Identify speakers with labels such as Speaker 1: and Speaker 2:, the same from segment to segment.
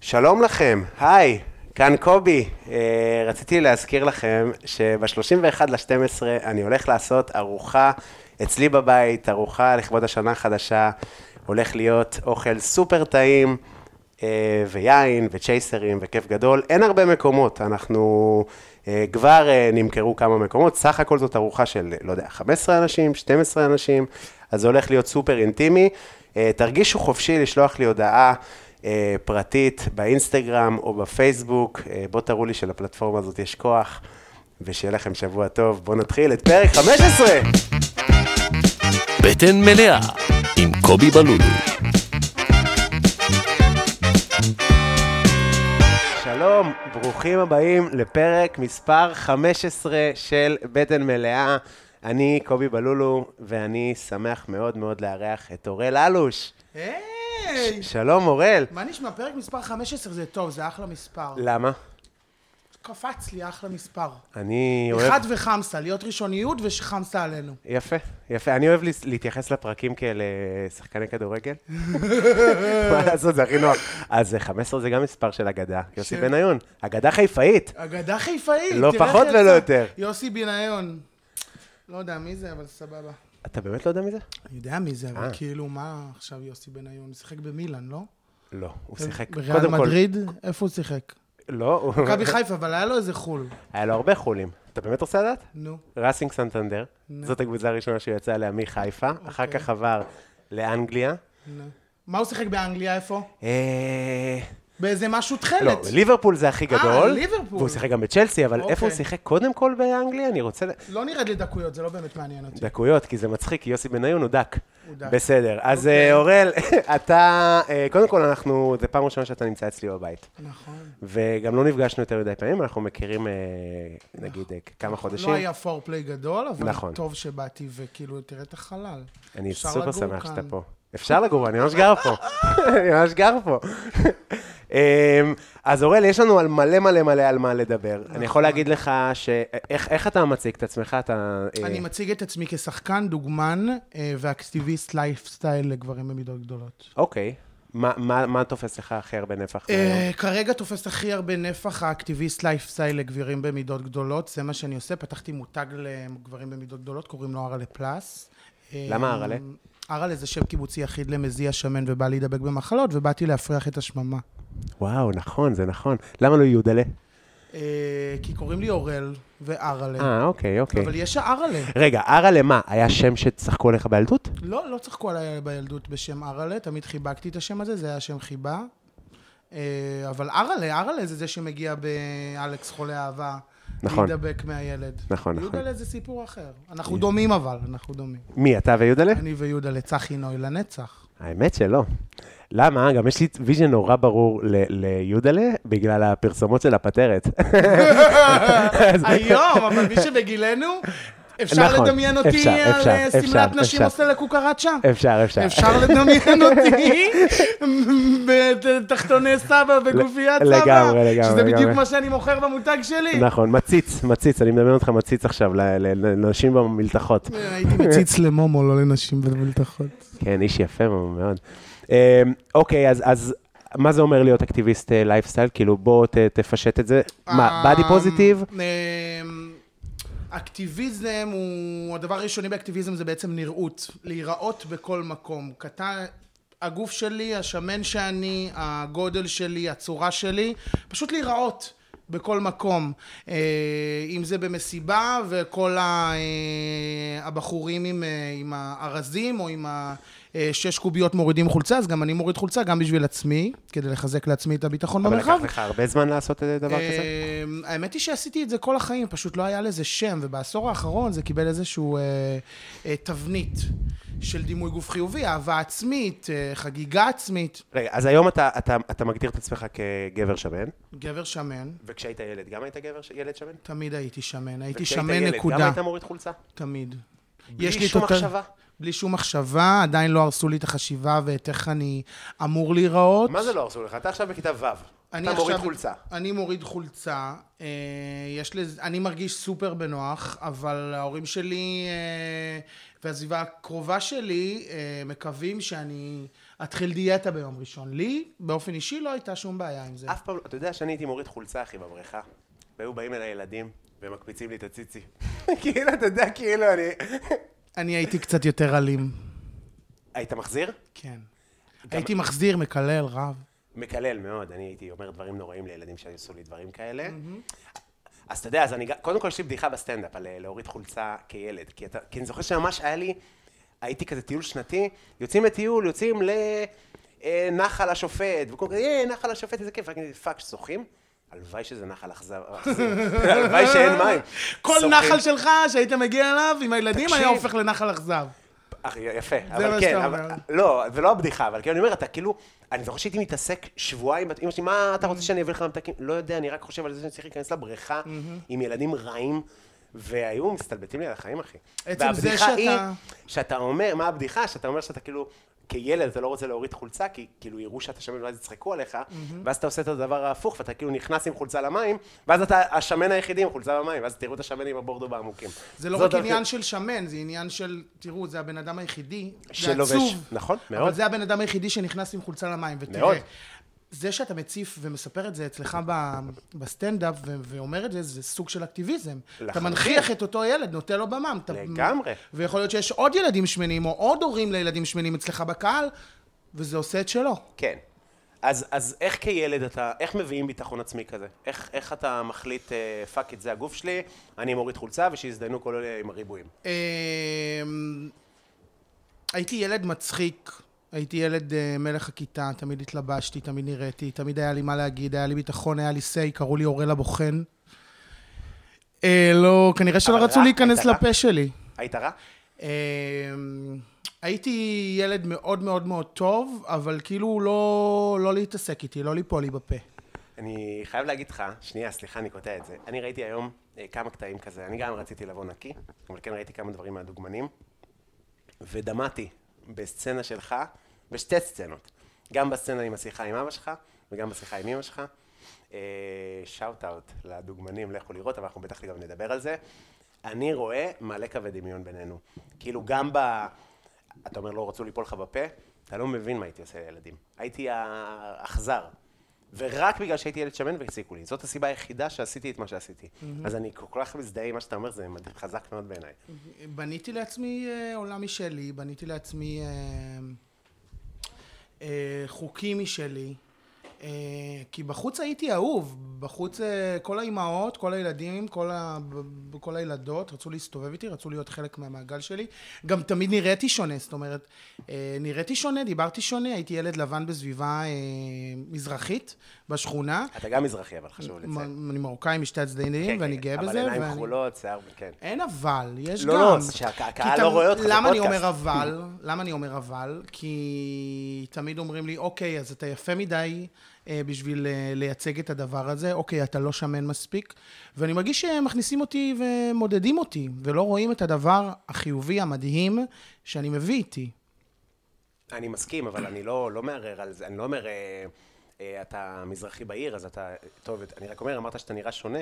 Speaker 1: שלום לכם, היי, כאן קובי. אה, רציתי להזכיר לכם שב-31 ל-12 אני הולך לעשות ארוחה אצלי בבית, ארוחה לכבוד השנה החדשה. הולך להיות אוכל סופר טעים, אה, ויין, וצ'ייסרים, וכיף גדול. אין הרבה מקומות, אנחנו... אה, כבר אה, נמכרו כמה מקומות, סך הכל זאת ארוחה של, לא יודע, 15 אנשים, 12 אנשים, אז זה הולך להיות סופר אינטימי. אה, תרגישו חופשי לשלוח לי הודעה אה, פרטית באינסטגרם או בפייסבוק, אה, בואו תראו לי שלפלטפורמה הזאת יש כוח, ושיהיה לכם שבוע טוב. בואו נתחיל את פרק 15!
Speaker 2: בטן מלאה עם קובי בלולו.
Speaker 1: שלום, ברוכים הבאים לפרק מספר 15 של בטן מלאה. אני קובי בלולו, ואני שמח מאוד מאוד לארח את אורל אלוש.
Speaker 3: היי!
Speaker 1: שלום, אורל.
Speaker 3: מה נשמע? פרק מספר 15 זה טוב, זה אחלה מספר.
Speaker 1: למה?
Speaker 3: קפץ לי אחלה מספר.
Speaker 1: לא. אני אוהב...
Speaker 3: אחד וחמסה, להיות ראשוניות וחמסה עלינו.
Speaker 1: יפה, יפה. אני אוהב לס- להתייחס לפרקים כאל אה, שחקני כדורגל. מה לעשות, זה הכי נוח. אז אה, 15 זה גם מספר של אגדה. יוסי
Speaker 3: של-
Speaker 1: בניון, אגדה חיפאית.
Speaker 3: אגדה חיפאית.
Speaker 1: לא
Speaker 3: תראה איך
Speaker 1: פחות
Speaker 3: יצא.
Speaker 1: ולא יותר.
Speaker 3: יוסי בניון. לא יודע מי זה, אבל סבבה.
Speaker 1: אתה באמת לא יודע מי זה?
Speaker 3: אני יודע מי זה,
Speaker 1: אה.
Speaker 3: אבל כאילו, מה עכשיו יוסי בניון? הוא שיחק במילאן, לא?
Speaker 1: לא, הוא שיחק.
Speaker 3: בריאל
Speaker 1: קודם כל-
Speaker 3: מדריד? איפה הוא שיחק?
Speaker 1: לא, הוא-
Speaker 3: מכבי חיפה, אבל היה לו איזה חול.
Speaker 1: היה לו הרבה חולים. אתה באמת רוצה לדעת?
Speaker 3: נו.
Speaker 1: ראסינג סנטנדר, זאת הקבוצה הראשונה שהוא יצא אליה מחיפה.
Speaker 3: אוקיי.
Speaker 1: אחר כך עבר לאנגליה.
Speaker 3: נו. מה הוא שיחק באנגליה, איפה?
Speaker 1: אה,
Speaker 3: באיזה משהו
Speaker 1: לא,
Speaker 3: תכלת.
Speaker 1: ליברפול זה הכי
Speaker 3: אה,
Speaker 1: גדול.
Speaker 3: ליברפול.
Speaker 1: והוא שיחק גם בצ'לסי, אבל איפה הוא
Speaker 3: אוקיי.
Speaker 1: שיחק קודם כל באנגליה? אני רוצה... ל-
Speaker 3: לא נרד לדקויות, זה לא באמת מעניין אותי.
Speaker 1: דקויות, כי זה מצחיק, כי יוסי בניון הוא דק.
Speaker 3: הוא דק. אוקיי.
Speaker 1: בסדר. אז אה, אוראל, אתה, אה, קודם כל אנחנו, זו פעם ראשונה שאתה נמצא אצלי בבית.
Speaker 3: נכון.
Speaker 1: וגם לא נפגשנו יותר מדי פעמים, אנחנו מכירים, אה, נגיד, אה, כמה חודשים.
Speaker 3: לא היה פורפליי גדול, אבל
Speaker 1: נכון.
Speaker 3: טוב שבאתי, וכאילו, תראה את החלל.
Speaker 1: אני
Speaker 3: אפשר
Speaker 1: סופר
Speaker 3: לגור
Speaker 1: שמח
Speaker 3: כאן.
Speaker 1: שאתה פה. אפשר לגור, אני ממש גר פה. אני ממש גר פה. אמ, אז אוראל, יש לנו על מלא מלא מלא על מה לדבר. אני
Speaker 3: נכון.
Speaker 1: יכול להגיד לך ש... איך איך אתה מציג את עצמך? אתה... אה,
Speaker 3: אני מציג את עצמי כשחקן, דוגמן, אה, ואקטיביסט לייפסטייל לגברים במידות גדולות.
Speaker 1: אוקיי. מה- מה מה תופס לך הכי הרבה נפח? מהיום?
Speaker 3: אה, כרגע תופס הכי הרבה נפח האקטיביסט לייפסטייל לגברים במידות גדולות, זה מה שאני עושה. פתחתי מותג לגברים במידות גדולות, קוראים לו ארלה פלאס. אה,
Speaker 1: למה ארלה?
Speaker 3: ארלה זה שם קיבוצי יחיד למזיע שמן ובא להידבק במחלות, ובאתי להפריח את השממה.
Speaker 1: וואו, נכון, זה נכון. למה לא יודלה?
Speaker 3: אה, כי קוראים לי אורל וארלה,
Speaker 1: אה, אוקיי, אוקיי.
Speaker 3: כן. אבל יש הארלה.
Speaker 1: רגע, ערה למה? היה שם שצחקו עליך בילדות?
Speaker 3: לא, לא צחקו עליי בילדות בשם ארלה, תמיד חיבקתי את השם הזה, זה היה שם חיבה. אה, אבל ארלה, ארלה זה זה שמגיע באלכס חולה אהבה.
Speaker 1: נכון.
Speaker 3: להידבק מהילד.
Speaker 1: נכון, נכון.
Speaker 3: יודלה זה סיפור אחר. אנחנו דומים אבל, אנחנו דומים.
Speaker 1: מי, אתה ויודלה?
Speaker 3: אני ויודלה צחי נוי לנצח.
Speaker 1: האמת שלא. למה? גם יש לי ויז'ן נורא ברור ל- ליודלה, בגלל הפרסומות של הפטרת. אז-
Speaker 3: היום, אבל מי שבגילנו, אפשר
Speaker 1: נכון,
Speaker 3: לדמיין אותי
Speaker 1: אפשר,
Speaker 3: על
Speaker 1: אפשר,
Speaker 3: אה,
Speaker 1: אפשר,
Speaker 3: שמלת נשים
Speaker 1: אפשר.
Speaker 3: עושה לקוקרצ'ה?
Speaker 1: אפשר, אפשר.
Speaker 3: אפשר לדמיין אותי בתחתוני סבא וגופיית סבא.
Speaker 1: לגמרי, לגמרי,
Speaker 3: שזה בדיוק
Speaker 1: לגמרי.
Speaker 3: מה שאני מוכר במותג שלי.
Speaker 1: נכון, מציץ, מציץ, אני מדמיין אותך מציץ עכשיו, ל- ל- לנשים במלתחות.
Speaker 3: הייתי מציץ למומו, לא לנשים במלתחות.
Speaker 1: כן, איש יפה מאוד. אמ, אוקיי, אז- אז מה זה אומר להיות אקטיביסט אה, לייפסטייל? כאילו, בוא ת- תפשט את זה. מה,
Speaker 3: אמ,
Speaker 1: באדי פוזיטיב?
Speaker 3: אקטיביזם הוא, הדבר הראשוני באקטיביזם זה בעצם נראות, להיראות בכל מקום. קטן, הגוף שלי, השמן שאני, הגודל שלי, הצורה שלי, פשוט להיראות. בכל מקום, אה, אם זה במסיבה וכל ה, אה, הבחורים עם, אה, עם הארזים או עם השש קוביות מורידים חולצה, אז גם אני מוריד חולצה גם בשביל עצמי, כדי לחזק לעצמי את הביטחון
Speaker 1: אבל
Speaker 3: במרחב.
Speaker 1: לקח לך הרבה זמן לעשות אה, דבר כזה?
Speaker 3: אמ, האמת היא שעשיתי את זה כל החיים, פשוט לא היה לזה שם, ובעשור האחרון זה קיבל איזשהו אה, אה, תבנית של דימוי גוף חיובי, אהבה עצמית, אה, חגיגה עצמית.
Speaker 1: רגע, אז היום אתה- אתה אתה מגדיר את עצמך כגבר שמן,
Speaker 3: גבר שמן,
Speaker 1: וכשהיית ילד, גם היית גבר ש- ילד שמן?
Speaker 3: תמיד הייתי שמן, הייתי
Speaker 1: וכשהיית
Speaker 3: שמן
Speaker 1: ילד, גם
Speaker 3: נקודה,
Speaker 1: היית מוריד חולצה?
Speaker 3: תמיד.
Speaker 1: בלי
Speaker 3: יש לי את
Speaker 1: שום
Speaker 3: אותה-
Speaker 1: מחשבה?
Speaker 3: בלי שום מחשבה, עדיין לא הרסו לי את החשיבה ואת איך אני אמור להיראות.
Speaker 1: מה זה לא הרסו לך? אתה עכשיו בכיתה ו'.
Speaker 3: אני
Speaker 1: אתה מוריד
Speaker 3: עכשיו-
Speaker 1: חולצה.
Speaker 3: אני מוריד חולצה, אה, יש לזה, אני מרגיש סופר בנוח, אבל ההורים שלי אה, והסביבה הקרובה שלי אה, מקווים שאני אתחיל דיאטה ביום ראשון. לי, באופן אישי, לא הייתה שום בעיה עם זה.
Speaker 1: אף פעם, לא- אתה יודע שאני הייתי מוריד חולצה, אחי, בבריכה, והיו באים אליי ילדים, ומקפיצים לי את הציצי. כאילו, אתה יודע, כאילו, אני...
Speaker 3: אני הייתי קצת יותר אלים.
Speaker 1: היית מחזיר?
Speaker 3: כן. הייתי מחזיר, מקלל, רב.
Speaker 1: מקלל מאוד, אני הייתי אומר דברים נוראים לילדים שעשו לי דברים כאלה. אז אתה יודע, אז אני, ג- קודם כל יש לי בדיחה בסטנדאפ על אה, להוריד חולצה כילד, כי, אתה, כי אני זוכר שממש היה לי, הייתי כזה טיול שנתי, יוצאים לטיול, יוצאים לנחל השופט, וכל כזה, "אה, נחל השופט, איזה כיף, רק אני, פאק, ששוחים. הלוואי שזה נחל אכזר, אכזר. הלוואי שאין מים.
Speaker 3: כל
Speaker 1: שוחים.
Speaker 3: נחל שלך שהיית מגיע אליו עם הילדים היה
Speaker 1: תקשיב.
Speaker 3: הופך לנחל אכזב.
Speaker 1: אך, יפה,
Speaker 3: מה
Speaker 1: אבל כן,
Speaker 3: שאתה
Speaker 1: אבל,
Speaker 3: אומר.
Speaker 1: לא, זה לא הבדיחה, אבל כאילו, אני אומר, אתה כאילו, אני זוכר שהייתי מתעסק שבועיים, אמא שלי, מה אתה
Speaker 3: Mm-hmm.
Speaker 1: רוצה שאני אביא לך ממתקים? לא יודע, אני רק חושב על זה שאני צריך להיכנס לבריכה
Speaker 3: Mm-hmm.
Speaker 1: עם ילדים רעים, והיו מסתלבטים לי על החיים, אחי.
Speaker 3: עצם זה
Speaker 1: והבדיחה
Speaker 3: שאתה-
Speaker 1: היא שאתה אומר, מה הבדיחה? שאתה אומר שאתה כאילו, כילד אתה לא רוצה להוריד חולצה, כי כאילו יראו שאתה שמן ואז יצחקו עליך,
Speaker 3: Mm-hmm.
Speaker 1: ואז אתה עושה את הדבר ההפוך, ואתה כאילו נכנס עם חולצה למים, ואז אתה השמן היחידי עם חולצה במים, ואז תראו את השמן עם הבורדו בעמוקים.
Speaker 3: זה לא
Speaker 1: זאת
Speaker 3: רק
Speaker 1: דרכי-
Speaker 3: עניין של שמן, זה עניין של, תראו, זה הבן אדם היחידי, זה
Speaker 1: שלובש.
Speaker 3: עצוב.
Speaker 1: נכון, מאוד.
Speaker 3: אבל זה הבן אדם היחידי שנכנס עם חולצה למים,
Speaker 1: מאוד.
Speaker 3: ותראה. זה שאתה מציף ומספר את זה אצלך ב- בסטנדאפ ו- ואומר את זה, זה סוג של אקטיביזם. אתה
Speaker 1: לחלוטין.
Speaker 3: מנכיח את אותו ילד, נותן לו במם. אתה-
Speaker 1: לגמרי.
Speaker 3: ויכול להיות שיש עוד ילדים שמנים, או עוד הורים לילדים שמנים אצלך בקהל, וזה עושה את שלו.
Speaker 1: כן. אז, אז איך כילד אתה, איך מביאים ביטחון עצמי כזה? איך, איך אתה מחליט, אה, פאק את זה הגוף שלי, אני מוריד חולצה ושיזדיינו כל אלה עם הריבועים.
Speaker 3: אמ, הייתי ילד מצחיק, הייתי ילד אה, מלך הכיתה, תמיד התלבשתי, תמיד נראיתי, תמיד היה לי מה להגיד, היה לי ביטחון, היה לי סיי, קראו לי אורל הבוחן. אה, לא, כנראה שלא
Speaker 1: אבל
Speaker 3: רצו
Speaker 1: רע,
Speaker 3: להיכנס
Speaker 1: היית רע?
Speaker 3: לפה שלי.
Speaker 1: היית רע?
Speaker 3: אמ, הייתי ילד מאוד מאוד מאוד טוב, אבל כאילו לא, לא להתעסק איתי, לא ליפול לי בפה.
Speaker 1: אני חייב להגיד לך, שנייה, סליחה, אני קוטע את זה. אני ראיתי היום אה, כמה קטעים כזה, אני גם רציתי לבוא נקי, אבל כן ראיתי כמה דברים מהדוגמנים, ודמעתי בסצנה שלך, בשתי סצנות. גם בסצנה עם השיחה עם אבא שלך, וגם בשיחה עם אמא שלך. שאוט אאוט לדוגמנים, לכו לראות, אבל אנחנו בטח גם נדבר על זה. אני רואה מלא קווי דמיון בינינו. כאילו גם ב... אתה אומר, לא רצו ליפול לך בפה, אתה לא מבין מה הייתי עושה לילדים. הייתי האכזר. ורק בגלל שהייתי ילד שמן והציקו לי. זאת הסיבה היחידה שעשיתי את מה שעשיתי. אז אני כל כך מזדהה עם מה שאתה אומר, זה מדהים, חזק מאוד בעיניי.
Speaker 3: בניתי לעצמי אה, עולם משלי, בניתי לעצמי אה, אה, חוקים משלי. אה, כי בחוץ הייתי אהוב, בחוץ אה, כל האימהות, כל הילדים, כל, ה... ב- כל הילדות רצו להסתובב איתי, רצו להיות חלק מהמעגל שלי. גם תמיד נראיתי שונה, זאת אומרת, אה, נראיתי שונה, דיברתי שונה, הייתי ילד לבן בסביבה אה, מזרחית, בשכונה.
Speaker 1: אתה גם מזרחי, אבל חשוב
Speaker 3: מ-
Speaker 1: לציין.
Speaker 3: אני מרוקאי משתי
Speaker 1: כן,
Speaker 3: הצדדים, ואני
Speaker 1: כן,
Speaker 3: גאה בזה.
Speaker 1: אבל עיניים
Speaker 3: ואני-
Speaker 1: כחולות, שיער, כן.
Speaker 3: אין אבל, יש
Speaker 1: לא,
Speaker 3: גם.
Speaker 1: לא, זה שהקה-
Speaker 3: כי
Speaker 1: הקהל
Speaker 3: תמ-
Speaker 1: לא רואה אותך, זה
Speaker 3: למה אני
Speaker 1: פודקאסט.
Speaker 3: אומר אבל? למה אני אומר אבל? כי תמיד אומרים לי, אוקיי, אז אתה יפה מדי אה, בשביל אה, לייצג את הדבר הזה, אוקיי, אתה לא שמן מספיק. ואני מרגיש שמכניסים אותי ומודדים אותי, ולא רואים את הדבר החיובי, המדהים, שאני מביא איתי.
Speaker 1: אני מסכים, אבל אני לא לא מערער על זה, אני לא אומר, אה, אה, אתה מזרחי בעיר, אז אתה... טוב, אני רק אומר, אמרת שאתה נראה שונה.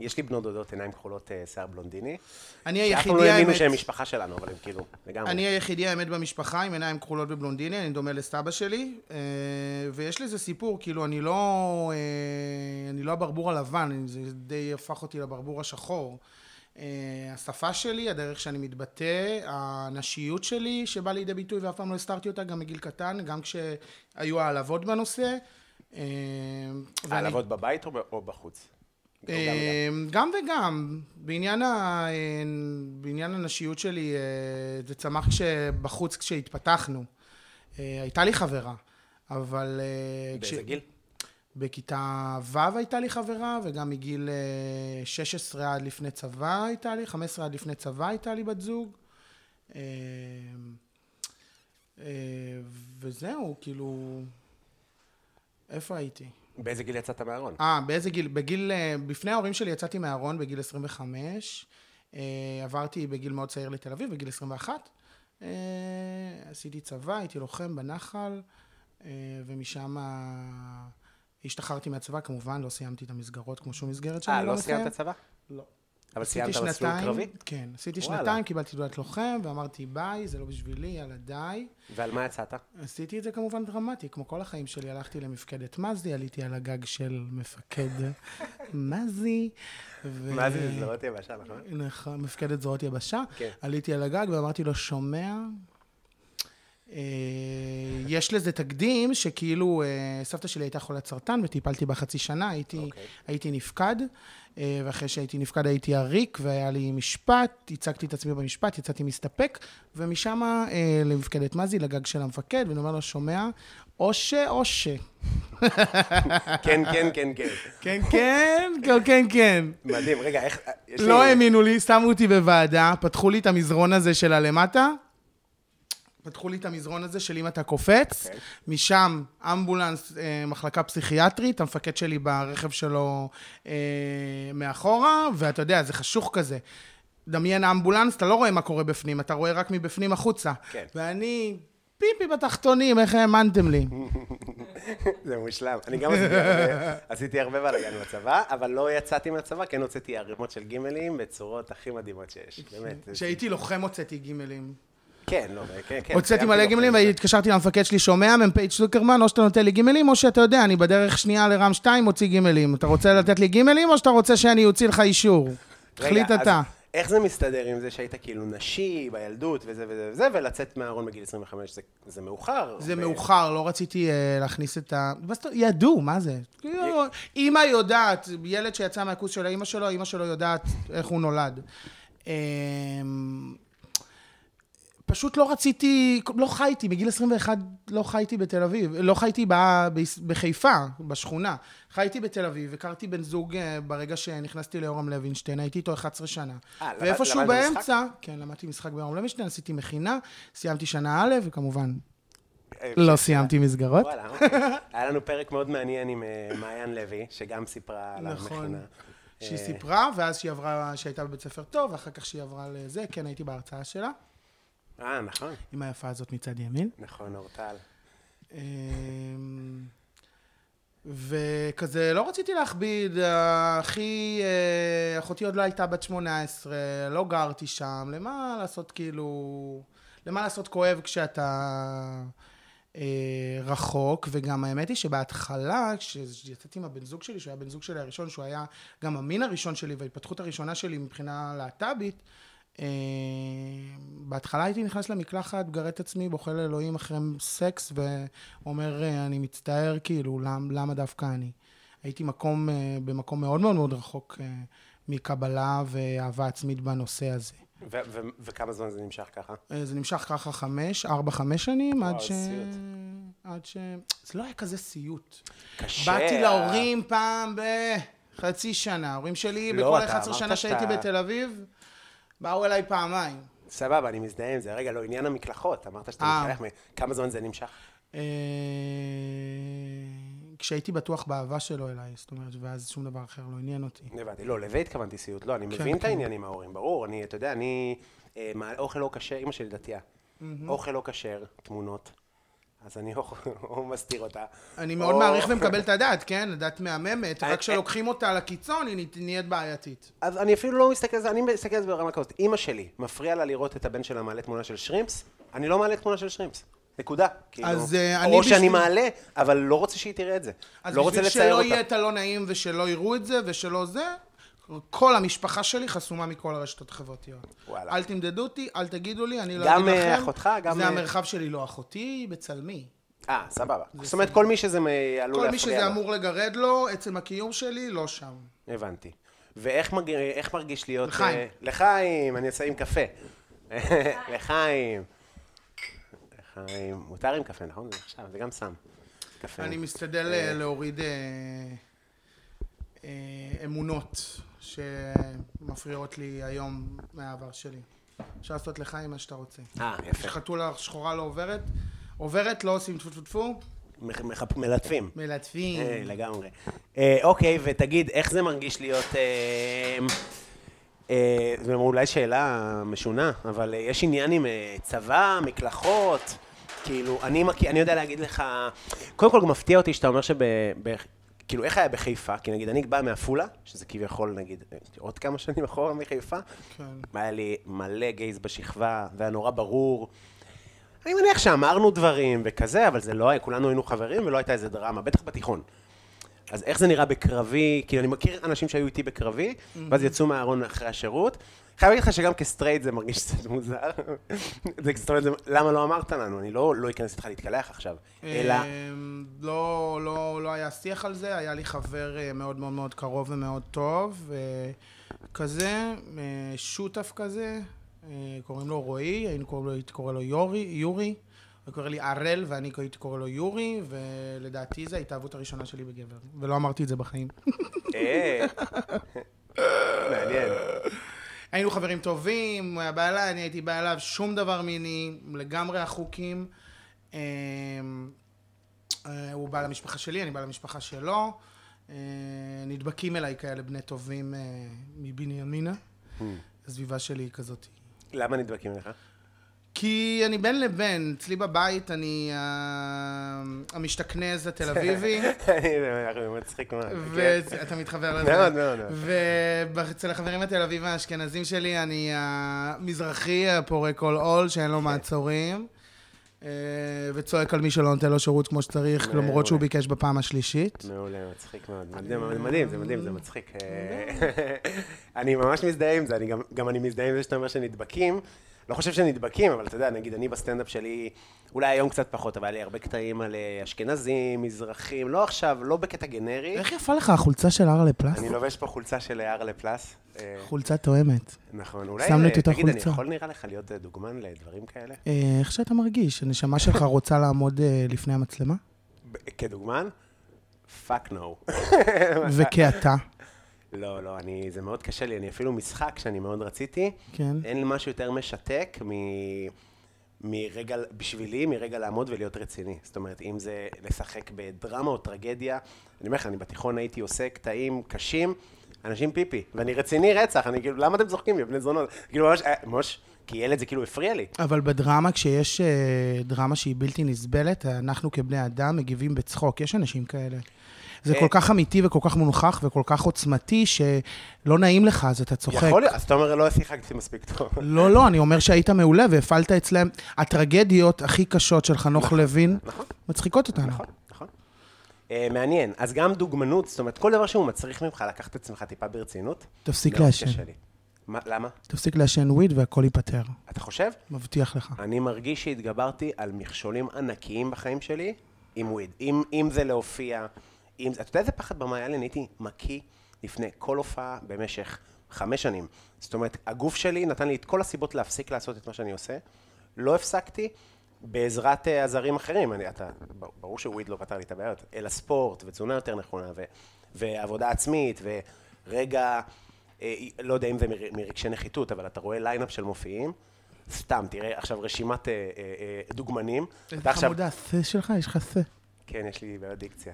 Speaker 1: יש לי בנות דודות עיניים כחולות, אה, שיער בלונדיני.
Speaker 3: אני
Speaker 1: שאף פעם
Speaker 3: היחידי,
Speaker 1: לא האמינו
Speaker 3: האמת-
Speaker 1: שהם משפחה שלנו, אבל הם כאילו, לגמרי.
Speaker 3: אני היחידי האמת במשפחה, עם עיניים כחולות ובלונדיני, אני דומה לסבא שלי, אה, ויש לזה סיפור, כאילו, אני לא, אה, אני לא הברבור הלבן, אני- זה די הפך אותי לברבור השחור. אה, השפה שלי, הדרך שאני מתבטא, הנשיות שלי, שבאה לידי ביטוי ואף פעם לא הסתרתי אותה, גם מגיל קטן, גם כשהיו העלבות בנושא. אה, ואני- אה,
Speaker 1: העלבות בבית או ב- או בחוץ? או גם וגם.
Speaker 3: אמ, גם וגם. בעניין, ה... אמ, בעניין הנשיות שלי, אה, זה צמח כשבחוץ כשהתפתחנו. אה, הייתה לי חברה, אבל... אה,
Speaker 1: באיזה גיל?
Speaker 3: בכיתה ו' הייתה לי חברה, וגם מגיל אה, 16 עד לפני צבא הייתה לי, 15 עד לפני צבא הייתה לי בת זוג. אה, אה, וזהו, כאילו... איפה הייתי?
Speaker 1: באיזה גיל יצאת מהארון?
Speaker 3: אה, באיזה גיל? בגיל... אה, בפני ההורים שלי יצאתי מהארון בגיל 25. אה, עברתי בגיל מאוד צעיר לתל אביב, בגיל 21. אה, עשיתי צבא, הייתי לוחם בנחל, אה, ומשם אה, ה- השתחררתי מהצבא, כמובן, לא סיימתי את המסגרות כמו שום מסגרת שאני
Speaker 1: אה,
Speaker 3: לא
Speaker 1: לא
Speaker 3: מסיים.
Speaker 1: סיימת צבא?
Speaker 3: לא.
Speaker 1: אבל
Speaker 3: עשיתי
Speaker 1: סיימת מסלול
Speaker 3: שנתיים-
Speaker 1: קרבי?
Speaker 3: כן, עשיתי
Speaker 1: וואלה.
Speaker 3: שנתיים, קיבלתי תעודת לוחם, ואמרתי ביי, זה לא בשבילי, יאללה די.
Speaker 1: ועל מה יצאת?
Speaker 3: אה. עשיתי את זה כמובן דרמטי, כמו כל החיים שלי, הלכתי למפקדת מזי, עליתי על הגג של מפקד מזי. ו-
Speaker 1: מה זה, זה זרועות יבשה, נכון?
Speaker 3: נכון, מפקדת זרועות יבשה.
Speaker 1: כן.
Speaker 3: עליתי על הגג ואמרתי לו, שומע, אה, יש לזה תקדים שכאילו אה, סבתא שלי הייתה חולת סרטן וטיפלתי בה חצי שנה, הייתי,
Speaker 1: אוקיי.
Speaker 3: הייתי נפקד, אה, ואחרי שהייתי נפקד הייתי עריק והיה לי משפט, הצגתי את עצמי במשפט, יצאתי מסתפק, ומשם אה, למפקדת מזי, לגג של המפקד, ואני אומר לו, שומע, או ש, או ש.
Speaker 1: כן, כן, כן, כן.
Speaker 3: כן, כן, כן, כן, כן.
Speaker 1: מדהים, רגע, איך... אה, יש לי-
Speaker 3: לא האמינו לי, שמו אותי בוועדה, פתחו לי את המזרון הזה של הלמטה, פתחו לי את המזרון הזה של אם אתה קופץ,
Speaker 1: אוקיי.
Speaker 3: משם אמבולנס, אה, מחלקה פסיכיאטרית, המפקד שלי ברכב שלו אה, מאחורה, ואתה יודע, זה חשוך כזה. דמיין אמבולנס, אתה לא רואה מה קורה בפנים, אתה רואה רק מבפנים החוצה.
Speaker 1: כן.
Speaker 3: ואני, פיפי בתחתונים, איך האמנתם
Speaker 1: Mm,
Speaker 3: לי?
Speaker 1: זה מושלם. אני גם עשיתי הרבה- עשיתי הרבה בלאגן בצבא, אבל לא יצאתי מהצבא, כן הוצאתי ערימות של גימלים בצורות הכי מדהימות שיש, באמת. זה-
Speaker 3: כשהייתי לוחם הוצאתי גימלים.
Speaker 1: כן, לא, כן, כן.
Speaker 3: הוצאתי
Speaker 1: סיימתי
Speaker 3: מלא
Speaker 1: לוחם.
Speaker 3: גימלים והתקשרתי למפקד שלי, שומע, מ"פ צוקרמן, או שאתה נותן לי גימלים, או שאתה יודע, אני בדרך שנייה לרם 2 מוציא גימלים. אתה רוצה לתת לי גימלים, או שאתה רוצה שאני אוציא לך אישור?
Speaker 1: רגע,
Speaker 3: תחליט
Speaker 1: אז
Speaker 3: אתה.
Speaker 1: איך זה מסתדר עם זה שהיית כאילו נשי בילדות וזה וזה וזה, ולצאת מהארון בגיל 25 זה- זה מאוחר?
Speaker 3: זה
Speaker 1: ו-
Speaker 3: מאוחר, לא רציתי אה, להכניס את ה... מה זאת- ידעו, מה זה? כאילו, אימא יודעת, ילד שיצא מהכוס של האימא שלו, אימא שלו יודעת איך הוא נולד. אמ, פשוט לא רציתי, לא חייתי, בגיל 21 לא חייתי בתל אביב, לא חייתי ב, ב, בחיפה, בשכונה. חייתי בתל אביב, הכרתי בן זוג אה, ברגע שנכנסתי ליורם לוינשטיין, הייתי איתו 11 שנה.
Speaker 1: אה, למד-
Speaker 3: ואיפשהו
Speaker 1: למדת משחק?
Speaker 3: באמצע, כן, למדתי משחק ביורם לוינשטיין, עשיתי מכינה, סיימתי שנה א', וכמובן
Speaker 1: אה,
Speaker 3: לא סיימתי מסגרות.
Speaker 1: וואלה, אוקיי. היה לנו פרק מאוד מעניין עם אה, מעיין לוי, שגם סיפרה על
Speaker 3: נכון.
Speaker 1: המכינה.
Speaker 3: שהיא סיפרה, ואז שהיא עברה, שהייתה בבית ספר טוב, ואחר כך שהיא עברה לזה, כן, הייתי בהרצאה שלה,
Speaker 1: אה, נכון,
Speaker 3: עם היפה הזאת מצד ימין.
Speaker 1: נכון, אורטל.
Speaker 3: אמ, וכזה, לא רציתי להכביד, אחי, אה, אחותי עוד לא הייתה בת 18, לא גרתי שם, למה לעשות כאילו, למה לעשות כואב כשאתה אה, רחוק, וגם האמת היא שבהתחלה, כשיצאתי עם הבן זוג שלי, שהוא היה בן זוג שלי הראשון, שהוא היה גם המין הראשון שלי וההתפתחות הראשונה שלי מבחינה להט"בית, אה, בהתחלה הייתי נכנס למקלחת, מגרד את עצמי, בוכה לאלוהים אחרי סקס, ואומר, אה, אני מצטער, כאילו, למ, למה דווקא אני? הייתי מקום, אה, במקום מאוד מאוד מאוד רחוק אה, מקבלה ואהבה עצמית בנושא הזה.
Speaker 1: ו- ו- וכמה זמן זה נמשך ככה?
Speaker 3: אה, זה נמשך ככה חמש, ארבע, חמש שנים, עד
Speaker 1: וואו,
Speaker 3: ש...
Speaker 1: סיוט.
Speaker 3: עד ש... זה לא היה כזה סיוט.
Speaker 1: קשה.
Speaker 3: באתי להורים פעם בחצי שנה. ההורים שלי,
Speaker 1: לא,
Speaker 3: בכל
Speaker 1: אתה
Speaker 3: 11 שנה
Speaker 1: אמרת
Speaker 3: שהייתי
Speaker 1: שאתה-
Speaker 3: בתל אביב, באו אליי פעמיים.
Speaker 1: סבבה, אני מזדהה עם זה. רגע, לא, עניין המקלחות, אמרת שאתה
Speaker 3: אה.
Speaker 1: מתקלח, מ- כמה זמן זה נמשך?
Speaker 3: אה, כשהייתי בטוח באהבה שלו אליי, זאת אומרת, ואז שום דבר אחר לא עניין אותי.
Speaker 1: הבנתי. לא, לזה התכוונתי סיוט, לא, אני מבין את
Speaker 3: כן.
Speaker 1: העניין עם ההורים, ברור, אני, אתה יודע, אני... אה, מה- אוכל לא כשר, אימא שלי דתייה. אוכל לא כשר, תמונות. אז אני או- או מסתיר אותה.
Speaker 3: אני
Speaker 1: או-
Speaker 3: מאוד מעריך ומקבל את הדת, כן? הדת מהממת,
Speaker 1: אה, אה.
Speaker 3: רק כשלוקחים אותה לקיצון היא נת- נהיית בעייתית.
Speaker 1: אז אני אפילו לא מסתכל על זה, אני מסתכל על זה ברמה כזאת. אימא שלי, מפריע לה לראות את הבן שלה מעלה תמונה של שרימפס, אני לא מעלה תמונה של שרימפס. נקודה. כאילו,
Speaker 3: אז, אה, אני
Speaker 1: או שאני
Speaker 3: בשביל-
Speaker 1: מעלה, אבל לא רוצה שהיא תראה את זה.
Speaker 3: אז
Speaker 1: לא רוצה
Speaker 3: בשביל
Speaker 1: לצייר
Speaker 3: שלא
Speaker 1: אותה.
Speaker 3: יהיה את הלא נעים ושלא יראו את זה ושלא זה, כל המשפחה שלי חסומה מכל הרשתות החברתיות.
Speaker 1: וואלה.
Speaker 3: אל תמדדו אותי, אל תגידו לי, אני לא
Speaker 1: גם,
Speaker 3: אגיד
Speaker 1: אה,
Speaker 3: לכם.
Speaker 1: אחותך, גם,
Speaker 3: זה
Speaker 1: אה,
Speaker 3: המרחב שלי, לא אחותי, בצלמי.
Speaker 1: אה, סבבה. זאת אומרת, כל מי שזה מ- עלול
Speaker 3: כל מי
Speaker 1: להפריע
Speaker 3: שזה
Speaker 1: לו.
Speaker 3: אמור לגרד לו, עצם הקיום שלי, לא שם.
Speaker 1: הבנתי. ואיך מג- איך מרגיש להיות...
Speaker 3: לחיים.
Speaker 1: אה, לחיים, אני עושה עם קפה. לחיים. לחיים. מותר עם קפה, נכון? זה עכשיו, זה גם סם. קפה.
Speaker 3: אני משתדל אה, להוריד אה, אה, אמונות שמפריעות לי היום מהעבר שלי. אפשר לעשות לחיים מה שאתה רוצה.
Speaker 1: אה, יפה.
Speaker 3: כשחתולה שחורה לא עוברת, עוברת, לא עושים טפו טפו טפו,
Speaker 1: מח- מחפ- מלטפים.
Speaker 3: מלטפים.
Speaker 1: אה, לגמרי. אה, אוקיי, ותגיד, איך זה מרגיש להיות... אה, אה, זו אולי שאלה משונה, אבל אה, יש עניין עם אה, צבא, מקלחות, כאילו, אני, מכיר- אני יודע להגיד לך... קודם כל, גם מפתיע אותי שאתה אומר שב... ב- כאילו, איך היה בחיפה? כי נגיד, אני בא מעפולה, שזה כביכול, נגיד, עוד כמה שנים אחורה מחיפה,
Speaker 3: כן.
Speaker 1: היה לי מלא גייז בשכבה, והיה נורא ברור. אני מניח שאמרנו דברים וכזה, אבל זה לא היה, כולנו היינו חברים ולא הייתה איזה דרמה, בטח בתיכון. אז איך זה נראה בקרבי? כאילו, אני מכיר אנשים שהיו איתי בקרבי, ואז יצאו מהארון אחרי השירות. חייב להגיד לך שגם כסטרייט זה מרגיש קצת מוזר. זה, זאת אומרת, זה- למה לא אמרת לנו? אני לא, לא אכנס איתך להתקלח עכשיו, אלא...
Speaker 3: אמ, לא, לא, לא היה שיח על זה, היה לי חבר אה, מאוד מאוד מאוד קרוב ומאוד טוב, אה, כזה, אה, שותף כזה, אה, קוראים לו רועי, היינו קוראים לו- הייתי קורא לו יורי, יורי, הוא קורא לי הראל ואני הייתי קורא לו יורי, ולדעתי זו ההתאהבות הראשונה שלי בגבר, ולא אמרתי את זה בחיים.
Speaker 1: אה, מעניין.
Speaker 3: היינו חברים טובים, הוא היה בעלה, אני הייתי בעליו, שום דבר מיני, לגמרי החוקים. אמ, אה, הוא בעל המשפחה שלי, אני בעל המשפחה שלו. אה, נדבקים אליי כאלה בני טובים אה, מבנימינה. הסביבה שלי היא כזאת.
Speaker 1: למה נדבקים לך?
Speaker 3: כי אני בין לבין, אצלי בבית אני אה, המשתכנז התל אביבי.
Speaker 1: אני מצחיק מאוד. כן.
Speaker 3: ואתה מתחבר לזה.
Speaker 1: מאוד, מאוד, מאוד.
Speaker 3: ואצל החברים בתל אביב האשכנזים שלי, אני המזרחי הפורק כל עול, שאין
Speaker 1: כן.
Speaker 3: לו מעצורים, אה, וצועק על מי שלא נותן לו שירות כמו שצריך,
Speaker 1: מעולה.
Speaker 3: למרות שהוא ביקש בפעם השלישית.
Speaker 1: מעולה, מצחיק מאוד. מדהים, זה מדהים, זה מדהים, זה מצחיק. אה, אני ממש מזדהה עם זה, אני גם- גם אני מזדהה עם זה שאתה אומר שנדבקים. לא חושב שנדבקים, אבל אתה יודע, נגיד אני בסטנדאפ שלי, אולי היום קצת פחות, אבל היה לי הרבה קטעים על אה, אשכנזים, מזרחים, לא עכשיו, לא בקטע גנרי.
Speaker 3: איך יפה לך החולצה של ארלה פלס?
Speaker 1: אני לובש פה חולצה של ארלה פלס. אה,
Speaker 3: חולצה תואמת.
Speaker 1: נכון, אולי...
Speaker 3: שמנו את
Speaker 1: אה,
Speaker 3: אותה
Speaker 1: תגיד, אני
Speaker 3: חולצה.
Speaker 1: יכול נראה לך להיות אה, דוגמן לדברים כאלה?
Speaker 3: אה, איך שאתה מרגיש? הנשמה שלך רוצה לעמוד אה, לפני המצלמה?
Speaker 1: ב- כדוגמן? פאק נו. אה,
Speaker 3: וכאתה,
Speaker 1: לא, לא, אני, זה מאוד קשה לי, אני אפילו משחק שאני מאוד רציתי.
Speaker 3: כן.
Speaker 1: אין לי משהו יותר משתק מ... מרגע, בשבילי, מרגע לעמוד ולהיות רציני. זאת אומרת, אם זה לשחק בדרמה או טרגדיה, אני אומר לך, אני בתיכון הייתי עושה קטעים קשים, אנשים פיפי, ואני רציני רצח, אני כאילו, למה אתם צוחקים לי, בני זונות? כאילו, ממש, אה, ממש, כילד זה כאילו הפריע לי.
Speaker 3: אבל בדרמה, כשיש אה, דרמה שהיא בלתי נסבלת, אנחנו כבני אדם מגיבים בצחוק. יש אנשים כאלה. זה
Speaker 1: אה.
Speaker 3: כל כך אמיתי וכל כך מונכח וכל כך עוצמתי, שלא נעים לך, אז אתה צוחק.
Speaker 1: יכול להיות, אז אתה אומר, לא שיחקתי מספיק טוב.
Speaker 3: לא, לא, אני אומר שהיית מעולה והפעלת אצלם. הטרגדיות הכי קשות של חנוך לוין
Speaker 1: נכון.
Speaker 3: מצחיקות אותנו.
Speaker 1: נכון, נכון. אה, מעניין. אז גם דוגמנות, זאת אומרת, כל דבר שהוא מצריך ממך לקחת את עצמך טיפה ברצינות.
Speaker 3: תפסיק
Speaker 1: מאוד
Speaker 3: לעשן.
Speaker 1: קשה לי. מה- למה?
Speaker 3: תפסיק לעשן וויד והכל ייפתר.
Speaker 1: אתה חושב?
Speaker 3: מבטיח לך.
Speaker 1: אני מרגיש שהתגברתי על מכשולים ענקיים בחיים שלי עם וויד. אם, אם זה להופיע, אם זה... אתה יודע איזה פחד במה היה לי? אני הייתי מקיא לפני כל הופעה במשך חמש שנים. זאת אומרת, הגוף שלי נתן לי את כל הסיבות להפסיק לעשות את מה שאני עושה. לא הפסקתי בעזרת אה, עזרים אחרים. אני, אתה, ברור שוויד לא פתר לי את הבעיות, אלא ספורט ותזונה יותר נכונה ו, ועבודה עצמית ורגע... אה, לא יודע אם זה מר- מרגשי נחיתות, אבל אתה רואה ליינאפ של מופיעים, סתם, תראה עכשיו רשימת אה, אה, אה, דוגמנים.
Speaker 3: איזה
Speaker 1: אתה עכשיו-
Speaker 3: חמודה, השה שלך, יש לך שה.
Speaker 1: כן, יש לי בעיות דיקציה.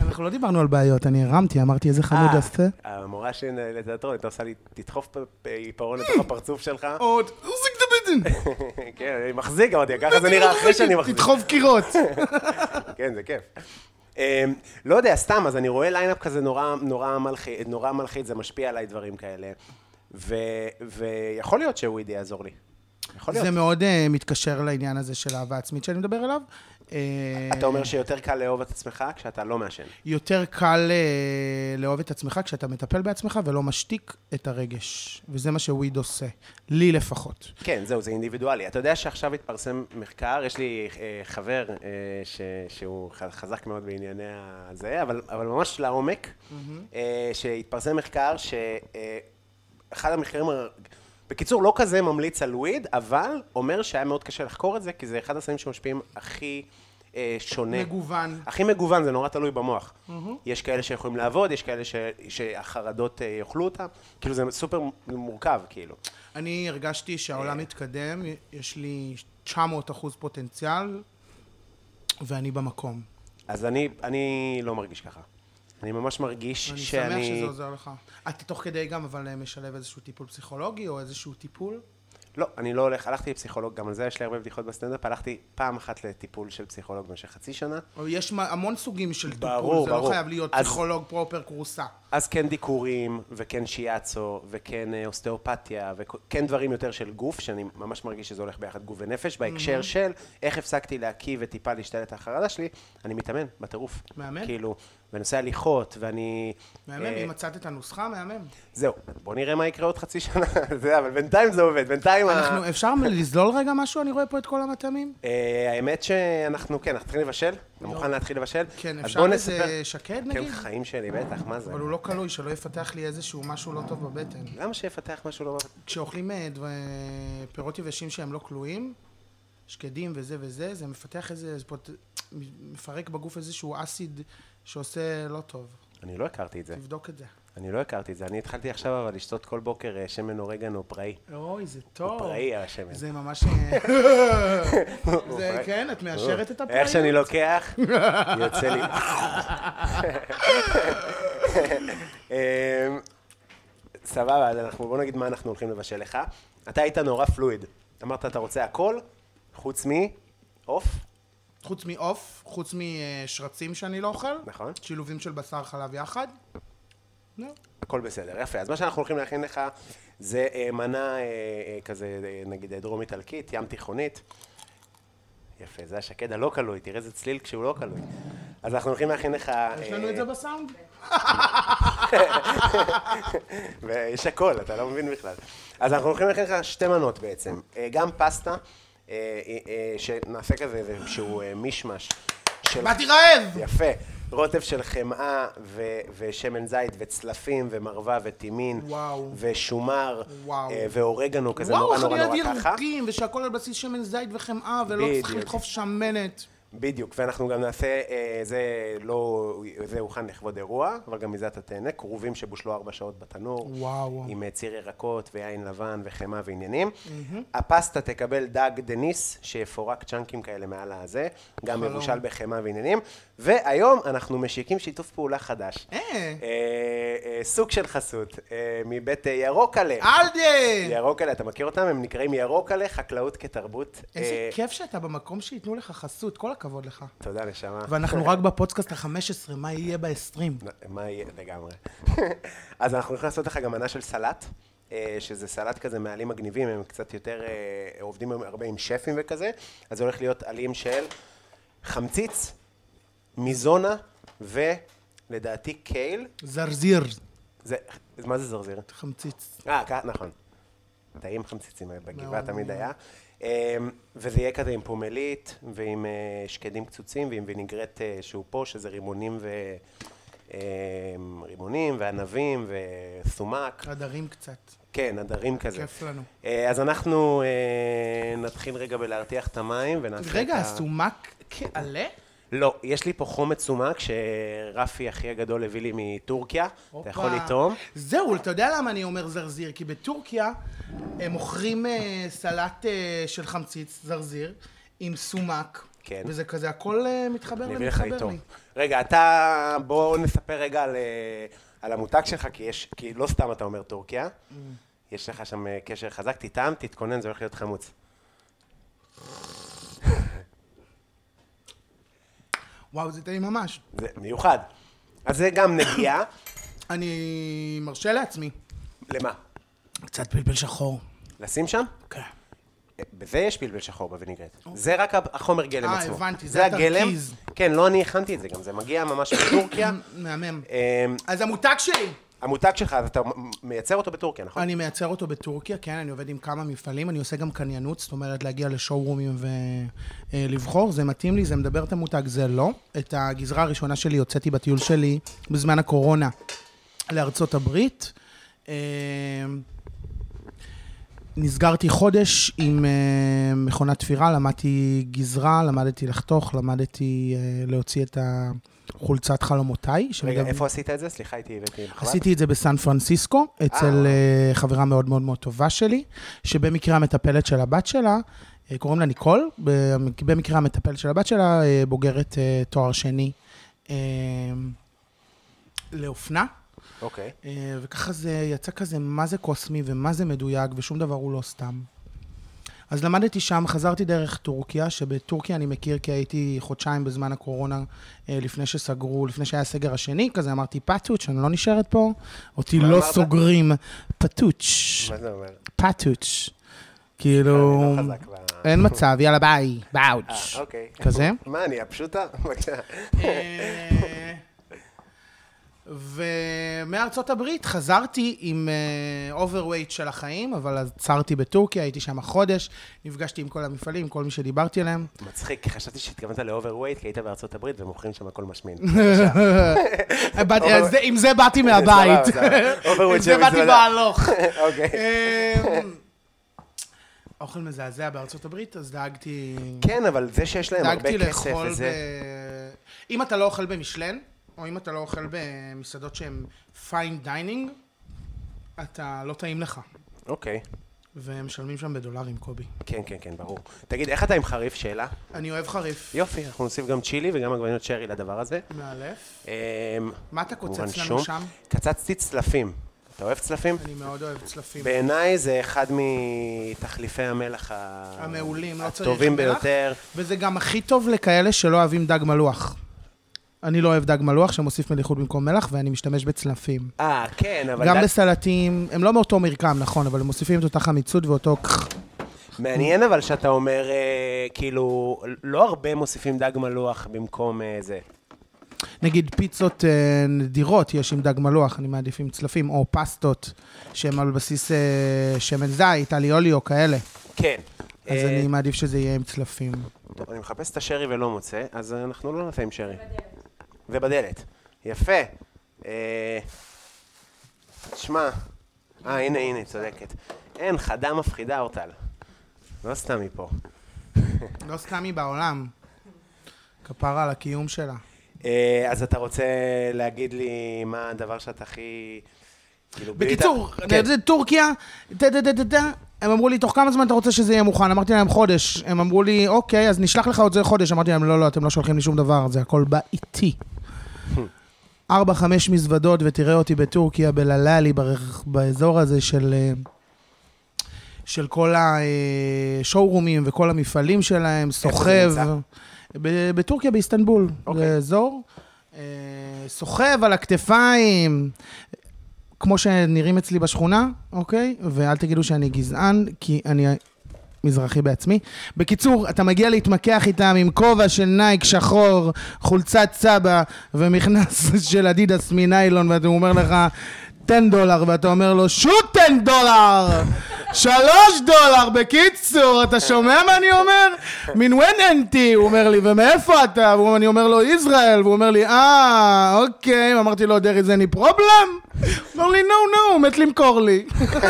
Speaker 3: אנחנו לא דיברנו על בעיות, אני הרמתי, אמרתי איזה חמוד
Speaker 1: אה,
Speaker 3: השה.
Speaker 1: המורה שלי לתיאטרון, אתה עושה לי, תדחוף פ- פ- עיפרון לתוך הפרצוף שלך.
Speaker 3: עוד, תחזיק את הבטן.
Speaker 1: כן, אני מחזיק, אמרתי, ככה זה
Speaker 3: לא
Speaker 1: נראה אחרי שאני מחזיק.
Speaker 3: תדחוף קירות.
Speaker 1: כן, זה כיף. אמ, לא יודע, סתם, אז אני רואה ליינאפ כזה נורא, נורא מלחיץ, נורא מלחיץ, זה משפיע עליי דברים כאלה. ו, ויכול להיות שווידי יעזור לי. יכול להיות.
Speaker 3: זה מאוד אה, מתקשר לעניין הזה של אהבה עצמית שאני מדבר עליו. אה,
Speaker 1: אתה אומר שיותר קל לאהוב את עצמך כשאתה לא מעשן.
Speaker 3: יותר קל אה, לאהוב את עצמך כשאתה מטפל בעצמך ולא משתיק את הרגש. וזה מה שוויד עושה. לי לפחות.
Speaker 1: כן, זהו, זה אינדיבידואלי. אתה יודע שעכשיו התפרסם מחקר, יש לי אה, חבר אה, ש, שהוא ח- חזק מאוד בענייני הזה, אבל, אבל ממש לעומק, אה, שהתפרסם מחקר ש... אה, אחד המחקרים, ה- בקיצור, לא כזה ממליץ על וויד, אבל אומר שהיה מאוד קשה לחקור את זה, כי זה אחד הסמים שמשפיעים הכי אה, שונה.
Speaker 3: מגוון.
Speaker 1: הכי מגוון, זה נורא תלוי במוח. יש כאלה שיכולים לעבוד, יש כאלה ש, שהחרדות אה, יאכלו אותם, כאילו זה סופר מורכב, כאילו.
Speaker 3: אני הרגשתי שהעולם מתקדם, יש לי 900 אחוז פוטנציאל, ואני במקום.
Speaker 1: אז אני, אני לא מרגיש ככה. אני ממש מרגיש
Speaker 3: אני
Speaker 1: שאני...
Speaker 3: שמח שזה עוזר לך. אתה תוך כדי גם אבל אה, משלב איזשהו טיפול פסיכולוגי או איזשהו טיפול?
Speaker 1: לא, אני לא הולך, הלכתי לפסיכולוג, גם על זה יש לי הרבה בדיחות בסטנדאפ, הלכתי פעם אחת לטיפול של פסיכולוג במשך חצי שנה.
Speaker 3: אבל יש מה- המון סוגים של טיפול,
Speaker 1: ברור,
Speaker 3: זה לא
Speaker 1: ברור.
Speaker 3: חייב להיות
Speaker 1: אז-
Speaker 3: פסיכולוג פרופר כורסה.
Speaker 1: אז כן דיקורים, וכן שיאצו, וכן אה, אוסטאופתיה, וכן דברים יותר של גוף, שאני ממש מרגיש שזה הולך ביחד גוף ונפש, בהקשר של איך הפסקתי להקיא וטיפה להשתלט על החרדה שלי, אני מתאמן בטירוף.
Speaker 3: מהמם.
Speaker 1: כאילו, ואני עושה הליכות, ואני...
Speaker 3: מהמם,
Speaker 1: אה,
Speaker 3: אם מצאת את הנוסחה, מהמם.
Speaker 1: זהו, בוא נראה מה יקרה עוד חצי שנה, זה, אבל בינתיים זה עובד, בינתיים... ה-
Speaker 3: אנחנו, אפשר לזלול רגע משהו? אני רואה פה את כל המטעמים.
Speaker 1: אה, האמת שאנחנו, כן, אנחנו צריכים לבשל, אתה מוכן להתחיל לבשל?
Speaker 3: לא. כן,
Speaker 1: אז
Speaker 3: אפשר
Speaker 1: בוא
Speaker 3: איזה
Speaker 1: נספר-
Speaker 3: שקד,
Speaker 1: כן,
Speaker 3: נגיד?
Speaker 1: חיים שלי, בטח, מה זה?
Speaker 3: אבל הוא לא כלוי, שלא יפתח לי איזשהו משהו לא טוב בבטן.
Speaker 1: למה שיפתח משהו לא...
Speaker 3: כשאוכלים אה, דבר- פירות יבשים שהם לא כלואים, שקדים וזה וזה, זה מפתח איזה, זה פות- מפרק בגוף איזשהו אסיד שעושה לא טוב.
Speaker 1: אני לא הכרתי את זה.
Speaker 3: תבדוק את זה.
Speaker 1: אני לא הכרתי את זה, אני התחלתי עכשיו אבל לשתות כל בוקר אה, שמן אורגן או פראי.
Speaker 3: אוי, זה טוב.
Speaker 1: פראי השמן.
Speaker 3: זה ממש... אה,
Speaker 1: הוא
Speaker 3: זה,
Speaker 1: פראי.
Speaker 3: כן, את מאשרת את הפראי.
Speaker 1: איך שאני לוקח, יוצא לי. אמ, סבבה, אז אנחנו, בוא נגיד מה אנחנו הולכים לבשל לך. אתה היית נורא פלואיד. אמרת, אתה רוצה הכל, חוץ מעוף,
Speaker 3: חוץ מעוף, חוץ משרצים שאני לא אוכל.
Speaker 1: נכון.
Speaker 3: שילובים של בשר חלב יחד. לא.
Speaker 1: הכל בסדר. יפה, אז מה שאנחנו הולכים להכין לך זה אה, מנה אה, אה, כזה, אה, נגיד, אה, דרום-איטלקית, ים תיכונית. יפה, זה השקד הלא קלוי, תראה איזה צליל כשהוא לא קלוי. אז אנחנו הולכים להכין לך...
Speaker 3: יש לנו את
Speaker 1: אה,
Speaker 3: זה בסאונד?
Speaker 1: ויש הכל, אתה לא מבין בכלל. אז אנחנו הולכים להכין לך שתי מנות בעצם. אה, גם פסטה, אה, אה, אה, שנעשה כזה איזשהו אה, מישמש. של-
Speaker 3: באתי רעב!
Speaker 1: יפה. רוטב של חמאה ו- ושמן זית וצלפים ומרווה וטימין.
Speaker 3: וואו.
Speaker 1: ושומר.
Speaker 3: וואו.
Speaker 1: אה, ואורגנו כזה
Speaker 3: וואו,
Speaker 1: נורא
Speaker 3: איך
Speaker 1: נורא
Speaker 3: אני
Speaker 1: נורא
Speaker 3: אוהב
Speaker 1: ככה.
Speaker 3: ירוקים, ושהכול על בסיס שמן זית וחמאה, ולא צריך
Speaker 1: בדיוק.
Speaker 3: לדחוף שמנת.
Speaker 1: בדיוק, ואנחנו גם נעשה, אה, זה לא, זה הוכן לכבוד אירוע, אבל גם מזה אתה תהנה, כרובים שבושלו ארבע שעות בתנור.
Speaker 3: וואו.
Speaker 1: עם אה, ציר ירקות ויין לבן וחמאה ועניינים. הפסטה תקבל דג דניס, שיפורק צ'אנקים כאלה מעל הזה, גם
Speaker 3: חלום.
Speaker 1: מבושל בחמאה ועניינים. והיום אנחנו משיקים שיתוף פעולה חדש.
Speaker 3: אה.
Speaker 1: אה, אה, סוג של חסות, אה, מבית אה, ירוק עלה.
Speaker 3: אלדה!
Speaker 1: ירוק עלה, אתה מכיר אותם? הם נקראים ירוק עלה, חקלאות כתרבות.
Speaker 3: איזה
Speaker 1: אה,
Speaker 3: כיף שאתה במקום שייתנו לך חסות, כל הכבוד לך.
Speaker 1: תודה, נשמה.
Speaker 3: ואנחנו רק בפודקאסט ה-15, מה יהיה ב-20?
Speaker 1: מה יהיה? לגמרי. אז אנחנו הולכים לעשות לך גם מנה של סלט, אה, שזה סלט כזה מעלים מגניבים, הם קצת יותר אה, עובדים עם- הרבה עם שפים וכזה, אז זה הולך להיות עלים של חמציץ, מיזונה ולדעתי קייל.
Speaker 3: זרזיר.
Speaker 1: זה, מה זה זרזיר?
Speaker 3: חמציץ.
Speaker 1: אה, כ- נכון. טעים חמציצים אה, בגבעה
Speaker 3: מאוד,
Speaker 1: תמיד היה. אמ, וזה יהיה כזה עם פומלית, ועם אה, שקדים קצוצים, ועם וינגרט אה, שהוא פה, שזה רימונים ו... אמ, רימונים, וענבים, וסומק.
Speaker 3: עדרים קצת.
Speaker 1: כן, הדרים כזה.
Speaker 3: אה, כיף לנו.
Speaker 1: אה, אז אנחנו אה, נתחיל רגע בלהרתיח את המים, ונעשה את
Speaker 3: רגע,
Speaker 1: ה-
Speaker 3: הסומק כעלה?
Speaker 1: לא, יש לי פה חומץ סומק שרפי, אחי הגדול, הביא לי מטורקיה. אתה יכול
Speaker 3: הופה.
Speaker 1: לטעום.
Speaker 3: זהו, אתה יודע למה אני אומר זרזיר? כי בטורקיה הם מוכרים אה, סלט אה, של חמציץ, זרזיר, עם סומק.
Speaker 1: כן.
Speaker 3: וזה כזה, הכל אה, מתחבר
Speaker 1: אני אביא לך
Speaker 3: למתחבר
Speaker 1: איתו.
Speaker 3: לי.
Speaker 1: רגע, אתה, בוא נספר רגע על, אה, על המותג שלך, כי יש, כי לא סתם אתה אומר טורקיה.
Speaker 3: Mm.
Speaker 1: יש לך שם אה, קשר חזק, תטעם, תתכונן, זה הולך להיות חמוץ.
Speaker 3: וואו, זה טעים ממש.
Speaker 1: זה מיוחד. אז זה גם נגיעה.
Speaker 3: אני מרשה לעצמי.
Speaker 1: למה?
Speaker 3: קצת פלפל שחור.
Speaker 1: לשים שם?
Speaker 3: כן.
Speaker 1: אה, בזה יש פלבל שחור בווינגרט. זה רק ה- החומר גלם
Speaker 3: אה,
Speaker 1: עצמו.
Speaker 3: הבנתי, זה התרכיז.
Speaker 1: כן, לא אני הכנתי את זה גם, זה מגיע ממש מטורקיה.
Speaker 3: כן, מהמם.
Speaker 1: אה,
Speaker 3: אז המותג שלי,
Speaker 1: המותג שלך, אז אתה מ- מייצר אותו בטורקיה, נכון?
Speaker 3: אני מייצר אותו בטורקיה, כן, אני עובד עם כמה מפעלים, אני עושה גם קניינות, זאת אומרת להגיע לשואורומים ולבחור, זה מתאים לי, זה מדבר את המותג, זה לא. את הגזרה הראשונה שלי הוצאתי בטיול שלי בזמן הקורונה לארצות הברית. אה, נסגרתי חודש עם אה, מכונת תפירה, למדתי גזרה, למדתי לחתוך, למדתי אה, להוציא את החולצת חלומותיי.
Speaker 1: רגע,
Speaker 3: שגם-
Speaker 1: איפה עשית את זה? סליחה, הייתי הבאתי מחבט.
Speaker 3: עשיתי את זה בסן פרנסיסקו, אצל אה, חברה מאוד מאוד מאוד טובה שלי, שבמקרה המטפלת של הבת שלה, אה, קוראים לה ניקול, במק- במקרה המטפלת של הבת שלה, אה, בוגרת אה, תואר שני אה, לאופנה.
Speaker 1: אוקיי.
Speaker 3: אה, וככה זה יצא כזה, מה זה קוסמי ומה זה מדויק, ושום דבר הוא לא סתם. אז למדתי שם, חזרתי דרך טורקיה, שבטורקיה אני מכיר כי הייתי חודשיים בזמן הקורונה, אה, לפני שסגרו, לפני שהיה הסגר השני, כזה אמרתי, פטוץ', אני לא נשארת פה, אותי
Speaker 1: מה
Speaker 3: לא
Speaker 1: אמרת?
Speaker 3: סוגרים, פטוץ',
Speaker 1: מה זה אומר?
Speaker 3: פטוץ',
Speaker 1: אני
Speaker 3: כאילו,
Speaker 1: לא חזק ב-
Speaker 3: אין מצב, יאללה ביי, באוץ',
Speaker 1: אה, אוקיי.
Speaker 3: כזה.
Speaker 1: מה, אני הפשוטה? בבקשה.
Speaker 3: אה, ומארצות הברית חזרתי עם אוברווייט של החיים, אבל עצרתי בטורקיה, הייתי שם חודש, נפגשתי עם כל המפעלים, כל מי שדיברתי עליהם.
Speaker 1: מצחיק, כי חשבתי שהתכוונת לאוברווייט, כי היית בארצות הברית ומוכרים שם הכל משמין.
Speaker 3: באת-
Speaker 1: אובר-
Speaker 3: אה, זה- עם זה באתי מהבית.
Speaker 1: סבבה, סבבה.
Speaker 3: עם
Speaker 1: אוברווייט
Speaker 3: זה
Speaker 1: של
Speaker 3: באתי
Speaker 1: המזוודה.
Speaker 3: בהלוך.
Speaker 1: אוקיי.
Speaker 3: אמ, אוכל מזעזע בארצות הברית, אז דאגתי...
Speaker 1: כן, אבל זה שיש להם הרבה
Speaker 3: דאגתי
Speaker 1: כסף
Speaker 3: לאכול ב...
Speaker 1: וזה...
Speaker 3: אם אתה לא אוכל במשלן, או אם אתה לא אוכל במסעדות שהן פיין דיינינג, אתה לא טעים לך.
Speaker 1: אוקיי.
Speaker 3: והם משלמים שם בדולרים, קובי.
Speaker 1: כן, כן, כן, ברור. תגיד, איך אתה עם חריף? שאלה.
Speaker 3: אני אוהב חריף.
Speaker 1: יופי, אנחנו נוסיף גם צ'ילי וגם עגבניות שרי לדבר הזה.
Speaker 3: מאלף.
Speaker 1: אמ,
Speaker 3: מה אתה קוצץ
Speaker 1: כמובן
Speaker 3: לנו
Speaker 1: שום.
Speaker 3: שם?
Speaker 1: קצצתי צלפים. אתה אוהב צלפים?
Speaker 3: אני מאוד אוהב צלפים.
Speaker 1: בעיניי זה אחד מתחליפי המלח ה-
Speaker 3: המעולים, לא צריך
Speaker 1: הטובים
Speaker 3: מלח.
Speaker 1: ביותר.
Speaker 3: וזה גם הכי טוב לכאלה שלא אוהבים דג מלוח. אני לא אוהב דג מלוח שמוסיף מליחות במקום מלח, ואני משתמש בצלפים.
Speaker 1: אה, כן, אבל
Speaker 3: גם
Speaker 1: דג-
Speaker 3: בסלטים, הם לא מאותו מרקם, נכון, אבל הם מוסיפים את אותה חמיצות ואותו... כח.
Speaker 1: מעניין אבל שאתה אומר, אה, כאילו, לא הרבה מוסיפים דג מלוח במקום אה, זה.
Speaker 3: נגיד פיצות אה, נדירות יש עם דג מלוח, אני מעדיף עם צלפים, או פסטות שהן על בסיס אה, שמן זית, אליולי או כאלה.
Speaker 1: כן.
Speaker 3: אז
Speaker 1: אה,
Speaker 3: אני מעדיף שזה יהיה עם צלפים.
Speaker 1: טוב, אני מחפש את השרי ולא מוצא, אז אנחנו לא נעשה עם שרי. ובדלת. יפה. אה, תשמע, אה, הנה, הנה, היא צודקת. אין, חדה מפחידה אורטל. לא סתם היא פה.
Speaker 3: לא סתם היא בעולם. כפרה על הקיום שלה.
Speaker 1: אה, אז אתה רוצה להגיד לי מה הדבר שאת הכי... כאילו, בלי
Speaker 3: בקיצור,
Speaker 1: את ה-
Speaker 3: אתה יודע, טורקיה, טה טה טה טה טה, הם אמרו לי, תוך כמה זמן אתה רוצה שזה יהיה מוכן? אמרתי להם, חודש. הם אמרו לי, אוקיי, אז נשלח לך עוד זה חודש. אמרתי להם, לא, לא, אתם לא שולחים לי שום דבר, זה הכל בא איתי. ארבע, חמש מזוודות, ותראה אותי בטורקיה, בלללי, ברח- באזור הזה של... אה, של כל השואורומים וכל המפעלים שלהם, סוחב.
Speaker 1: נמצא?
Speaker 3: ב- בטורקיה, באיסטנבול. זה אזור. אה, סוחב על הכתפיים, כמו שנראים אצלי בשכונה, אוקיי? ואל תגידו שאני גזען, כי אני מזרחי בעצמי. בקיצור, אתה מגיע להתמקח איתם עם כובע של נייק שחור, חולצת סבא ומכנס של אדידס מניילון, ואתה אומר לך... 10 דולר, ואתה אומר לו, שוט 10 דולר! שלוש דולר, בקיצור, אתה שומע מה אני אומר? מן ון אנטי, הוא אומר לי, ומאיפה אתה? ואני אומר לו, ישראל, והוא אומר לי, אה, אוקיי, אמרתי לו, there is any problem? הוא אומר לי, no, no, הוא מת למכור לי.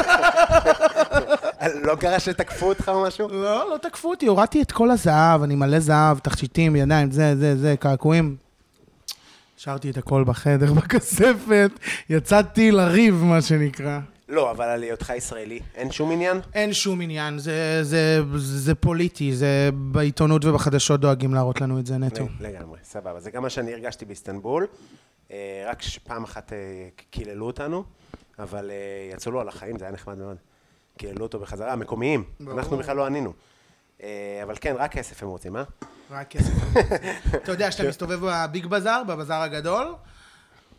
Speaker 1: לא קרה שתקפו אותך או משהו?
Speaker 3: לא, לא תקפו אותי, הורדתי את כל הזהב, אני מלא זהב, תכשיטים, ידיים, זה, זה, זה, קעקועים. השארתי את הכל בחדר, בכספת, יצאתי לריב, מה שנקרא.
Speaker 1: לא, אבל על היותך ישראלי אין שום עניין?
Speaker 3: אין שום עניין, זה, זה, זה פוליטי, זה בעיתונות ובחדשות דואגים להראות לנו את זה נטו.
Speaker 1: לגמרי, סבבה. זה גם מה שאני הרגשתי באיסטנבול. אה, רק שפעם אחת אה, קיללו אותנו, אבל אה, יצאו לו על החיים, זה היה נחמד מאוד. קיללו אותו בחזרה, המקומיים. אנחנו בכלל לא ענינו. אה, אבל כן, רק כסף הם רוצים, אה?
Speaker 3: רק כסף. אתה יודע, כשאתה מסתובב בביג בזאר, בבזאר הגדול,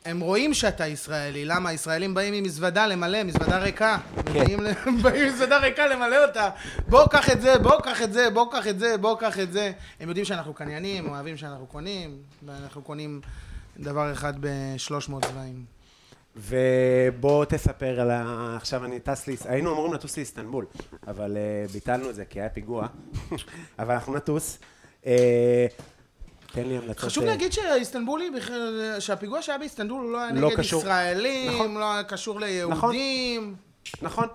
Speaker 3: הם רואים שאתה ישראלי. למה? הישראלים באים עם מזוודה למלא, מזוודה ריקה. מגיעים ל- באים עם מזוודה ריקה למלא אותה. בוא, קח את זה, בוא, קח את זה, בוא, קח את זה, בוא, קח את זה. הם יודעים שאנחנו קניינים, אוהבים שאנחנו קונים, ואנחנו קונים דבר אחד ב-300 צבעים.
Speaker 1: ובוא תספר על ה... עכשיו אני טס לאיס... היינו אמורים לטוס לאיסטנבול, אבל אה, ביטלנו את זה כי היה פיגוע. אבל אנחנו נטוס. אה, תן לי המלצות.
Speaker 3: חשוב
Speaker 1: אה,
Speaker 3: להגיד שהאיסטנבולי, בכלל- שהפיגוע שהיה באיסטנבול הוא לא היה
Speaker 1: לא
Speaker 3: נגד
Speaker 1: קשור. נכון.
Speaker 3: ישראלים, לא היה קשור ליהודים.
Speaker 1: נכון,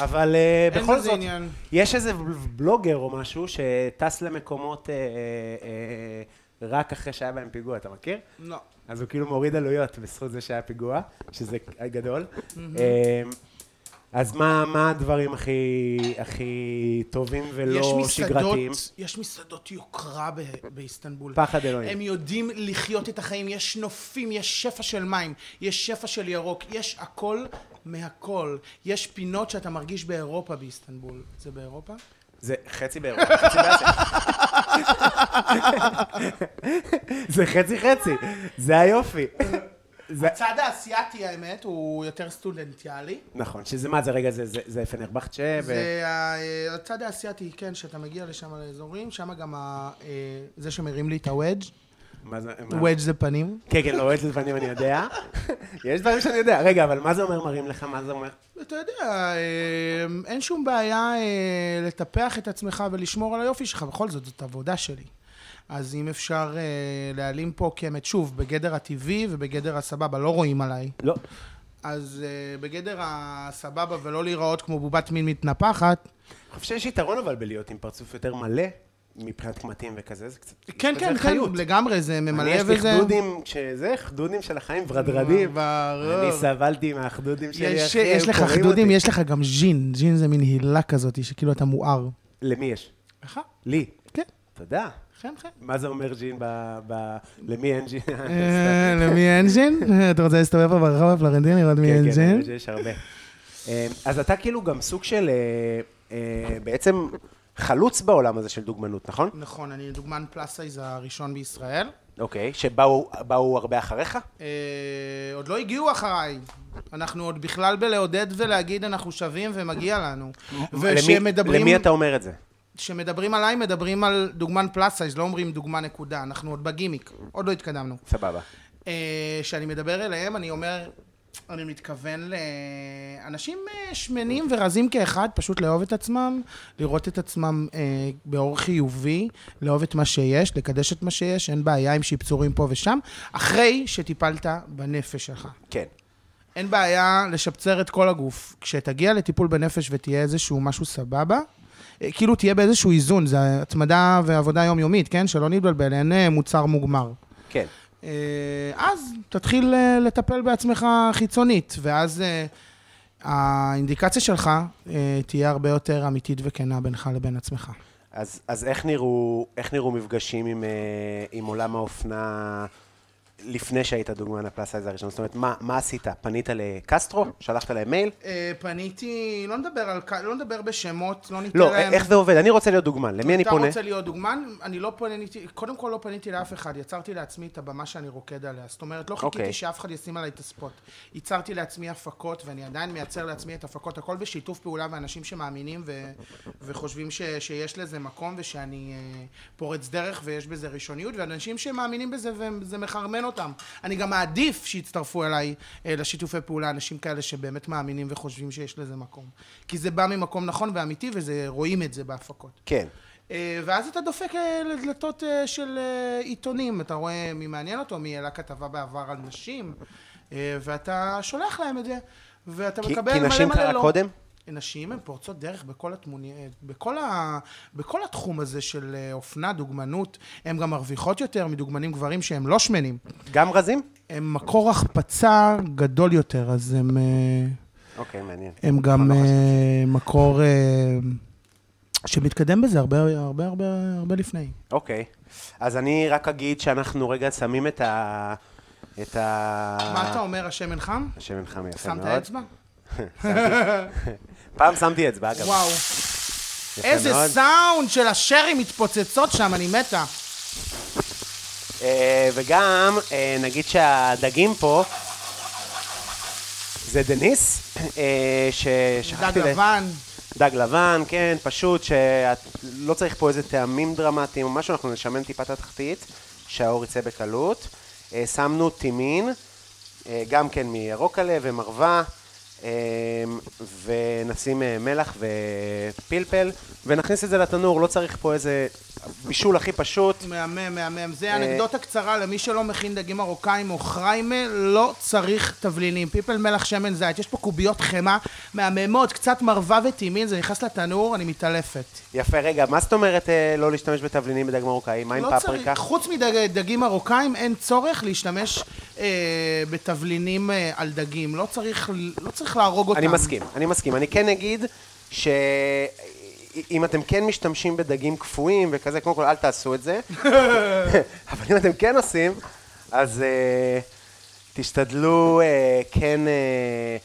Speaker 1: אבל אה,
Speaker 3: אין
Speaker 1: בכל
Speaker 3: בזה
Speaker 1: זאת,
Speaker 3: עניין.
Speaker 1: יש איזה בלוגר או משהו שטס למקומות אה, אה, אה, רק אחרי שהיה בהם פיגוע, אתה מכיר?
Speaker 3: לא.
Speaker 1: אז הוא כאילו מוריד עלויות בזכות זה שהיה פיגוע, שזה גדול. אה, אז מה, מה הדברים הכי, הכי טובים ולא
Speaker 3: יש מסעדות-
Speaker 1: לא שגרתיים?
Speaker 3: יש מסעדות יוקרה ב- באיסטנבול.
Speaker 1: פחד אלוהים.
Speaker 3: הם יודעים לחיות את החיים, יש נופים, יש שפע של מים, יש שפע של ירוק, יש הכל מהכל. יש פינות שאתה מרגיש באירופה באיסטנבול. זה באירופה?
Speaker 1: זה חצי באירופה, חצי באסיה. זה חצי חצי, זה היופי. זה-
Speaker 3: הצד האסייתי, האמת, הוא יותר סטודנטיאלי.
Speaker 1: נכון, שזה מה זה רגע, זה- זה זה פנרבחצ'ה, ו-
Speaker 3: זה ה- אה, הצד האסייתי, כן, שאתה מגיע לשם לאזורים, שם גם ה- אה, זה שמרים לי את הוודג',
Speaker 1: מה זה... מה?
Speaker 3: וודג' זה פנים.
Speaker 1: כן, כן, לא, אוהד לפנים אני יודע. יש דברים שאני יודע. רגע, אבל מה זה אומר מראים לך? מה זה אומר?
Speaker 3: אתה יודע, אה, אין שום בעיה אה, לטפח את עצמך ולשמור על היופי שלך, בכל זאת, זאת עבודה שלי. אז אם אפשר אה, להעלים פה כאמת, שוב, בגדר הטבעי ובגדר הסבבה, לא רואים עליי.
Speaker 1: לא.
Speaker 3: אז אה, בגדר הסבבה ולא להיראות כמו בובת מין מתנפחת,
Speaker 1: אני חושב שיש יתרון אבל בלהיות עם פרצוף יותר מלא, מבחינת קמטים וכזה, זה קצת...
Speaker 3: כן,
Speaker 1: זה
Speaker 3: כן, כן,
Speaker 1: חיות.
Speaker 3: לגמרי, זה ממלא
Speaker 1: אני
Speaker 3: וזה... אה,
Speaker 1: יש לי חדודים, שזה חדודים של החיים, ורדרדים.
Speaker 3: ברור.
Speaker 1: אני סבלתי מהחדודים שלי,
Speaker 3: יש,
Speaker 1: אחי,
Speaker 3: יש
Speaker 1: הם
Speaker 3: לך
Speaker 1: קוראים
Speaker 3: חדודים,
Speaker 1: אותי.
Speaker 3: יש לך גם ז'ין, ז'ין זה מין הילה כזאת, שכאילו אתה מואר.
Speaker 1: למי יש?
Speaker 3: לך?
Speaker 1: לי.
Speaker 3: כן,
Speaker 1: תודה.
Speaker 3: חן חן.
Speaker 1: מה זה אומר ג'ין ב... ב- למי אין ג'ין?
Speaker 3: אה, למי אין ז'ין? אתה רוצה להסתובב פה ברחוב הפלרנטין לראות מי אין
Speaker 1: כן, כן,
Speaker 3: ז'ין?
Speaker 1: האמת שיש הרבה. אה, אז אתה כאילו גם סוג של אה, אה, בעצם חלוץ בעולם הזה של דוגמנות, נכון?
Speaker 3: נכון, אני דוגמן פלאס סייז הראשון בישראל.
Speaker 1: אוקיי, שבאו באו הרבה אחריך?
Speaker 3: אה, עוד לא הגיעו אחריי. אנחנו עוד בכלל בלעודד ולהגיד אנחנו שווים ומגיע לנו.
Speaker 1: למי- למי אתה אומר את זה?
Speaker 3: כשמדברים עליי, מדברים על דוגמן פלאס סייז, לא אומרים דוגמן נקודה, אנחנו עוד בגימיק, עוד לא התקדמנו.
Speaker 1: סבבה.
Speaker 3: אה, שאני מדבר אליהם, אני אומר, אני מתכוון לאנשים אה, שמנים ורזים כאחד, פשוט לאהוב את עצמם, לראות את עצמם אה, באור חיובי, לאהוב את מה שיש, לקדש את מה שיש, אין בעיה עם שיפצורים פה ושם, אחרי שטיפלת בנפש שלך.
Speaker 1: כן.
Speaker 3: אין בעיה לשפצר את כל הגוף. כשתגיע לטיפול בנפש ותהיה איזשהו משהו סבבה, אה, כאילו תהיה באיזשהו איזון, זה התמדה ועבודה יומיומית, כן? שלא נתבלבל, אין אה, מוצר מוגמר.
Speaker 1: כן.
Speaker 3: אה, אז תתחיל אה, לטפל בעצמך חיצונית, ואז אה, האינדיקציה שלך אה, תהיה הרבה יותר אמיתית וכנה בינך לבין עצמך.
Speaker 1: אז, אז איך, נראו, איך נראו מפגשים עם, אה, עם עולם האופנה לפני שהיית דוגמן הפלאס סייז הראשון? זאת אומרת, מה, מה עשית? פנית לקסטרו? שלחת להם מייל?
Speaker 3: אה, פניתי, לא נדבר, על, ק- לא נדבר בשמות, לא ניתן
Speaker 1: לא,
Speaker 3: להם...
Speaker 1: איך זה עובד? אני רוצה להיות דוגמן, למי אני
Speaker 3: אתה
Speaker 1: פונה?
Speaker 3: רוצה להיות דוגמן? אני לא פניתי, קודם כל לא פניתי לאף אחד, יצרתי לעצמי את הבמה שאני רוקד עליה. זאת אומרת, לא חיכיתי
Speaker 1: אוקיי.
Speaker 3: שאף אחד ישים עליי את הספוט. ייצרתי לעצמי הפקות, ואני עדיין מייצר לעצמי את הפקות, הכל בשיתוף פעולה ואנשים שמאמינים ו- וחושבים ש- שיש לזה מקום, ושאני אה, פורץ דרך ויש בזה ראשוניות, ואנשים שמאמינים בזה וזה מחרמן אותם. אני גם מעדיף שיצטרפו אליי אה, לשיתופי פעולה, אנשים כאלה שבאמת מאמינים וחושבים שיש לזה מקום. כי זה בא ממקום נכון ואמיתי, ורואים את זה בהפקות.
Speaker 1: כן.
Speaker 3: אה, ואז אתה דופק אה, לדלתות אה, של אה, עיתונים, אתה רואה מי מעניין אותו, מי העלה כתבה בעבר על נשים, אה, ואתה שולח להם את זה, ואתה
Speaker 1: כי,
Speaker 3: מקבל
Speaker 1: כי
Speaker 3: מלא מלא לא. אה,
Speaker 1: נשים קרה קודם?
Speaker 3: נשים הן פורצות דרך בכל, התמוני... אה, בכל, ה... בכל התחום הזה של אה, אופנה, דוגמנות, הן גם מרוויחות יותר מדוגמנים גברים שהם לא שמנים.
Speaker 1: גם רזים?
Speaker 3: הם מקור החפצה גדול יותר, אז הם... אה,
Speaker 1: אוקיי, מעניין.
Speaker 3: הם גם אה, מקור אה, שמתקדם בזה הרבה הרבה הרבה הרבה לפני.
Speaker 1: אוקיי. אז אני רק אגיד שאנחנו רגע שמים את ה... את ה...
Speaker 3: מה אתה אומר, השמן חם?
Speaker 1: השמן חם יפה מאוד.
Speaker 3: שמת אצבע?
Speaker 1: פעם שמתי אצבע, אגב.
Speaker 3: וואו.
Speaker 1: יפה
Speaker 3: איזה
Speaker 1: מאוד.
Speaker 3: סאונד של השרי מתפוצצות שם, אני מתה.
Speaker 1: אה, וגם, אה, נגיד שהדגים פה, זה דניס, אה,
Speaker 3: דג
Speaker 1: ששכחתי... ל-
Speaker 3: לבן.
Speaker 1: דג לבן, כן, פשוט, שלא צריך פה איזה טעמים דרמטיים או משהו, אנחנו נשמן טיפה את התחתית, שהאור יצא בקלות. אה, שמנו טימין, אה, גם כן מירוק עלה ומרווה, אה, ונשים אה, מלח ופלפל, ונכניס את זה לתנור, לא צריך פה איזה בישול הכי פשוט.
Speaker 3: מהמם, מהמם.
Speaker 1: אה,
Speaker 3: זה אנקדוטה קצרה למי שלא מכין דגים מרוקאים או חריימה, לא צריך תבלינים. פיפל מלח שמן זית, יש פה קוביות חמאה מהממות, קצת מרווה וטימין, זה נכנס לתנור, אני מתעלפת.
Speaker 1: יפה, רגע, מה זאת אומרת אה, לא להשתמש בתבלינים בדג מרוקאי? מה עם
Speaker 3: לא
Speaker 1: פפריקה?
Speaker 3: צריך, חוץ מדגים מרוקאים אין צורך להשתמש אה, בתבלינים אה, על דגים, לא צריך, לא צריך להרוג אותם.
Speaker 1: אני מסכים, אני מסכים. אני כן אגיד שאם אתם כן משתמשים בדגים קפואים וכזה, קודם כל אל תעשו את זה, אבל אם אתם כן עושים, אז אה, תשתדלו אה, כן אה,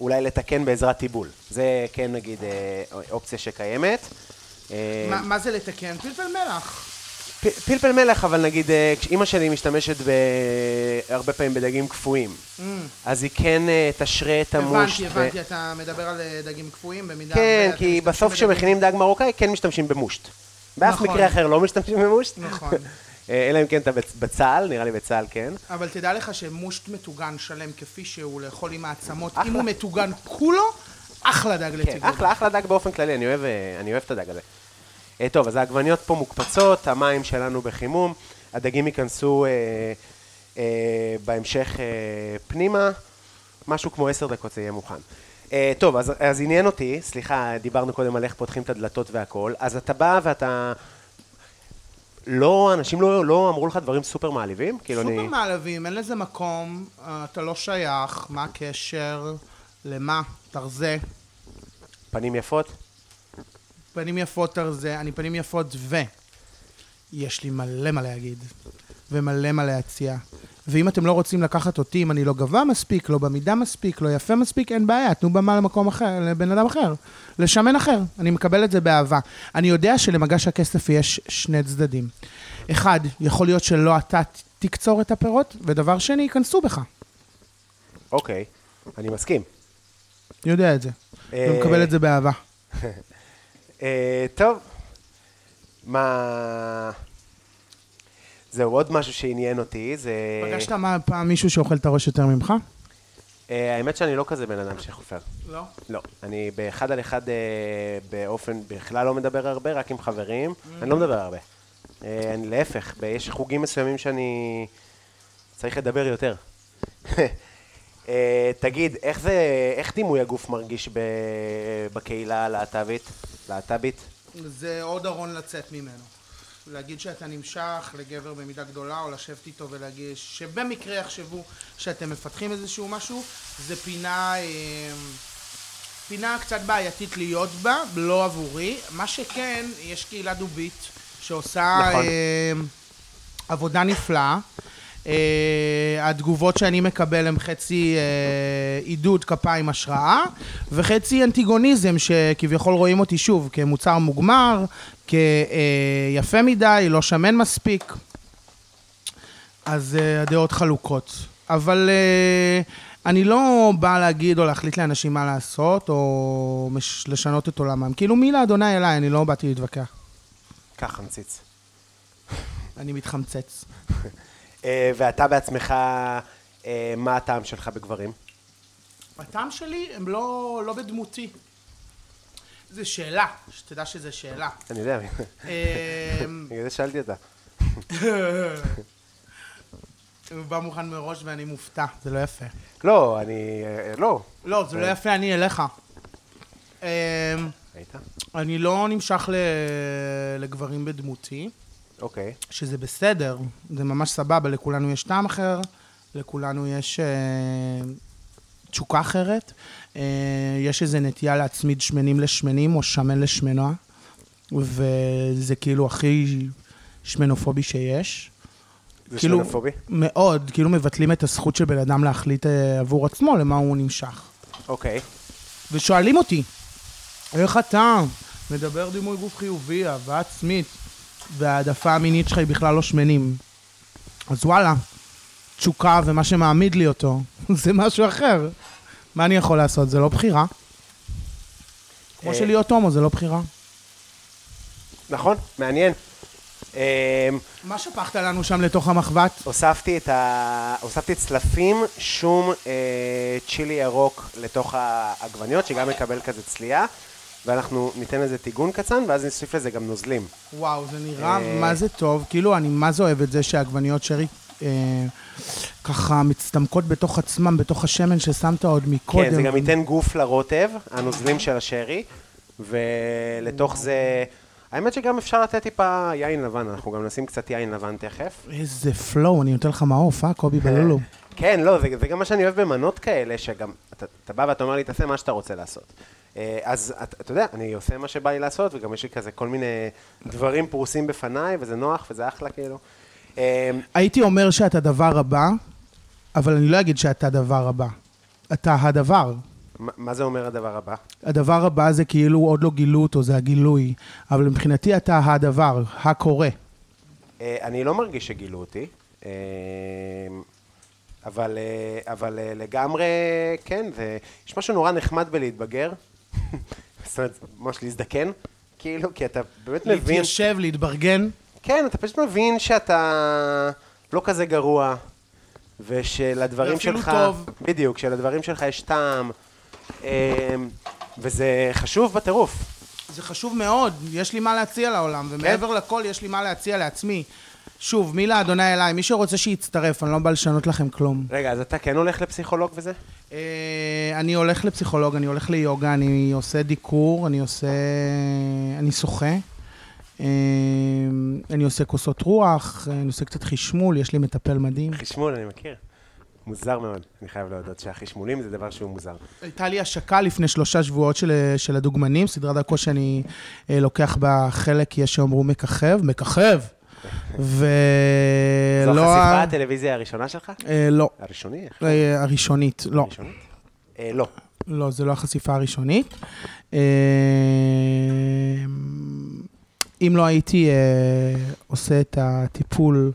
Speaker 1: אולי לתקן בעזרת טיבול. זה כן נגיד אה, אופציה שקיימת. אה,
Speaker 3: מה- מה זה לתקן? פלפל מלח.
Speaker 1: פ- פלפל מלח, אבל נגיד, אה, כשאימא שלי משתמשת ב... הרבה פעמים בדגים קפואים, אז היא כן אה, תשרה את המושט.
Speaker 3: Mm. הבנתי,
Speaker 1: ו-
Speaker 3: הבנתי, אתה מדבר על אה, דגים קפואים במידה...
Speaker 1: כן,
Speaker 3: ואתם
Speaker 1: כי
Speaker 3: משתמשים
Speaker 1: בסוף
Speaker 3: בדגים-
Speaker 1: כשמכינים דג מרוקאי, כן משתמשים במושט. באף
Speaker 3: נכון.
Speaker 1: מקרה אחר לא משתמשים במושט.
Speaker 3: נכון.
Speaker 1: אה, אלא אם כן אתה בצ- בצה"ל, נראה לי בצה"ל כן.
Speaker 3: אבל תדע לך שמושט מטוגן שלם כפי שהוא לאכול עם העצמות,
Speaker 1: אחלה.
Speaker 3: אם הוא מטוגן כולו, אחלה דג
Speaker 1: כן,
Speaker 3: לציבור.
Speaker 1: אחלה, אחלה דג באופן כללי, אני אוהב, אה, אני אוהב את הדג הזה. אה, טוב, אז העגבניות פה מוקפצות, המים שלנו בחימום, הדגים ייכנסו אה, אה, בהמשך אה, פנימה, משהו כמו עשר דקות זה יהיה מוכן. אה, טוב, אז, אז עניין אותי, סליחה, דיברנו קודם על איך פותחים את הדלתות והכל, אז אתה בא ואתה... לא, אנשים לא, לא אמרו לך דברים סופר מעליבים? כאילו אני...
Speaker 3: סופר מעלבים, אין לזה מקום, אה, אתה לא שייך, מה הקשר, למה, תרזה,
Speaker 1: פנים יפות?
Speaker 3: פנים יפות תרזה, אני פנים יפות ו... יש לי מלא מה להגיד, ומלא מה להציע. ואם אתם לא רוצים לקחת אותי, אם אני לא גבוה מספיק, לא במידה מספיק, לא יפה מספיק, אין בעיה, תנו במה למקום אחר, לבן אדם אחר, לשמן אחר. אני מקבל את זה באהבה. אני יודע שלמגש הכסף יש שני צדדים. אחד, יכול להיות שלא אתה ת- תקצור את הפירות, ודבר שני, ייכנסו בך.
Speaker 1: אוקיי, אני מסכים.
Speaker 3: אני יודע את זה.
Speaker 1: אה,
Speaker 3: ומקבל את זה באהבה.
Speaker 1: אה, טוב, מה... זהו, עוד משהו שעניין אותי, זה...
Speaker 3: פגשת מה- פעם מישהו שאוכל את הראש יותר ממך?
Speaker 1: אה, האמת שאני לא כזה בן אדם שחופר.
Speaker 3: לא.
Speaker 1: לא. אני באחד על אחד אה, באופן, בכלל לא מדבר הרבה, רק עם חברים. אני לא מדבר הרבה. אה, אני להפך, ב- יש חוגים מסוימים שאני צריך לדבר יותר. אה, תגיד, איך זה, איך דימוי הגוף מרגיש ב, בקהילה הלהט"בית? להט"בית?
Speaker 3: זה עוד ארון לצאת ממנו. להגיד שאתה נמשך לגבר במידה גדולה, או לשבת איתו ולהגיד שבמקרה יחשבו שאתם מפתחים איזשהו משהו, זה פינה, אה, פינה קצת בעייתית להיות בה, לא עבורי. מה שכן, יש קהילה דובית שעושה
Speaker 1: נכון.
Speaker 3: אה, עבודה נפלאה. אה, התגובות שאני מקבל הן חצי אה, עידוד כפיים השראה וחצי אנטיגוניזם שכביכול רואים אותי שוב כמוצר מוגמר, כיפה מדי, לא שמן מספיק. אז אה, הדעות חלוקות. אבל אה, אני לא בא להגיד או להחליט לאנשים מה לעשות או מש- לשנות את עולמם. כאילו מילה אדוני אליי, אני לא באתי להתווכח.
Speaker 1: קח חמציץ.
Speaker 3: אני מתחמצץ.
Speaker 1: אה, ואתה בעצמך, אה, מה הטעם שלך בגברים?
Speaker 3: הטעם שלי הם לא, לא בדמותי. זו שאלה, שתדע שזו שאלה.
Speaker 1: אני יודע,
Speaker 3: אמ,
Speaker 1: בגלל זה שאלתי אותה.
Speaker 3: הוא בא מוכן מראש ואני מופתע, זה לא יפה.
Speaker 1: לא, אני... אה, לא.
Speaker 3: לא, זה לא יפה, אני אליך. אמ,
Speaker 1: ראית?
Speaker 3: אני לא נמשך ל- לגברים בדמותי,
Speaker 1: אוקיי.
Speaker 3: שזה בסדר, זה ממש סבבה, לכולנו יש טעם אחר, לכולנו יש אה, תשוקה אחרת, אה, יש איזו נטייה להצמיד שמנים לשמנים או שמן לשמנה, וזה כאילו הכי שמנופובי שיש.
Speaker 1: זה
Speaker 3: כאילו-
Speaker 1: שמנופובי?
Speaker 3: מאוד, כאילו מבטלים את הזכות של בן אדם להחליט אה, עבור עצמו למה הוא נמשך.
Speaker 1: אוקיי.
Speaker 3: ושואלים אותי, איך אתה מדבר דימוי גוף חיובי, אהבה עצמית, וההעדפה המינית שלך היא בכלל לא שמנים. אז וואלה, תשוקה ומה שמעמיד לי אותו, זה משהו אחר. מה אני יכול לעשות? זה לא בחירה. כמו
Speaker 1: אה,
Speaker 3: שלהיות הומו זה לא בחירה.
Speaker 1: נכון, מעניין. אמ,
Speaker 3: מה שפכת לנו שם לתוך המחבת?
Speaker 1: הוספתי את ה... הוספתי צלפים, שום אה, צ'ילי ירוק לתוך העגבניות, שגם מקבל כזה צלייה, ואנחנו ניתן לזה טיגון קצן, ואז נוסיף לזה גם נוזלים.
Speaker 3: וואו, זה נראה
Speaker 1: אה,
Speaker 3: מה זה טוב. כאילו, אני מה זה אוהב את זה שהעגבניות שרי אה, ככה מצטמקות בתוך עצמם, בתוך השמן ששמת עוד מקודם.
Speaker 1: כן, זה גם ייתן גוף לרוטב, הנוזלים של השרי, ולתוך זה... האמת שגם אפשר לתת טיפה יין לבן, אנחנו גם נשים קצת יין לבן תכף.
Speaker 3: איזה פלואו, אני נותן לך מעוף, אה, קובי בלולו.
Speaker 1: כן, לא, זה, זה גם מה שאני אוהב במנות כאלה, שגם, אתה, אתה בא ואתה אומר לי, תעשה מה שאתה רוצה לעשות. אה, אז אתה, אתה יודע, אני עושה מה שבא לי לעשות, וגם יש לי כזה כל מיני דברים פרוסים בפניי, וזה נוח, וזה אחלה, כאילו. אה,
Speaker 3: הייתי אומר שאתה דבר הבא, אבל אני לא אגיד שאתה דבר הבא. אתה הדבר.
Speaker 1: מה- מה זה אומר הדבר הבא?
Speaker 3: הדבר הבא זה כאילו עוד לא גילו אותו, זה הגילוי. אבל מבחינתי אתה הדבר, הקורא.
Speaker 1: אה, אני לא מרגיש שגילו אותי, אה, אבל, אה, אבל אה, לגמרי, כן, זה... יש משהו נורא נחמד בלהתבגר, זאת אומרת, ממש להזדקן, כאילו, כי אתה באמת מבין...
Speaker 3: להתיישב, להתברגן.
Speaker 1: כן, אתה פשוט מבין שאתה לא כזה גרוע, ושלדברים
Speaker 3: ואפילו
Speaker 1: שלך...
Speaker 3: טוב.
Speaker 1: בדיוק, שלדברים שלך יש טעם, אה, וזה חשוב בטירוף.
Speaker 3: זה חשוב מאוד, יש לי מה להציע לעולם, ומעבר לכל יש לי מה להציע לעצמי. שוב, מילה אדוני אליי, מי שרוצה שיצטרף, אני לא בא לשנות לכם כלום.
Speaker 1: רגע, אז אתה כן הולך לפסיכולוג וזה?
Speaker 3: אה, אני הולך לפסיכולוג, אני הולך ליוגה, אני עושה דיקור, אני עושה... אני שוחה. אה, אני עושה כוסות רוח, אה, אני עושה קצת חשמול, יש לי מטפל מדהים.
Speaker 1: חשמול, אני מכיר. מוזר מאוד, אני חייב להודות שהחשמולים זה דבר שהוא מוזר.
Speaker 3: הייתה לי השקה לפני שלושה שבועות של, אה, של הדוגמנים, סדרת דרכו שאני אה, לוקח בה חלק, יש שיאמרו מככב, מככב!
Speaker 1: זו
Speaker 3: ולא...
Speaker 1: החשיפה הטלוויזיה הראשונה שלך?
Speaker 3: אה, לא,
Speaker 1: הראשוני? איך?
Speaker 3: אה, הראשונית, לא.
Speaker 1: הראשונית? אה, לא.
Speaker 3: לא, זה לא החשיפה הראשונית. אה, אם לא הייתי אה, עושה את הטיפול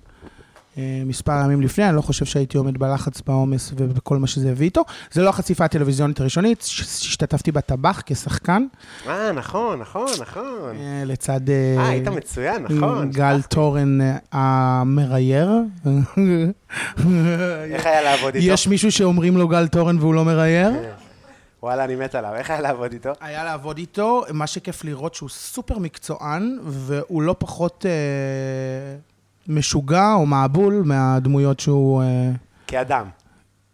Speaker 3: אה, מספר ימים לפני, אני לא חושב שהייתי עומד בלחץ, בעומס ובכל מה שזה הביא איתו. זה לא החשיפה הטלוויזיונית הראשונית, ש- שהשתתפתי בטבח כשחקן,
Speaker 1: אה, נכון, נכון, נכון.
Speaker 3: אה, לצד... אה,
Speaker 1: אה, היית מצוין, נכון.
Speaker 3: גל תורן אה, המראייר.
Speaker 1: איך היה לעבוד איתו?
Speaker 3: יש מישהו שאומרים לו גל תורן והוא לא
Speaker 1: אה,
Speaker 3: מראייר?
Speaker 1: וואלה, אני מת עליו. איך היה לעבוד איתו?
Speaker 3: היה לעבוד איתו, מה שכיף לראות שהוא סופר מקצוען, והוא לא פחות אה, משוגע או מעבול מהדמויות שהוא... אה,
Speaker 1: כאדם.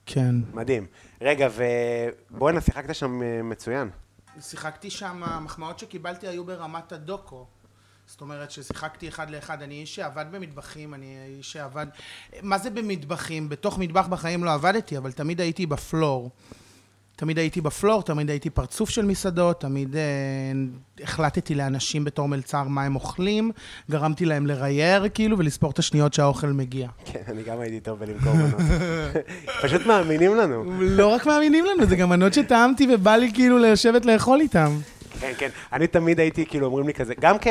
Speaker 3: כן.
Speaker 1: מדהים. רגע, ובואנה, שיחקת שם אה, מצוין.
Speaker 3: שיחקתי שם, המחמאות שקיבלתי היו ברמת הדוקו. זאת אומרת ששיחקתי אחד לאחד, אני איש שעבד במטבחים, אני איש שעבד... מה זה במטבחים? בתוך מטבח בחיים לא עבדתי, אבל תמיד הייתי בפלור. תמיד הייתי בפלור, תמיד הייתי פרצוף של מסעדות, תמיד אה, החלטתי לאנשים בתור מלצר מה הם אוכלים, גרמתי להם לרייר כאילו ולספור את השניות שהאוכל מגיע.
Speaker 1: כן, אני גם הייתי טוב בלמכור מנות. פשוט מאמינים לנו.
Speaker 3: לא רק מאמינים לנו, זה גם מנות שטעמתי ובא לי כאילו לשבת לאכול איתם.
Speaker 1: כן, כן. אני תמיד הייתי, כאילו, אומרים לי כזה, גם כ-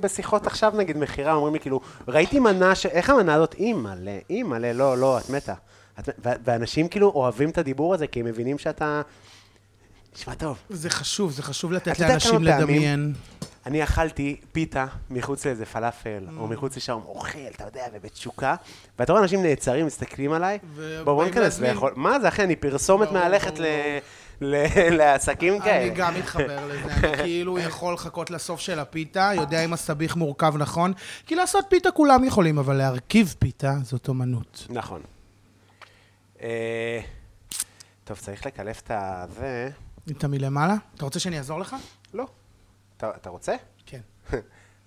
Speaker 1: בשיחות עכשיו, נגיד, מכירה, אומרים לי, כאילו, ראיתי מנה ש... איך המנה הזאת? אימא'לה, אימא'לה, לא, לא, את מתה. את... ו- ואנשים כאילו אוהבים את הדיבור הזה, כי הם מבינים שאתה... נשמע טוב.
Speaker 3: זה חשוב, זה חשוב לתת
Speaker 1: אתה יודע
Speaker 3: לאנשים
Speaker 1: כמה פעמים-
Speaker 3: לדמיין.
Speaker 1: אני אכלתי פיתה מחוץ לאיזה פלאפל,
Speaker 3: Mm.
Speaker 1: או מחוץ לשם אוכל, אתה יודע, ובתשוקה, ואתה רואה אנשים נעצרים, מסתכלים עליי,
Speaker 3: ובאים
Speaker 1: בואו ניכנס
Speaker 3: להזמין.
Speaker 1: לאכול. מה זה, אחי, אני פרסומת
Speaker 3: ברור,
Speaker 1: מהלכת
Speaker 3: ברור,
Speaker 1: ל- ל- לעסקים כאלה.
Speaker 3: אני גם מתחבר לזה, אני כאילו יכול לחכות לסוף של הפיתה, יודע אם הסביך מורכב נכון, כי לעשות פיתה כולם יכולים, אבל להרכיב פיתה זאת אומנות.
Speaker 1: נכון. אה, טוב, צריך לקלף את הזה.
Speaker 3: אתה מלמעלה? אתה רוצה שאני אעזור לך?
Speaker 1: לא. אתה אתה רוצה?
Speaker 3: כן.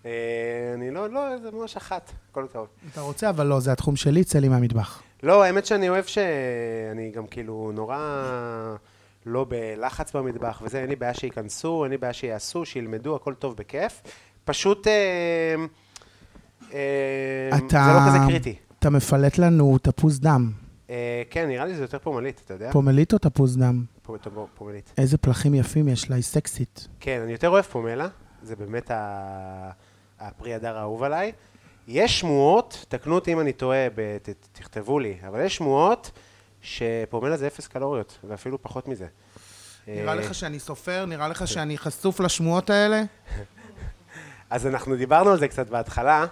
Speaker 1: אה, אני לא, לא, זה ממש אחת. הכל טוב.
Speaker 3: אתה רוצה, אבל לא, זה התחום שלי, צא לי מהמטבח.
Speaker 1: לא, האמת שאני אוהב שאני גם כאילו נורא לא בלחץ במטבח וזה, אין לי בעיה שייכנסו, אין לי בעיה שיעשו, שילמדו, הכל טוב בכיף. פשוט... אה, אה,
Speaker 3: אתה...
Speaker 1: זה לא כזה קריטי.
Speaker 3: אתה מפלט לנו תפוז דם.
Speaker 1: אה, כן, נראה לי שזה יותר פומלית, אתה יודע?
Speaker 3: פומלית או תפוז דם?
Speaker 1: פו- טוב, פומלית.
Speaker 3: איזה פלחים יפים יש לה, היא סקסית.
Speaker 1: כן, אני יותר אוהב פומלה, זה באמת ה... הפרי הדר האהוב עליי. יש שמועות, תקנו אותי אם אני טועה, ב... ת... תכתבו לי, אבל יש שמועות שפומלה זה אפס קלוריות, ואפילו פחות מזה.
Speaker 3: נראה
Speaker 1: אה,
Speaker 3: לך שאני סופר? נראה לך שאני חשוף לשמועות האלה?
Speaker 1: אז אנחנו דיברנו על זה קצת בהתחלה.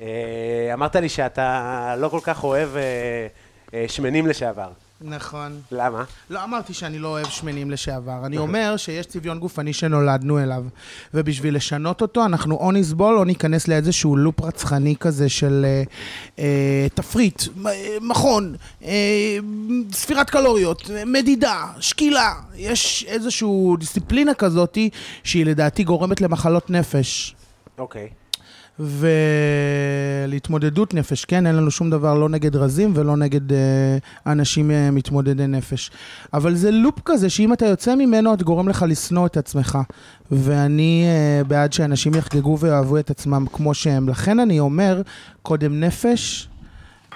Speaker 1: אה, אמרת לי שאתה לא כל כך אוהב אה, אה, שמנים לשעבר.
Speaker 3: נכון.
Speaker 1: למה?
Speaker 3: לא אמרתי שאני לא אוהב שמנים לשעבר, אני אומר שיש צביון גופני שנולדנו אליו, ובשביל לשנות אותו אנחנו או נסבול או ניכנס לאיזשהו לופ רצחני כזה של אה, אה, תפריט, מ- אה, מכון, אה, ספירת קלוריות, אה, מדידה, שקילה, יש איזושהי דיסציפלינה כזאתי שהיא לדעתי גורמת למחלות נפש.
Speaker 1: אוקיי.
Speaker 3: ולהתמודדות נפש, כן? אין לנו שום דבר לא נגד רזים ולא נגד אה, אנשים אה, מתמודדי נפש. אבל זה לופ כזה שאם אתה יוצא ממנו, את גורם לך לשנוא את עצמך. ואני אה, בעד שאנשים יחגגו ויאהבו את עצמם כמו שהם. לכן אני אומר, קודם נפש,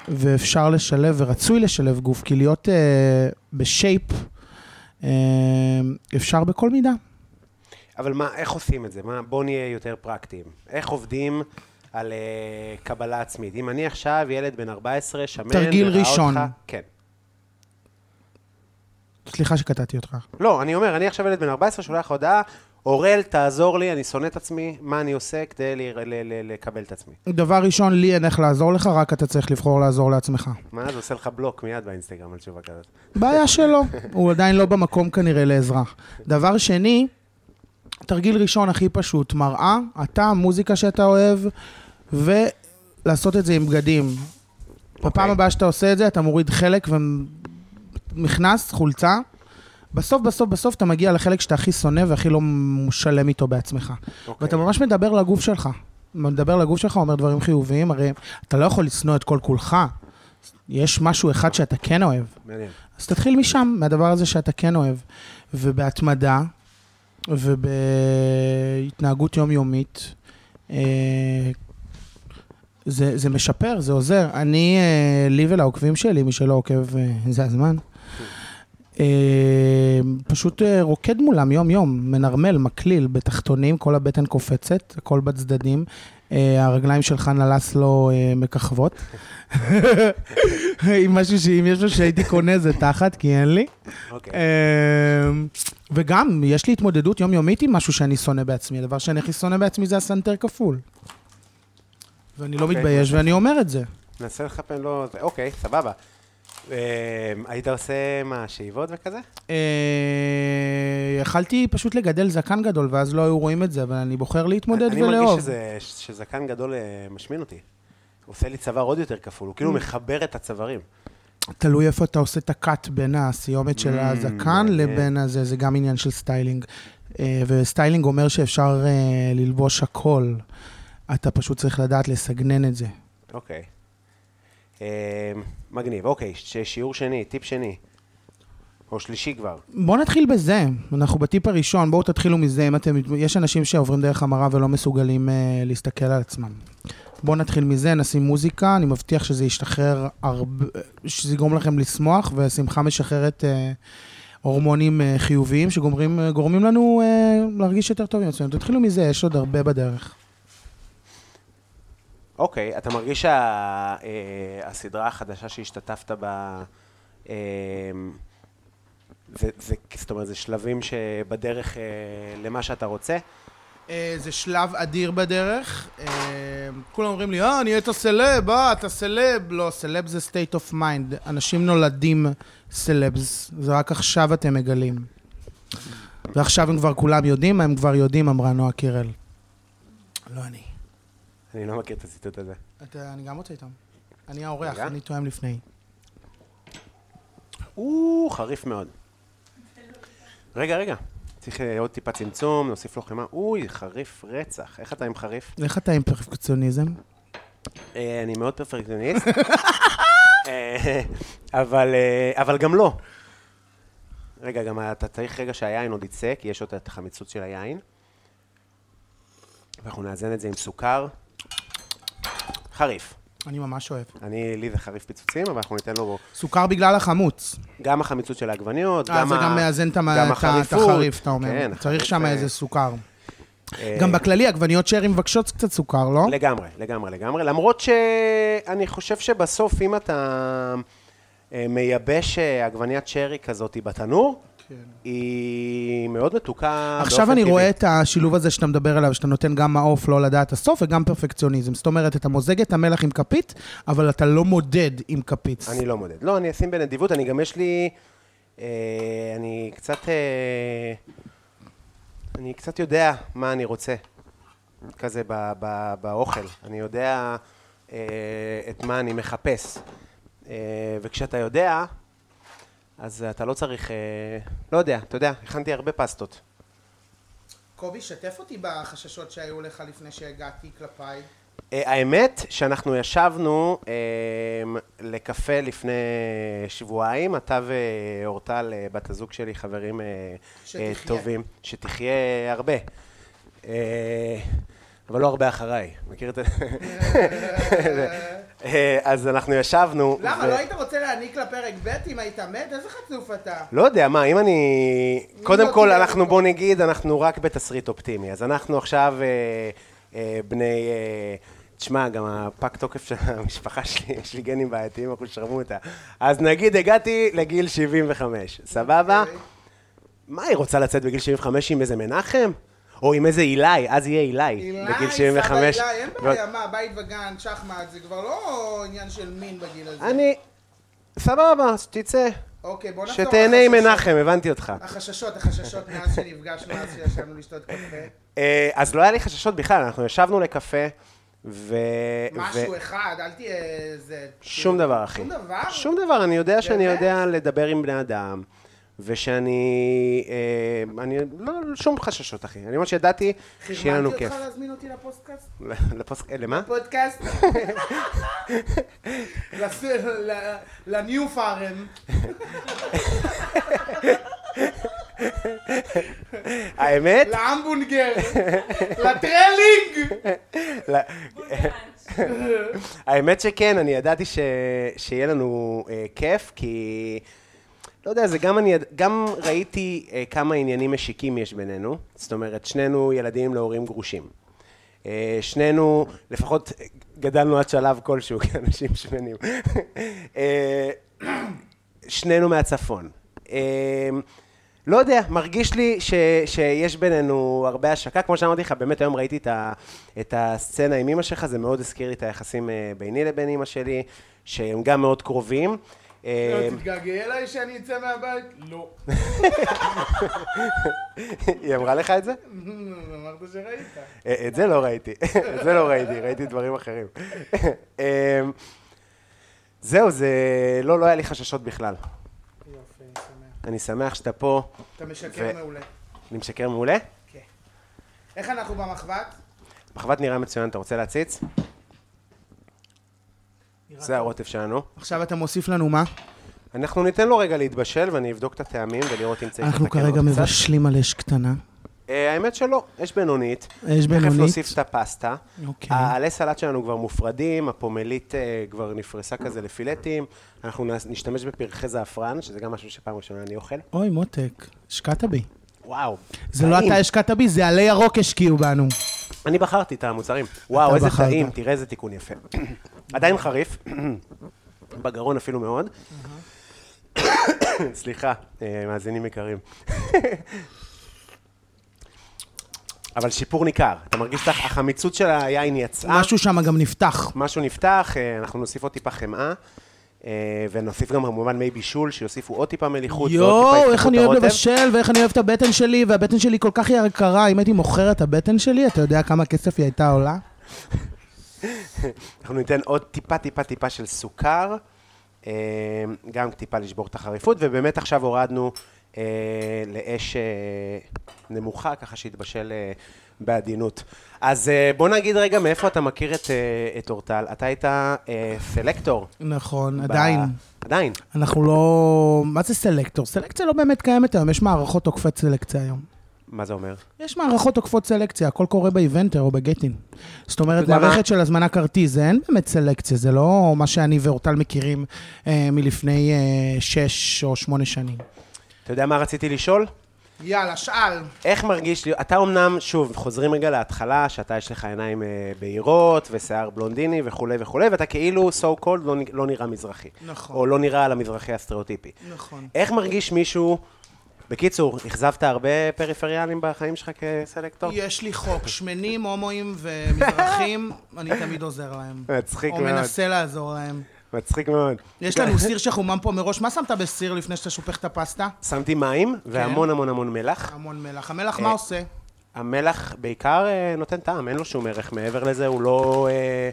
Speaker 3: ואפשר לשלב, ורצוי לשלב גוף, כי להיות אה, בשייפ... אה, אפשר בכל מידה.
Speaker 1: אבל מה, איך עושים את זה? מה, בואו נהיה יותר פרקטיים. איך עובדים על אה, קבלה עצמית? אם אני עכשיו ילד בן 14, שמן,
Speaker 3: תרגיל
Speaker 1: וראה
Speaker 3: ראשון.
Speaker 1: אותך, כן.
Speaker 3: סליחה שקטעתי אותך.
Speaker 1: לא, אני אומר, אני עכשיו ילד בן 14, שולח הודעה, אורל, תעזור לי, אני שונא את עצמי, מה אני עושה כדי ל- ל- ל- לקבל את עצמי?
Speaker 3: דבר ראשון, לי אין איך לעזור לך, רק אתה צריך לבחור לעזור לעצמך.
Speaker 1: מה, זה עושה לך בלוק מיד באינסטגרם על תשובה כזאת.
Speaker 3: בעיה שלו, הוא עדיין לא במקום כנראה לעזרה. דבר שני, תרגיל ראשון הכי פשוט, מראה, אתה, מוזיקה שאתה אוהב, ולעשות את זה עם בגדים. בפעם הבאה שאתה עושה את זה, אתה מוריד חלק ומכנס, חולצה. בסוף, בסוף, בסוף אתה מגיע לחלק שאתה הכי שונא והכי לא שלם איתו בעצמך.
Speaker 1: אוקיי.
Speaker 3: ואתה ממש מדבר לגוף שלך. מדבר לגוף שלך, אומר דברים חיוביים, הרי אתה לא יכול לשנוא את כל כולך. יש משהו אחד שאתה כן אוהב.
Speaker 1: מעניין.
Speaker 3: אז תתחיל משם, מהדבר הזה שאתה כן אוהב. ובהתמדה, ובהתנהגות יומיומית, אה, זה, זה משפר, זה עוזר. אני, אה, לי ולעוקבים שלי, מי שלא עוקב, אה, זה הזמן. אה, פשוט אה, רוקד מולם יום-יום, מנרמל, מקליל, בתחתונים, כל הבטן קופצת, הכל בצדדים. אה, הרגליים של חנה לסלו אה, מככבות. עם משהו שאם יש משהו שהייתי קונה זה תחת, כי אין לי. אה.
Speaker 1: אוקיי.
Speaker 3: אמ, וגם, יש לי התמודדות יומיומית עם משהו שאני שונא בעצמי. הדבר שאני הכי שונא בעצמי זה הסנטר כפול. ואני לא
Speaker 1: אוקיי.
Speaker 3: מתבייש ואני אומר את זה.
Speaker 1: ננסה לחפן לו... זה. אוקיי, סבבה. אה, היית עושה מה, שאיבות וכזה?
Speaker 3: אה, יכלתי פשוט לגדל זקן גדול, ואז לא היו רואים את זה, אבל אני בוחר להתמודד
Speaker 1: אני אני מרגיש
Speaker 3: ולאהוב.
Speaker 1: שזה- שזקן גדול אה, משמין אותי. עושה לי צוואר עוד יותר כפול, הוא
Speaker 3: Mm.
Speaker 1: כאילו מחבר את הצווארים.
Speaker 3: תלוי איפה אתה עושה את הקאט בין הסיומת של הזקן
Speaker 1: Mm, מעניין.
Speaker 3: לבין הזה, זה גם עניין של סטיילינג. אה, וסטיילינג אומר שאפשר אה, ללבוש הכל. אתה פשוט צריך לדעת לסגנן את זה.
Speaker 1: אוקיי. אה, מגניב, אוקיי, ש- שיעור שני, טיפ שני. או שלישי כבר.
Speaker 3: בואו נתחיל בזה, אנחנו בטיפ הראשון, בואו תתחילו מזה, אם אתם, יש אנשים שעוברים דרך המראה ולא מסוגלים אה, להסתכל על עצמם. בואו נתחיל מזה, נשים מוזיקה, אני מבטיח שזה ישתחרר הרבה, שזה יגרום לכם לשמוח, ושמחה משחררת אה, הורמונים אה, חיוביים שגורמים אה, גורמים לנו אה, להרגיש יותר טוב עם עצמנו. תתחילו מזה, יש עוד הרבה בדרך.
Speaker 1: אוקיי, אתה מרגיש שהסדרה החדשה שהשתתפת בה, אה, זה, זה, זאת אומרת, זה שלבים שבדרך אה, למה שאתה רוצה?
Speaker 3: אה, זה שלב אדיר בדרך. אה, כולם אומרים לי, אה, נהיית סלב, אה, אתה סלב. לא, סלב זה state of mind. אנשים נולדים סלבס, זה רק עכשיו אתם מגלים. ועכשיו הם כבר כולם יודעים, הם כבר יודעים, אמרה נועה קירל. לא אני.
Speaker 1: אני לא מכיר את הציטוט הזה.
Speaker 3: אתה, אני גם רוצה איתם. אני האורח,
Speaker 1: רגע.
Speaker 3: אני תואם לפני.
Speaker 1: או, חריף מאוד. רגע, רגע, צריך אה, עוד טיפה צמצום, להוסיף לו חמאה. אוי, חריף רצח. איך אתה עם חריף?
Speaker 3: איך אתה עם פרפקציוניזם?
Speaker 1: אה, אני מאוד פרפקציוניסט, אה, אבל, אה, אבל גם לא. רגע, גם אתה צריך רגע שהיין עוד יצא, כי יש עוד את החמיצות של היין. ואנחנו נאזן את זה עם סוכר. חריף.
Speaker 3: אני ממש אוהב.
Speaker 1: אני, לי זה חריף פיצוצים, אבל אנחנו ניתן לו
Speaker 3: סוכר בגלל החמוץ.
Speaker 1: גם החמיצות של העגבניות,
Speaker 3: אה, זה
Speaker 1: ה-
Speaker 3: גם מאזן את המ-
Speaker 1: גם
Speaker 3: את ה- את
Speaker 1: החריפות.
Speaker 3: החריף, אתה אומר.
Speaker 1: כן,
Speaker 3: צריך
Speaker 1: החריף,
Speaker 3: שם
Speaker 1: אה,
Speaker 3: איזה סוכר.
Speaker 1: אה,
Speaker 3: גם בכללי, עגבניות שרי מבקשות קצת סוכר, לא?
Speaker 1: לגמרי, לגמרי, לגמרי. למרות שאני חושב שבסוף, אם אתה אה, מייבש אה, עגבניית שרי כזאת בתנור,
Speaker 3: כן.
Speaker 1: היא מאוד מתוקה
Speaker 3: עכשיו
Speaker 1: באופן
Speaker 3: אני
Speaker 1: טבעי.
Speaker 3: רואה את השילוב הזה שאתה מדבר עליו, שאתה נותן גם מעוף לא לדעת הסוף וגם פרפקציוניזם. זאת אומרת, אתה מוזג את המלח עם כפית, אבל אתה לא מודד עם כפית.
Speaker 1: אני לא מודד. לא, אני אשים בנדיבות, אני גם יש לי... אה, אני קצת... אה, אני קצת יודע מה אני רוצה, כזה ב, ב, באוכל. אני יודע אה, את מה אני מחפש. אה, וכשאתה יודע, אז אתה לא צריך... אה, לא יודע, אתה יודע, הכנתי הרבה פסטות.
Speaker 3: קובי, שתף אותי בחששות שהיו לך לפני שהגעתי כלפיי.
Speaker 1: אה, האמת שאנחנו ישבנו אה, לקפה לפני שבועיים, אתה ואורטל, אה, בת הזוג שלי, חברים אה, אה,
Speaker 3: שתחיה.
Speaker 1: טובים, שתחיה הרבה. אה, אבל לא הרבה אחריי, מכיר את זה? אה, אז אנחנו ישבנו.
Speaker 3: למה?
Speaker 1: ו-
Speaker 3: לא היית רוצה להעניק לפרק ב' אם היית מת? איזה חצוף אתה.
Speaker 1: לא יודע, מה, אם אני...
Speaker 3: לא
Speaker 1: קודם כל,
Speaker 3: תהיה
Speaker 1: אנחנו,
Speaker 3: אותו?
Speaker 1: בוא נגיד, אנחנו רק בתסריט אופטימי. אז אנחנו עכשיו אה, אה, בני... אה, תשמע, גם הפג תוקף של המשפחה שלי, יש לי גנים בעייתיים, אנחנו שרמוטה. אז נגיד, הגעתי לגיל 75, סבבה?
Speaker 3: אוקיי.
Speaker 1: מה, היא רוצה לצאת בגיל 75 עם איזה מנחם? או עם איזה אילי, אז יהיה אילי. בגיל 75.
Speaker 3: סבא, אילי, אין בעיה, מה, בית וגן, שחמט, זה כבר לא עניין של מין בגיל הזה.
Speaker 1: אני... סבבה, אז תצא.
Speaker 3: אוקיי, בוא נחזור.
Speaker 1: שתהנה עם
Speaker 3: לחששות.
Speaker 1: מנחם, הבנתי אותך.
Speaker 3: החששות, החששות מאז שנפגשנו, מאז שישבנו לשתות קפה.
Speaker 1: אה, אז לא היה לי חששות בכלל, אנחנו ישבנו לקפה, ו...
Speaker 3: משהו
Speaker 1: ו-
Speaker 3: אחד, אל תהיה איזה...
Speaker 1: שום דבר, אחי.
Speaker 3: שום דבר?
Speaker 1: שום דבר, אני יודע שאני
Speaker 3: באמת?
Speaker 1: יודע לדבר עם בני אדם, ושאני... אה, אני... לא, שום חששות, אחי. אני ממש ידעתי שיהיה לנו
Speaker 3: חרמנתי
Speaker 1: כיף.
Speaker 3: אותך להזמין אותי לפודקאסט?
Speaker 1: לפוס... אה, למה?
Speaker 3: פודקאסט? לס- ל- לניו פארם.
Speaker 1: האמת?
Speaker 3: לאמבונגר. לטרלינג!
Speaker 1: לא. האמת שכן, אני ידעתי ש... שיהיה לנו אה, כיף, כי... לא יודע, זה גם אני... יד- גם ראיתי אה, כמה עניינים משיקים יש בינינו. זאת אומרת, שנינו ילדים להורים גרושים. אה, שנינו, לפחות אה, גדלנו עד שלב כלשהו כאנשים שמנים. אה, שנינו מהצפון. אה, לא יודע, מרגיש לי ש, שיש בינינו הרבה השקה. כמו שאמרתי לך, באמת היום ראיתי את, ה, את הסצנה עם אימא שלך, זה מאוד הזכיר לי את היחסים אה, ביני לבין אימא שלי, שהם גם מאוד קרובים.
Speaker 3: לא,
Speaker 1: אה,
Speaker 3: תתגעגע אליי שאני אצא מהבית? לא.
Speaker 1: היא אמרה לך את זה?
Speaker 3: אמרת שראית.
Speaker 1: אה, את זה לא ראיתי, את זה לא ראיתי, ראיתי דברים אחרים. אה, זהו, זה... לא, לא היה לי חששות בכלל.
Speaker 3: יופי, אני שמח.
Speaker 1: אני שמח שאתה פה.
Speaker 3: אתה
Speaker 1: ו-
Speaker 3: משקר מעולה.
Speaker 1: אני משקר מעולה?
Speaker 3: כן. איך אנחנו במחבת?
Speaker 1: מחבת נראה מצוין, אתה רוצה להציץ? זה הרוטף שלנו.
Speaker 3: עכשיו אתה מוסיף לנו מה?
Speaker 1: אנחנו ניתן לו רגע להתבשל ואני אבדוק את הטעמים ולראות אם צריך
Speaker 3: אנחנו
Speaker 1: לתקן
Speaker 3: כרגע
Speaker 1: עוד קצת.
Speaker 3: מבשלים על אש קטנה.
Speaker 1: אה, האמת שלא, יש בינונית.
Speaker 3: יש
Speaker 1: תכף
Speaker 3: בינונית.
Speaker 1: נוסיף את הפסטה.
Speaker 3: אוקיי.
Speaker 1: העלי סלט שלנו כבר מופרדים, הפומלית אה, כבר נפרסה כזה לפילטים. אנחנו נס- נשתמש בפרחי זעפרן, שזה גם משהו שפעם ראשונה אני אוכל.
Speaker 3: אוי, מותק, השקעת בי.
Speaker 1: וואו.
Speaker 3: זה לא
Speaker 1: טעים.
Speaker 3: אתה השקעת בי, זה עלי כאילו ירוק השקיעו בנו.
Speaker 1: אני בחרתי את המוצרים. וואו, איזה
Speaker 3: בחרת.
Speaker 1: טעים, תראה איזה תיקון יפה. עדיין חריף, בגרון אפילו מאוד. סליחה, אה, מאזינים יקרים. אבל שיפור ניכר, אתה מרגיש את הח- החמיצות של היין יצאה,
Speaker 3: משהו שם גם נפתח.
Speaker 1: משהו נפתח, אה, אנחנו נוסיף עוד טיפה חמאה, אה, ונוסיף גם כמובן מי בישול, שיוסיפו עוד טיפה מליחות, ועוד טיפה
Speaker 3: יואו, איך
Speaker 1: יפתחו
Speaker 3: אני
Speaker 1: את
Speaker 3: אוהב
Speaker 1: הרוטב.
Speaker 3: לבשל, ואיך אני אוהב את הבטן שלי, והבטן שלי כל כך יקרה, אם הייתי מוכר את הבטן שלי, אתה יודע כמה כסף היא הייתה עולה?
Speaker 1: אנחנו ניתן עוד טיפה טיפה טיפה של סוכר, אה, גם טיפה לשבור את החריפות, ובאמת עכשיו הורדנו אה, לאש אה, נמוכה, ככה שיתבשל אה, בעדינות. אז אה, בוא נגיד רגע מאיפה אתה מכיר את, אה, את אורטל. אתה היית אה, סלקטור.
Speaker 3: נכון,
Speaker 1: ב-
Speaker 3: עדיין.
Speaker 1: עדיין.
Speaker 3: אנחנו לא... מה זה סלקטור? סלקציה לא באמת קיימת היום, יש מערכות עוקפת סלקציה היום.
Speaker 1: מה זה אומר?
Speaker 3: יש מערכות עוקפות סלקציה, הכל קורה באיבנטר או בגטין. זאת אומרת,
Speaker 1: יודע מה?
Speaker 3: מערכת של הזמנה כרטיס, זה אין באמת סלקציה, זה לא מה שאני ואורטל מכירים אה, מלפני אה, שש או שמונה שנים.
Speaker 1: אתה יודע מה רציתי לשאול?
Speaker 3: יאללה, שאל.
Speaker 1: איך מרגיש לי, אתה אמנם, שוב, חוזרים רגע להתחלה, שאתה יש לך עיניים אה, בהירות ושיער בלונדיני וכולי וכולי, ואתה כאילו so called לא, נ- לא נראה מזרחי.
Speaker 3: נכון.
Speaker 1: או לא נראה על המזרחי הסטריאוטיפי.
Speaker 3: נכון.
Speaker 1: איך מרגיש מישהו, בקיצור, אכזבת הרבה פריפריאלים בחיים שלך כסלקטור?
Speaker 3: יש לי חוק, שמנים, הומואים ומזרחים, אני תמיד עוזר להם.
Speaker 1: מצחיק
Speaker 3: או
Speaker 1: מאוד.
Speaker 3: מנסה לעזור להם.
Speaker 1: מצחיק מאוד.
Speaker 3: יש לנו סיר שחומם פה מראש, מה שמת בסיר לפני שאתה שופך את הפסטה?
Speaker 1: שמתי מים
Speaker 3: כן.
Speaker 1: והמון המון המון מלח.
Speaker 3: המון מלח. המלח,
Speaker 1: אה,
Speaker 3: מה עושה?
Speaker 1: המלח בעיקר אה, נותן טעם, אין לו שום ערך מעבר לזה, הוא לא... אה,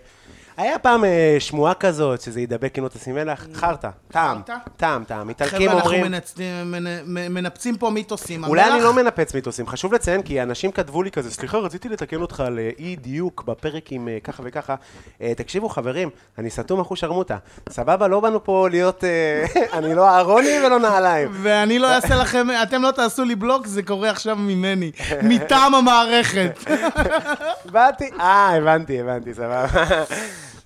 Speaker 1: היה פעם אה, שמועה כזאת, שזה ידבק אם לא תשים מלח, חרטא, טעם,
Speaker 3: Mm. חרטא?
Speaker 1: טעם, טעם, איטלקים
Speaker 3: חבר'ה, אנחנו
Speaker 1: אומרים...
Speaker 3: מנצלים- מנ- מ- מנפצים פה מיתוסים.
Speaker 1: אולי אני
Speaker 3: המלח-
Speaker 1: לא מנפץ מיתוסים, חשוב לציין כי אנשים כתבו לי כזה, סליחה, רציתי לתקן אותך על אה, אי דיוק בפרק עם אה, ככה וככה. אה, תקשיבו חברים, אני סתום אחוש שרמוטה. סבבה, לא באנו פה להיות, אה, אני לא אהרוני ולא נעליים.
Speaker 3: ואני לא אעשה לכם, אתם לא תעשו לי בלוק, זה קורה עכשיו ממני, מטעם המערכת.
Speaker 1: באתי, אה, הבנתי, הבנתי, סבבה.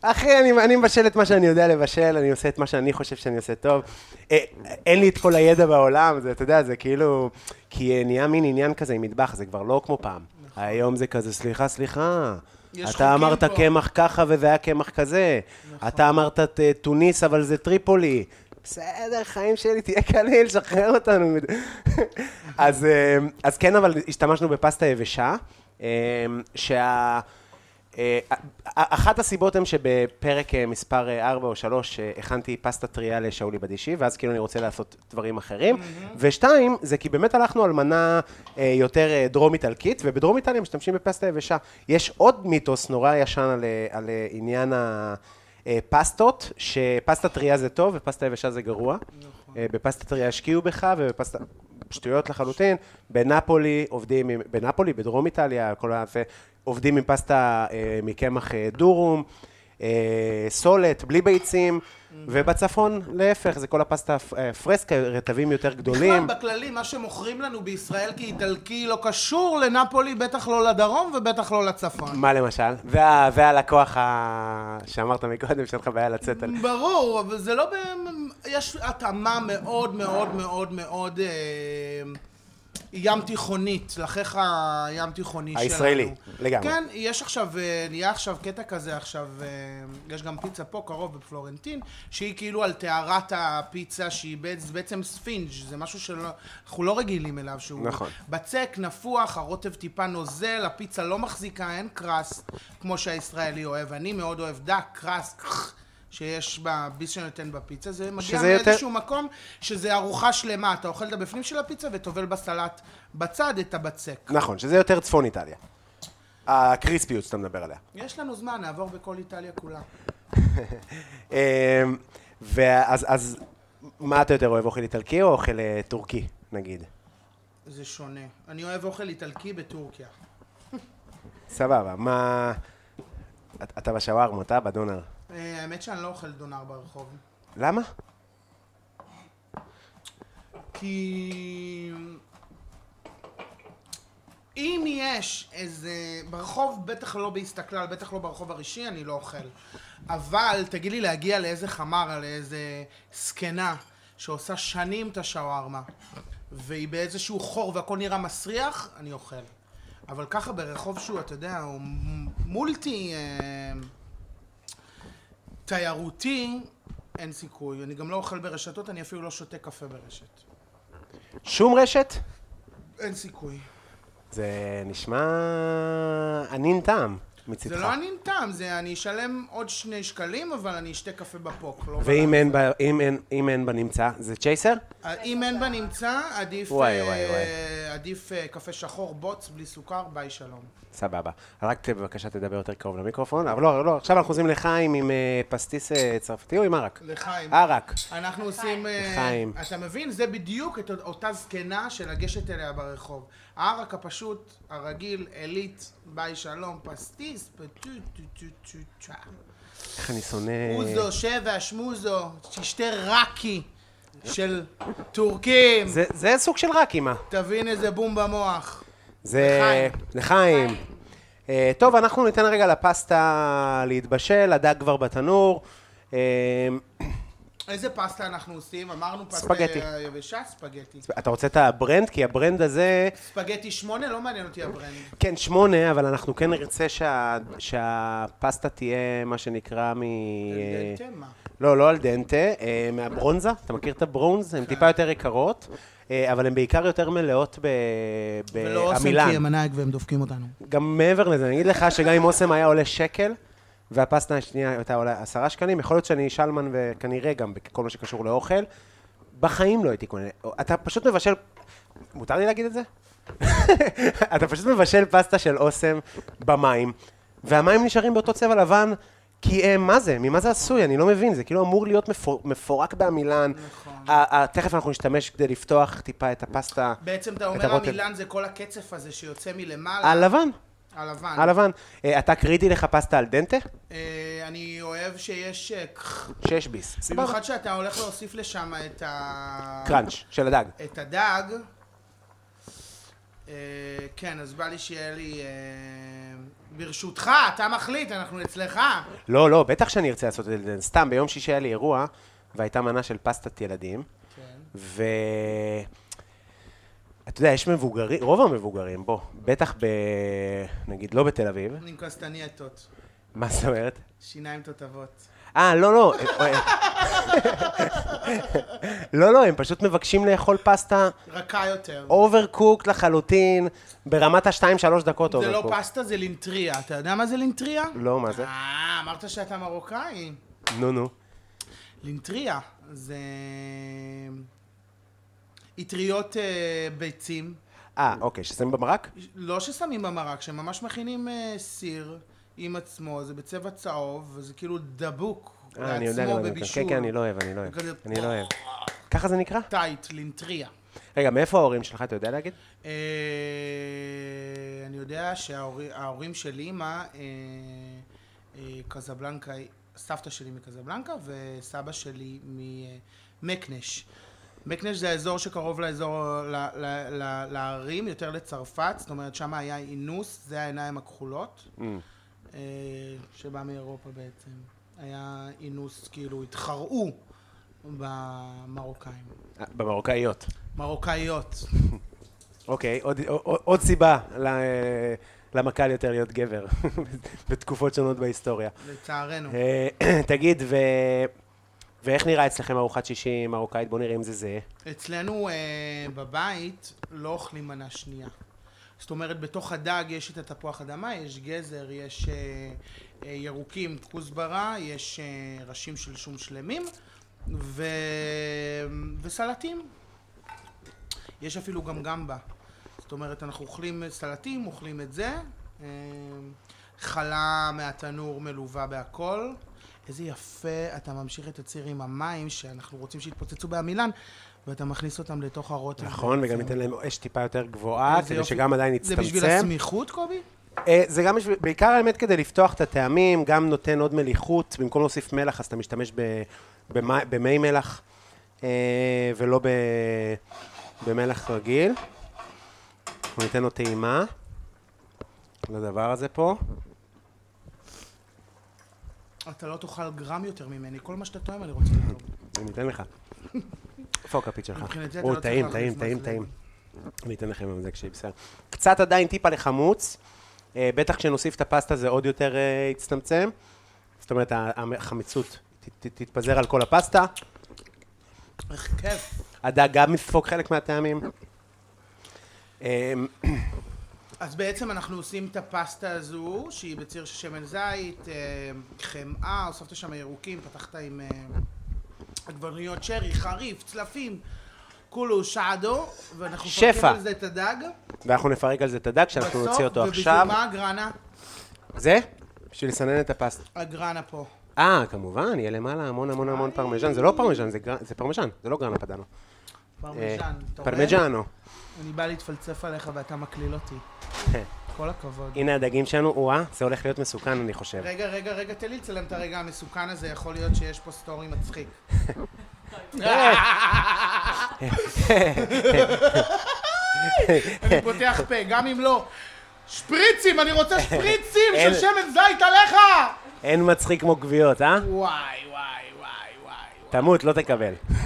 Speaker 1: אחי, אני, אני מבשל את מה שאני יודע לבשל, אני עושה את מה שאני חושב שאני עושה טוב. אה, אין לי את כל הידע בעולם, זה, אתה יודע, זה כאילו... כי אה, נהיה מין עניין כזה עם מטבח, זה כבר לא כמו פעם. היום זה כזה, סליחה, סליחה.
Speaker 3: נכון. יש חוקים
Speaker 1: אתה אמרת
Speaker 3: פה."
Speaker 1: קמח ככה וזה היה קמח כזה. אתה אמרת "ת- תוניס, אבל זה טריפולי. בסדר, חיים שלי, תהיה קליל, שחרר אותנו. אז, אה, אז כן, אבל השתמשנו בפסטה יבשה, אה, שה... אה, אה, אחת הסיבות הן שבפרק אה, מספר 4 או 3 הכנתי פסטה טריה לשאולי בדישי, ואז כאילו אני רוצה לעשות דברים אחרים. ושתיים, זה כי באמת הלכנו על מנה אה, יותר אה, דרום-איטלקית, ובדרום איטליה משתמשים בפסטה יבשה. יש עוד מיתוס נורא ישן על, אה, על אה, עניין ה... אה, פסטות, שפסטה טריה זה טוב ופסטה יבשה זה גרוע. אה, בפסטה טריה השקיעו בך ובפסטה... שטויות לחלוטין. בנפולי עובדים עם... בנפולי, בדרום איטליה, כל הזה, עובדים עם פסטה אה, מקמח אה, דורום, אה, סולת, בלי ביצים, ובצפון, להפך, זה כל הפסטה הפ- אה, פרסקה, רטבים יותר
Speaker 3: בכלל,
Speaker 1: גדולים.
Speaker 3: בכללי, מה שמוכרים לנו בישראל כאיטלקי לא קשור לנפולי, בטח לא לדרום ובטח לא לצפון.
Speaker 1: מה למשל? וה- והלקוח ה... שאמרת מקודם, שאין לך בעיה לצאת על...
Speaker 3: Mm. ברור, אבל זה לא... בהם- יש התאמה מאוד מאוד מאוד מאוד אה, ים תיכונית, לחיך הים תיכוני שלנו.
Speaker 1: הישראלי, לגמרי.
Speaker 3: כן, יש עכשיו, אה, נהיה עכשיו קטע כזה עכשיו, אה, יש גם פיצה פה קרוב בפלורנטין, שהיא כאילו על טהרת הפיצה, שהיא בעצ- בעצם ספינג', זה משהו שאנחנו לא רגילים אליו, שהוא
Speaker 1: נכון.
Speaker 3: בצק, נפוח, הרוטב טיפה נוזל, הפיצה לא מחזיקה, אין קרס, כמו שהישראלי אוהב. אני מאוד אוהב דק, קרס, קח, שיש בביס שנותן בפיצה. זה מגיע
Speaker 1: שזה יותר-
Speaker 3: מאיזשהו מקום שזה ארוחה שלמה. אתה אוכל את הבפנים של הפיצה וטובל בסלט בצד את הבצק.
Speaker 1: נכון, שזה יותר צפון איטליה. הקריספיות שאתה מדבר עליה.
Speaker 3: יש לנו זמן, נעבור בכל איטליה כולה.
Speaker 1: אמ, ואז אז מה אתה יותר אוהב, אוכל איטלקי או אוכל אה, טורקי, נגיד?
Speaker 3: זה שונה. אני אוהב אוכל איטלקי בטורקיה.
Speaker 1: סבבה, מה... את- אתה בשווארמה, אתה בדונר.
Speaker 3: אה, האמת שאני לא אוכל דונר ברחוב.
Speaker 1: למה?
Speaker 3: כי אם יש איזה... ברחוב, בטח לא באיסתכלל, בטח לא ברחוב הראשי, אני לא אוכל. אבל תגיד לי להגיע לאיזה חמרה, לאיזה זקנה שעושה שנים את השווארמה, והיא באיזשהו חור והכל נראה מסריח, אני אוכל. אבל ככה ברחוב שהוא, אתה יודע, הוא מ- מולטי... אה, תיירותי, אין סיכוי. אני גם לא אוכל ברשתות, אני אפילו לא שותה קפה ברשת.
Speaker 1: שום רשת?
Speaker 3: אין סיכוי.
Speaker 1: זה נשמע ענין טעם
Speaker 3: זה
Speaker 1: מצידך.
Speaker 3: לא עניין טעם, זה אני אשלם עוד שני שקלים, אבל אני אשתה קפה בפוק. לא
Speaker 1: ואם אין בה- אם אין- אם אין בנמצא, זה צ'ייסר?
Speaker 3: אה, אם אין בנמצא, עדיף,
Speaker 1: וואי,
Speaker 3: אה,
Speaker 1: וואי, וואי.
Speaker 3: עדיף אה, קפה שחור, בוץ, בלי סוכר, ביי שלום.
Speaker 1: סבבה. רק ת- בבקשה תדבר יותר קרוב למיקרופון. אבל לא, לא, עכשיו אנחנו עושים לחיים עם אה, פסטיס אה, צרפתי או עם ערק?
Speaker 3: לא. לחיים.
Speaker 1: ערק.
Speaker 3: אנחנו עושים... אה,
Speaker 1: אה, לחיים.
Speaker 3: אתה מבין? זה בדיוק את אותה זקנה שלגשת אליה ברחוב. הערק הפשוט, הרגיל, עילית, ביי שלום, פסטיס, פטו טו טו טו טו.
Speaker 1: איך אני שונא...
Speaker 3: אוזו, שבע, שמוזו, תשתה ראקי של טורקים.
Speaker 1: זה- זה סוג של רק, אמא.
Speaker 3: תבין איזה בום במוח.
Speaker 1: זה... לחיים. אה, טוב, אנחנו ניתן רגע לפסטה להתבשל, הדג כבר בתנור. אה,
Speaker 3: איזה פסטה אנחנו עושים? אמרנו פסטה
Speaker 1: ספגטי.
Speaker 3: יבשה, ספגטי.
Speaker 1: אתה רוצה את הברנד? כי הברנד הזה,
Speaker 3: ספגטי שמונה, לא מעניין אותי הברנד.
Speaker 1: כן, שמונה, אבל אנחנו כן נרצה שה, שהפסטה תהיה מה שנקרא מ...
Speaker 3: אל תמה.
Speaker 1: לא, לא על דנטה, אה, מהברונזה, אתה מכיר את הברונז? הן טיפה יותר יקרות, אה, אבל הן בעיקר יותר מלאות ב...
Speaker 3: ולא עושים כי הם
Speaker 1: בעמילן.
Speaker 3: ענק והם דופקים אותנו.
Speaker 1: גם מעבר לזה, אני אגיד לך שגם אם אוסם היה עולה שקל, והפסטה השנייה הייתה עולה עשרה שקלים, יכול להיות שאני שלמן וכנראה גם בכל מה שקשור לאוכל, בחיים לא הייתי קונה. אתה פשוט מבשל, מותר לי להגיד את זה? אתה פשוט מבשל פסטה של אוסם במים, והמים נשארים באותו צבע לבן. כי הם, מה זה? ממה זה עשוי? אני לא מבין, זה כאילו אמור להיות מפור, מפורק בעמילן.
Speaker 3: נכון.
Speaker 1: ה- ה- תכף אנחנו נשתמש כדי לפתוח טיפה את הפסטה.
Speaker 3: בעצם אתה
Speaker 1: את
Speaker 3: אומר
Speaker 1: הרוטב.
Speaker 3: המילן זה כל הקצף הזה שיוצא מלמעלה.
Speaker 1: הלבן,
Speaker 3: הלבן.
Speaker 1: הלבן. אה, אתה קריטי לך פסטה על דנטה?
Speaker 3: אה, אני אוהב שיש... אה, קח.
Speaker 1: שש ביס. סבבה.
Speaker 3: במיוחד שאתה הולך להוסיף לשם את ה...
Speaker 1: קראנץ' של הדג.
Speaker 3: את הדג, אה, כן, אז בא לי שיהיה לי... אה, ברשותך, אתה מחליט, אנחנו אצלך.
Speaker 1: לא, לא, בטח שאני ארצה לעשות את זה. סתם, ביום שישי היה לי אירוע, והייתה מנה של פסטת ילדים,
Speaker 3: כן.
Speaker 1: ו... אתה יודע, יש מבוגרים, רוב המבוגרים, בוא, בטח ב... נגיד, לא בתל אביב,
Speaker 3: עם קסטנייטות,
Speaker 1: מה זאת אומרת?
Speaker 3: שיניים תותבות.
Speaker 1: אה, לא, לא. לא, לא, הם פשוט מבקשים לאכול פסטה
Speaker 3: רכה יותר.
Speaker 1: אוברקוקט לחלוטין, ברמת ה-2-3 דקות
Speaker 3: זה לא
Speaker 1: אוברקוקט.
Speaker 3: פסטה, זה לינטריה. אתה יודע מה זה לינטריה?
Speaker 1: לא, מה זה?
Speaker 3: אה, אמרת שאתה מרוקאי.
Speaker 1: נו, נו.
Speaker 3: לינטריה זה אטריות אה, ביצים,
Speaker 1: אה, אוקיי, ששמים במרק?
Speaker 3: לא ששמים במרק, שממש מכינים אה, סיר עם עצמו, זה בצבע צהוב, וזה כאילו דבוק
Speaker 1: אה, אני יודע, אני
Speaker 3: לעצמו
Speaker 1: אוהב. כן,
Speaker 3: בבישול.
Speaker 1: כן, אני לא אוהב, אני לא אוהב.
Speaker 3: כזה-
Speaker 1: אני לא אוהב. ככה זה נקרא?
Speaker 3: טייט, לינטריה.
Speaker 1: רגע, מאיפה ההורים שלך, אתה יודע להגיד?
Speaker 3: אה, אני יודע שההורים של אימא, אה, אה, קזבלנקה, סבתא שלי מקזבלנקה וסבא שלי ממקנש. מקנש זה האזור שקרוב לאזור, ל- ל- ל- להרים, יותר לצרפת, זאת אומרת שם היה אינוס, זה העיניים הכחולות, אה, שבא מאירופה בעצם. היה אינוס, כאילו התחרעו במרוקאים.
Speaker 1: אה, במרוקאיות.
Speaker 3: מרוקאיות.
Speaker 1: אוקיי, עוד- עוד עוד סיבה ל- למה קל יותר להיות גבר בתקופות שונות בהיסטוריה.
Speaker 3: לצערנו.
Speaker 1: אה, תגיד, ו... ואיך נראה אצלכם ארוחת שישי מרוקאית? בוא נראה אם זה זה.
Speaker 3: אצלנו אה, בבית לא אוכלים מנה שנייה. זאת אומרת, בתוך הדג יש את התפוח אדמה, יש גזר, יש אה, אה, ירוקים, כוסברה, יש אה, ראשים של שום שלמים ו... וסלטים. יש אפילו גם גמבה. זאת אומרת, אנחנו אוכלים סלטים, אוכלים את זה. אה, חלה מהתנור מלווה בהכל. איזה יפה, אתה ממשיך את הציר עם המים שאנחנו רוצים שיתפוצצו בעמילן, ואתה מכניס אותם לתוך הרוטב.
Speaker 1: נכון,
Speaker 3: בעצם.
Speaker 1: וגם ניתן להם אש טיפה יותר גבוהה,
Speaker 3: איזה
Speaker 1: אה, כדי
Speaker 3: יופי.
Speaker 1: שגם עדיין
Speaker 3: זה בשביל
Speaker 1: יצטמצם.
Speaker 3: הסמיכות, קובי?
Speaker 1: אה, זה גם בשביל, בעיקר האמת כדי לפתוח את הטעמים, גם נותן עוד מליחות, במקום להוסיף מלח אז אתה משתמש ב- במי- במי מלח אה, ולא ב, במלח רגיל. אנחנו ניתן לו טעימה לדבר הזה פה.
Speaker 3: אתה לא תאכל גרם יותר ממני, כל מה שאתה טועם אני רוצה לטעום.
Speaker 1: אני אתן לך. איפה הכפית שלך?
Speaker 3: מבחינתי אתה
Speaker 1: או,
Speaker 3: לא
Speaker 1: טעים,
Speaker 3: צריך
Speaker 1: טעים,
Speaker 3: להחליף
Speaker 1: טעים,
Speaker 3: מזלג.
Speaker 1: טעים. אני אתן לכם גם זה כשיהיה בסדר. קצת עדיין טיפה לחמוץ. אה, בטח כשנוסיף את הפסטה זה עוד יותר אה, יצטמצם. זאת אומרת, ה- החמיצות ת- ת- תתפזר על כל הפסטה.
Speaker 3: איך כיף.
Speaker 1: הדג גם יספוג חלק מהטעמים. אה,
Speaker 3: אז בעצם אנחנו עושים את הפסטה הזו, שהיא בציר של שמן זית, אה, חמאה, הוספת שם ירוקים, פתחת עם אה, עגבניות שרי, חריף, צלפים, כולו שעדו, ואנחנו
Speaker 1: שפע.
Speaker 3: מפרקים על זה את הדג.
Speaker 1: ואנחנו נפרק על זה את הדג כשאנחנו
Speaker 3: בסוף,
Speaker 1: נוציא אותו
Speaker 3: ובשביל
Speaker 1: עכשיו.
Speaker 3: מה הגרנה?
Speaker 1: זה? בשביל לסנן את הפסטה.
Speaker 3: הגרנה פה.
Speaker 1: אה, כמובן, יהיה למעלה המון המון המון פרמיז'ן. זה לא פרמיז'ן, זה גר- זה פרמיז'ן, זה לא גרנה פדאנו. אה,
Speaker 3: פרמיז'ן. אתה רואה?
Speaker 1: פרמיג'אנו.
Speaker 3: אני בא להתפלצף עליך ואתה מקליל אותי.
Speaker 1: כן.
Speaker 3: כל הכבוד.
Speaker 1: הנה הדגים שלנו, או-אה, זה הולך להיות מסוכן, אני חושב.
Speaker 3: רגע, רגע, רגע, תן לי לצלם את הרגע המסוכן הזה, יכול להיות שיש פה סטורי מצחיק. אני פותח פה, גם אם לא. שפריצים, אני רוצה שפריצים של
Speaker 1: אין-
Speaker 3: שמן זית עליך!
Speaker 1: אין מצחיק כמו גוויות, אה?
Speaker 3: וואי, וואי, וואי, וואי.
Speaker 1: תמות, לא תקבל.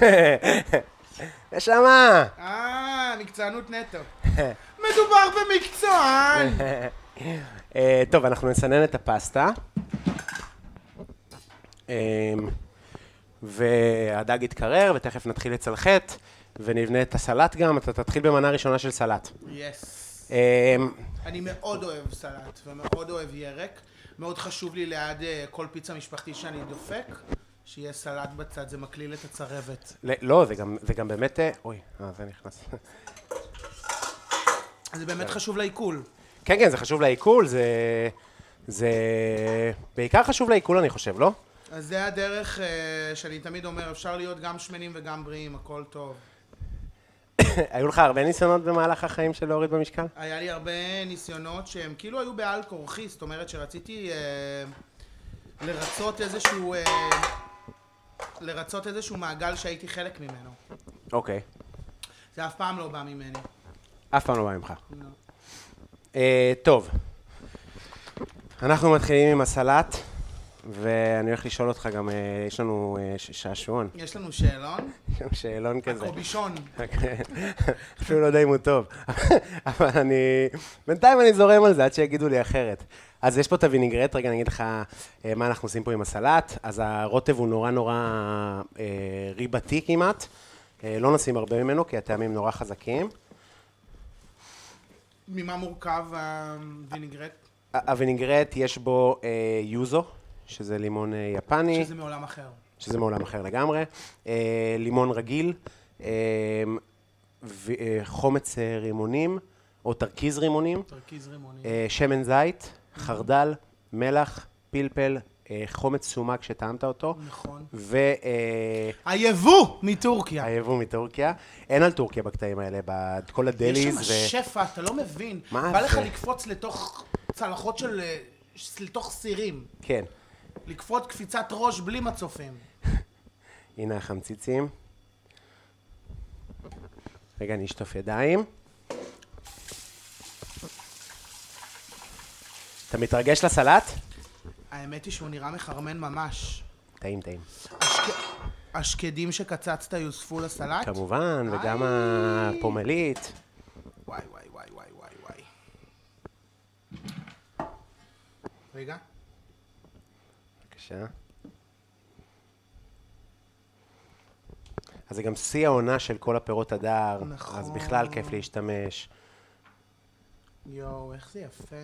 Speaker 1: נשמה!
Speaker 3: אה, מקצוענות נטו. מדובר במקצוען!
Speaker 1: אה, טוב, אנחנו נסנן את הפסטה. אה, והדג יתקרר, ותכף נתחיל לצלחת, ונבנה את הסלט גם. אתה תתחיל במנה ראשונה של סלט.
Speaker 3: יס.
Speaker 1: אה,
Speaker 3: אני מאוד אוהב סלט ומאוד אוהב ירק. מאוד חשוב לי ליד אה, כל פיצה משפחתית שאני דופק, שיהיה סלט בצד, זה מקליל את הצרבת.
Speaker 1: ל- לא, זה גם- זה גם באמת... אה, אוי, אה, זה נכנס.
Speaker 3: זה באמת חשוב לעיכול.
Speaker 1: כן, כן, זה חשוב לעיכול, זה... זה בעיקר חשוב לעיכול, אני חושב, לא?
Speaker 3: אז זה הדרך אה, שאני תמיד אומר, אפשר להיות גם שמנים וגם בריאים, הכל טוב.
Speaker 1: היו לך הרבה ניסיונות במהלך החיים של להוריד במשקל?
Speaker 3: היה לי הרבה ניסיונות שהם כאילו היו בעל כורחי, זאת אומרת שרציתי אה, לרצות איזשהו... אה, לרצות איזשהו מעגל שהייתי חלק ממנו.
Speaker 1: אוקיי.
Speaker 3: זה אף פעם לא בא ממני.
Speaker 1: אף פעם לא בא ממך. אה, טוב, אנחנו מתחילים עם הסלט, ואני הולך לשאול אותך גם, אה, יש לנו אה, ש- שעשועון,
Speaker 3: יש לנו שאלון?
Speaker 1: יש לנו שאלון כזה.
Speaker 3: הקובישון.
Speaker 1: אוקיי. אפילו לא יודע אם הוא טוב, אבל אני... בינתיים אני זורם על זה עד שיגידו לי אחרת. אז יש פה את הווינגרט, רגע אני אגיד לך אה, מה אנחנו עושים פה עם הסלט. אז הרוטב הוא נורא נורא אה, ריבתי כמעט, אה, לא נשים הרבה ממנו כי הטעמים נורא חזקים.
Speaker 3: ממה מורכב הווינגרט?
Speaker 1: ה- הווינגרט יש בו אה, יוזו, שזה לימון אה, יפני.
Speaker 3: שזה מעולם אחר.
Speaker 1: שזה מעולם אחר לגמרי, אה, לימון רגיל, אה, ו- אה, חומץ אה, רימונים, או תרכיז רימונים,
Speaker 3: תרכיז רימוני.
Speaker 1: אה, שמן זית, חרדל, מלח, פלפל, אה, חומץ סומק שטעמת אותו,
Speaker 3: נכון.
Speaker 1: והיבוא
Speaker 3: היבוא מטורקיה.
Speaker 1: מטורקיה. אין על טורקיה בקטעים האלה, בכל
Speaker 3: יש
Speaker 1: הדליז.
Speaker 3: שם
Speaker 1: ו-
Speaker 3: שפע, אתה לא מבין.
Speaker 1: מה
Speaker 3: בא לך
Speaker 1: זה?
Speaker 3: לקפוץ לתוך צלחות של... אה, ש- לתוך סירים.
Speaker 1: כן,
Speaker 3: לקפוץ קפיצת ראש בלי מצופים.
Speaker 1: הנה החמציצים. רגע, אני אשטוף ידיים. אתה מתרגש לסלט?
Speaker 3: האמת היא שהוא נראה מחרמן ממש.
Speaker 1: טעים, טעים.
Speaker 3: השק- השקדים שקצצת יוספו לסלט?
Speaker 1: כמובן, וגם
Speaker 3: איי.
Speaker 1: הפומלית.
Speaker 3: וואי וואי וואי וואי וואי וואי. רגע.
Speaker 1: בבקשה. אז זה גם שיא העונה של כל הפירות הדר.
Speaker 3: נכון.
Speaker 1: אז בכלל כיף להשתמש.
Speaker 3: יואו, איך זה יפה.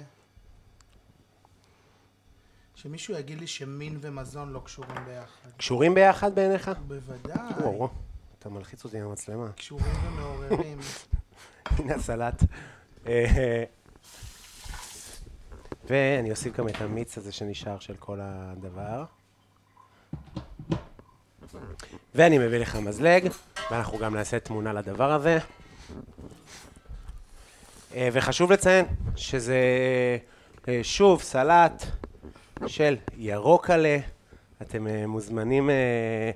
Speaker 3: שמישהו יגיד לי שמין ומזון לא קשורים ביחד.
Speaker 1: קשורים ביחד בעיניך?
Speaker 3: בוודאי.
Speaker 1: וואו, אתה מלחיץ אותי עם המצלמה.
Speaker 3: קשורים ומעוררים.
Speaker 1: הנה הסלט. אה, ואני אוסיף גם את המיץ הזה שנשאר של כל הדבר. ואני מביא לך מזלג, ואנחנו גם נעשה תמונה לדבר הזה. אה, וחשוב לציין שזה אה, שוב סלט של ירוקלה. אתם אה, מוזמנים אה,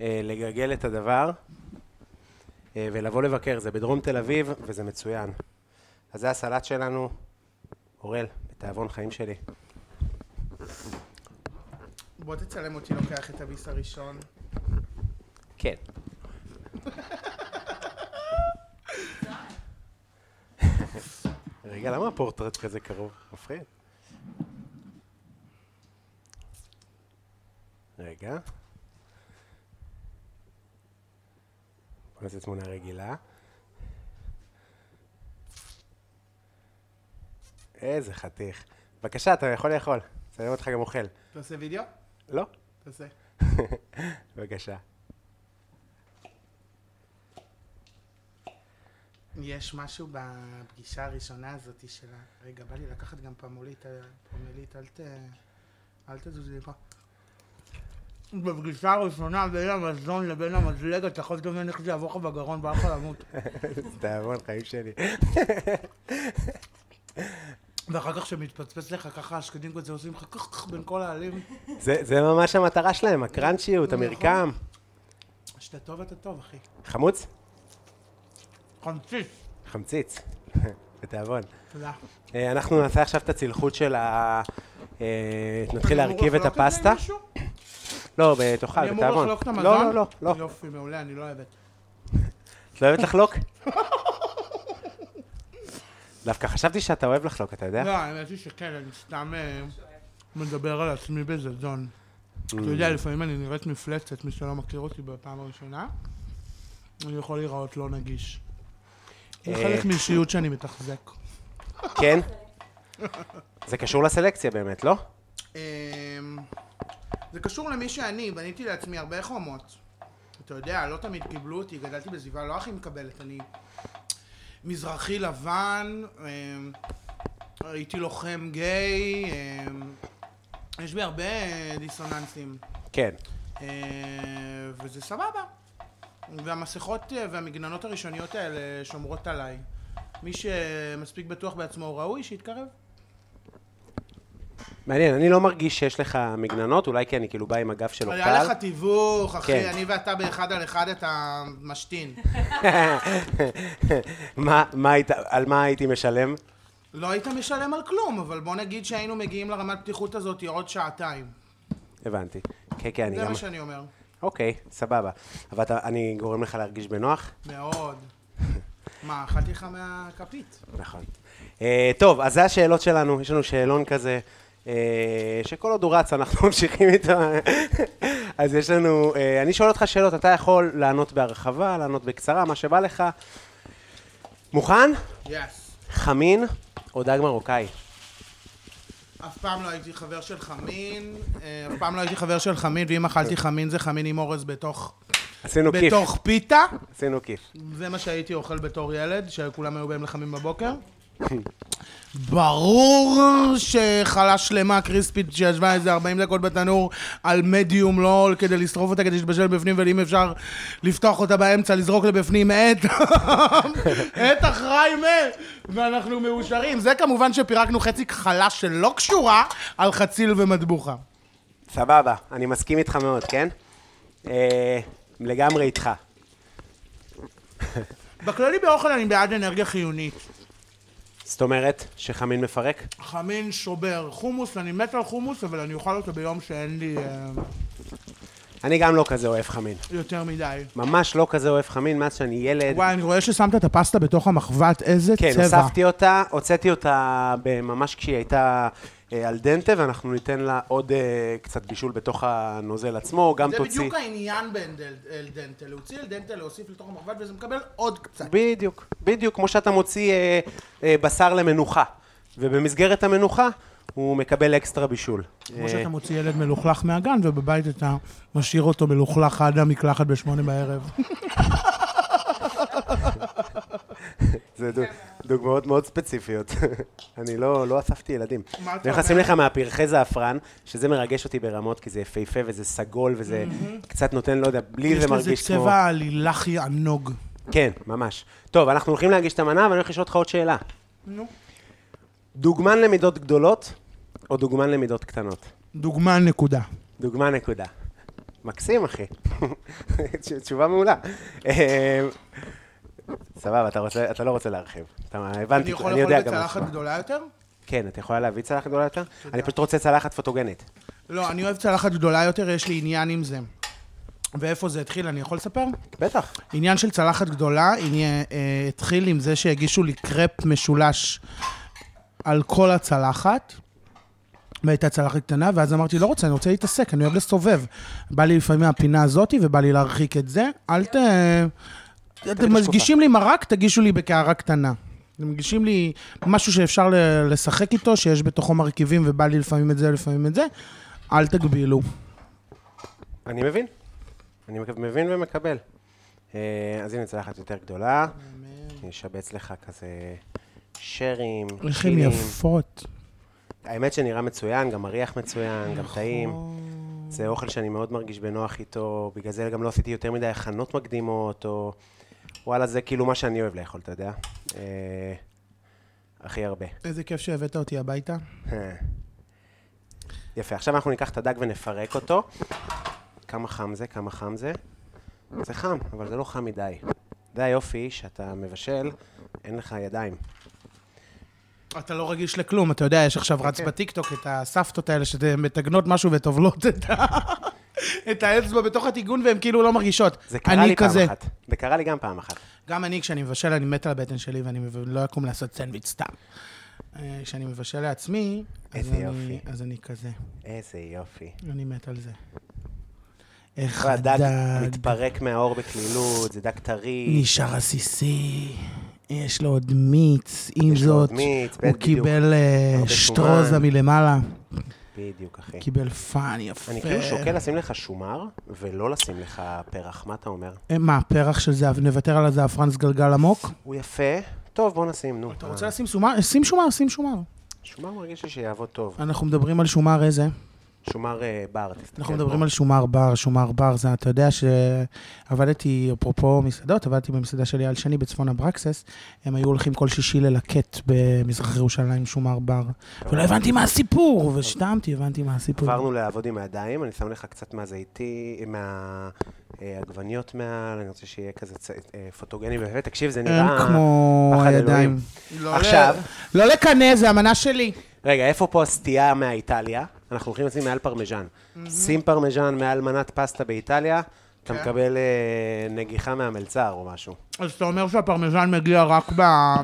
Speaker 1: אה, לגגל את הדבר. אה, ולבוא לבקר, זה בדרום תל אביב, וזה מצוין. אז זה הסלט שלנו, אורל, בתיאבון חיים שלי.
Speaker 3: בוא תצלם אותי לוקח את הביס הראשון.
Speaker 1: כן. רגע, למה הפורטרט כזה קרוב? מפחיד. רגע. בוא נעשה תמונה רגילה. איזה חתיך. בבקשה, אתה יכול לאכול. צלם אותך גם אוכל.
Speaker 3: תעשה וידאו?
Speaker 1: לא?
Speaker 3: תעשה.
Speaker 1: בבקשה.
Speaker 3: יש משהו בפגישה הראשונה הזאת של ה... רגע, בא לי לקחת גם פמולית, אה, פמולית, אל ת... אל תזוזי לי פה. בפגישה הראשונה בין המזון לבין המזלג, אתה יכול לדמיין איך זה יעבור לך בגרון, לא בא לך למות.
Speaker 1: תיאבון חיים שלי.
Speaker 3: ואחר כך שמתפצפץ לך ככה, השקדים כזה עושים לך כך כך בין כל העלים.
Speaker 1: זה, זה ממש המטרה שלהם, הקראנצ'יות,
Speaker 3: נכון.
Speaker 1: המרקם.
Speaker 3: כשאתה טוב, אתה טוב, אחי.
Speaker 1: חמוץ?
Speaker 3: חמציץ.
Speaker 1: חמציץ. בתיאבון.
Speaker 3: תודה.
Speaker 1: אה, אנחנו נעשה עכשיו את הצלחות של ה... אה, נתחיל
Speaker 3: אני אמור
Speaker 1: להרכיב את
Speaker 3: לחלוק זה עם
Speaker 1: הפסטה.
Speaker 3: מישהו?
Speaker 1: לא, ב- תאכל,
Speaker 3: אני
Speaker 1: בתיאבון.
Speaker 3: אמור לחלוק את המזון?
Speaker 1: לא, לא, לא. לא.
Speaker 3: יופי, מעולה, אני לא אוהבת.
Speaker 1: את לא אוהבת לחלוק? דווקא חשבתי שאתה אוהב לחלוק, אתה יודע?
Speaker 3: לא, האמת היא שכן, אני סתם אה, מדבר על עצמי בזדון.
Speaker 1: Mm.
Speaker 3: אתה יודע, לפעמים אני נראית מפלצת, מי שלא מכיר אותי בפעם הראשונה, אני יכול להיראות לא נגיש. זה
Speaker 1: אה.
Speaker 3: חלק מאישיות שאני מתחזק.
Speaker 1: כן? זה קשור לסלקציה באמת, לא?
Speaker 3: אמ, זה קשור למי שאני, בניתי לעצמי הרבה חומות. אתה יודע, לא תמיד קיבלו אותי, גדלתי בסביבה לא הכי מקבלת, אני מזרחי לבן, אמ, הייתי לוחם גיי, אמ, יש בי הרבה אה, דיסוננסים,
Speaker 1: כן.
Speaker 3: אה, וזה סבבה. והמסכות אה, והמגננות הראשוניות האלה שומרות עליי. מי שמספיק בטוח בעצמו הוא ראוי שיתקרב.
Speaker 1: מעניין, אני לא מרגיש שיש לך מגננות, אולי כי אני כאילו בא עם הגב של אורטל.
Speaker 3: היה לך תיווך, אחי,
Speaker 1: כן.
Speaker 3: אני ואתה באחד על אחד אתה משתין.
Speaker 1: מה, מה היית, על מה הייתי משלם?
Speaker 3: לא היית משלם על כלום, אבל בוא נגיד שהיינו מגיעים לרמת פתיחות הזאת עוד שעתיים.
Speaker 1: הבנתי. כן, כן, אני
Speaker 3: זה
Speaker 1: גם...
Speaker 3: מה שאני אומר.
Speaker 1: אוקיי, סבבה. אבל אתה, אני גורם לך להרגיש בנוח?
Speaker 3: מאוד. מה, אכלתי לך מהכפית?
Speaker 1: נכון. אה, טוב, אז זה השאלות שלנו, יש לנו שאלון כזה, אה, שכל עוד הוא רץ אנחנו ממשיכים איתו. אז יש לנו, אה, אני שואל אותך שאלות, אתה יכול לענות בהרחבה, לענות בקצרה, מה שבא לך. מוכן?
Speaker 3: יס.
Speaker 1: חמין או דג מרוקאי?
Speaker 3: אף פעם לא הייתי חבר של חמין, אה, אף פעם לא הייתי חבר של חמין, ואם אכלתי חמין זה חמין עם אורז בתוך...
Speaker 1: עשינו לא כיף,
Speaker 3: בתוך פיתה.
Speaker 1: עשינו כיף.
Speaker 3: זה מה שהייתי אוכל בתור ילד, שכולם היו באים לחמים בבוקר. ברור שחלה שלמה קריספית שישבה איזה 40 דקות בתנור על מדיום לא עול כדי לשרוף אותה כדי שתבשל בפנים ואם אפשר לפתוח אותה באמצע לזרוק לבפנים עט עט אחראי מת ואנחנו מאושרים זה כמובן שפירקנו חצי חלה שלא קשורה על חציל ומטבוחה
Speaker 1: סבבה, אני מסכים איתך מאוד, כן? אה, לגמרי איתך.
Speaker 3: בכללי באוכל אני בעד אנרגיה חיונית
Speaker 1: זאת אומרת שחמין מפרק?
Speaker 3: חמין שובר חומוס, אני מת על חומוס, אבל אני אוכל אותו ביום שאין לי אה,
Speaker 1: אני גם לא כזה אוהב חמין.
Speaker 3: יותר מדי.
Speaker 1: ממש לא כזה אוהב חמין מאז שאני ילד.
Speaker 3: וואי, אני רואה ששמת את הפסטה בתוך המחבת, איזה
Speaker 1: כן,
Speaker 3: צבע.
Speaker 1: הוספתי אותה, הוצאתי אותה ממש כשהיא הייתה אה, על דנטה, ואנחנו ניתן לה עוד אה, קצת בישול בתוך הנוזל עצמו, גם
Speaker 3: זה
Speaker 1: תוציא.
Speaker 3: בדיוק העניין באלדנטה, להוציא אלדנטה, להוסיף לתוך המחבת, וזה מקבל עוד קצת.
Speaker 1: בדיוק, בדיוק, כמו שאתה מוציא אה, אה, בשר למנוחה, ובמסגרת המנוחה הוא מקבל אקסטרה בישול.
Speaker 3: כמו
Speaker 1: אה,
Speaker 3: שאתה מוציא ילד מלוכלך מהגן, ובבית אתה משאיר אותו מלוכלך עד המקלחת בשמונה בערב.
Speaker 1: זה דו- דוגמאות מאוד ספציפיות. אני לא, לא אספתי ילדים.
Speaker 3: מה אתה
Speaker 1: נכנסים
Speaker 3: אומר?
Speaker 1: לך מהפרחי זעפרן, שזה מרגש אותי ברמות, כי זה יפהפה וזה סגול וזה קצת נותן, לא יודע, בלי זה
Speaker 3: יש
Speaker 1: מרגיש
Speaker 3: לזה
Speaker 1: כמו...
Speaker 3: צבע לילחי ענוג.
Speaker 1: כן, ממש. טוב, אנחנו הולכים להגיש את המנה, ואני הולך לשאול אותך עוד שאלה.
Speaker 3: נו.
Speaker 1: דוגמן למידות גדולות, או דוגמן למידות קטנות?
Speaker 3: דוגמה נקודה.
Speaker 1: דוגמה נקודה. מקסים, אחי. תש- תשובה מעולה. אמ, סבבה, אתה, רוצה, אתה לא רוצה להרחיב. אתה הבנתי,
Speaker 3: אני יכול
Speaker 1: יודע
Speaker 3: לאכול
Speaker 1: גם מה
Speaker 3: בצלחת
Speaker 1: שלך.
Speaker 3: גדולה יותר?
Speaker 1: כן, את יכולה להביא צלחת גדולה יותר? אני פשוט רוצה צלחת פוטוגנית.
Speaker 3: לא, אני אוהב צלחת גדולה יותר, יש לי עניין עם זה. ואיפה זה התחיל, אני יכול לספר?
Speaker 1: בטח.
Speaker 3: עניין של צלחת גדולה עניין, אה, התחיל עם זה שהגישו לי קרפ משולש על כל הצלחת. והייתה צלחת קטנה, ואז אמרתי, לא רוצה, אני רוצה להתעסק, אני אוהב לסובב. בא לי לפעמים מהפינה הזאתי, ובא לי להרחיק את זה. אל ת... אתם מגישים לי מרק, תגישו לי בקערה קטנה. אתם מגישים לי משהו שאפשר ל- לשחק איתו, שיש בתוכו מרכיבים, ובא לי לפעמים את זה, לפעמים את זה. אל תגבילו.
Speaker 1: אני מבין. אני מק- מבין ומקבל. אה, אז הנה צלחת יותר גדולה. אני אשבץ לך כזה שרים,
Speaker 3: איך הן
Speaker 1: צ'ילים.
Speaker 3: יפות.
Speaker 1: האמת שנראה מצוין, גם מריח מצוין, גם טעים. זה אוכל שאני מאוד מרגיש בנוח איתו, בגלל זה גם לא עשיתי יותר מדי הכנות מקדימות, או... וואלה, זה כאילו מה שאני אוהב לאכול, אתה יודע? אה, הכי הרבה.
Speaker 3: איזה כיף שהבאת אותי הביתה.
Speaker 1: אה, יפה, עכשיו אנחנו ניקח את הדג ונפרק אותו. כמה חם זה, כמה חם זה. זה חם, אבל זה לא חם מדי. זה היופי שאתה מבשל, אין לך ידיים.
Speaker 3: אתה לא רגיש לכלום, אתה יודע, יש עכשיו רץ
Speaker 1: כן.
Speaker 3: בטיקטוק את הסבתות האלה שמתגנות משהו וטובלות את ה... את האצבע בתוך הטיגון והן כאילו לא מרגישות.
Speaker 1: זה קרה
Speaker 3: אני
Speaker 1: לי פעם
Speaker 3: כזה.
Speaker 1: אחת. זה קרה לי גם פעם אחת.
Speaker 3: גם אני, כשאני מבשל, אני מת על הבטן שלי ואני מב- לא אקום לעשות סנדוויץ' סתם. אה, כשאני מבשל לעצמי, אז
Speaker 1: איזה
Speaker 3: אני-
Speaker 1: יופי.
Speaker 3: אז אני כזה.
Speaker 1: איזה יופי.
Speaker 3: אני מת על זה. איך
Speaker 1: כל הדג
Speaker 3: הדג
Speaker 1: מתפרק מהאור בקלילות, זה דג טרי.
Speaker 3: נשאר עסיסי, יש לו עוד מיץ, עם
Speaker 1: יש לו עוד
Speaker 3: זאת,
Speaker 1: מיץ, כן,
Speaker 3: הוא
Speaker 1: בדיוק.
Speaker 3: קיבל אה,
Speaker 1: הרבה
Speaker 3: שטרוזה
Speaker 1: שומן.
Speaker 3: מלמעלה.
Speaker 1: בדיוק, אחי.
Speaker 3: קיבל פאן יפה.
Speaker 1: כן. אני כאילו שוקל לשים לך שומר, ולא לשים לך פרח, מה אתה אומר?
Speaker 3: אה, מה, פרח של זהב, נוותר על הזעפרנס גלגל עמוק?
Speaker 1: הוא יפה, טוב, בוא נשים, נו.
Speaker 3: אתה רוצה לשים שומר? שים שומר, שים שומר.
Speaker 1: שומר מרגיש לי שיעבוד טוב.
Speaker 3: אנחנו מדברים על שומר איזה?
Speaker 1: שומר אה, בר, תסתכל.
Speaker 3: אנחנו מדברים על שומר בר, שומר בר זה, אתה יודע שעבדתי, אפרופו מסעדות, עבדתי במסעדה של אייל שני בצפון אברקסס, הם היו הולכים כל שישי ללקט במזרח ירושלים שומר בר. ולא הבנתי מה הסיפור, ושתמתי, הבנתי מה הסיפור.
Speaker 1: עברנו לעבוד עם הידיים, אני שם לך קצת מהזיתי, מהעגבניות מעל, אני רוצה שיהיה כזה צ- אה, פוטוגני באמת, תקשיב, זה
Speaker 3: אין
Speaker 1: נראה...
Speaker 3: כמו
Speaker 1: פחד
Speaker 3: הידיים.
Speaker 1: אלוהים.
Speaker 3: לא
Speaker 1: עכשיו,
Speaker 3: לא לקנא, זה המנה שלי.
Speaker 1: רגע, איפה פה הסטייה מהאיטליה? אנחנו הולכים לשים מעל פרמיז'ן. שים פרמיז'ן מעל מנת פסטה באיטליה, אתה
Speaker 3: כן.
Speaker 1: מקבל אה, נגיחה מהמלצר או משהו.
Speaker 3: אז אתה אומר שהפרמיזן מגיע רק ב...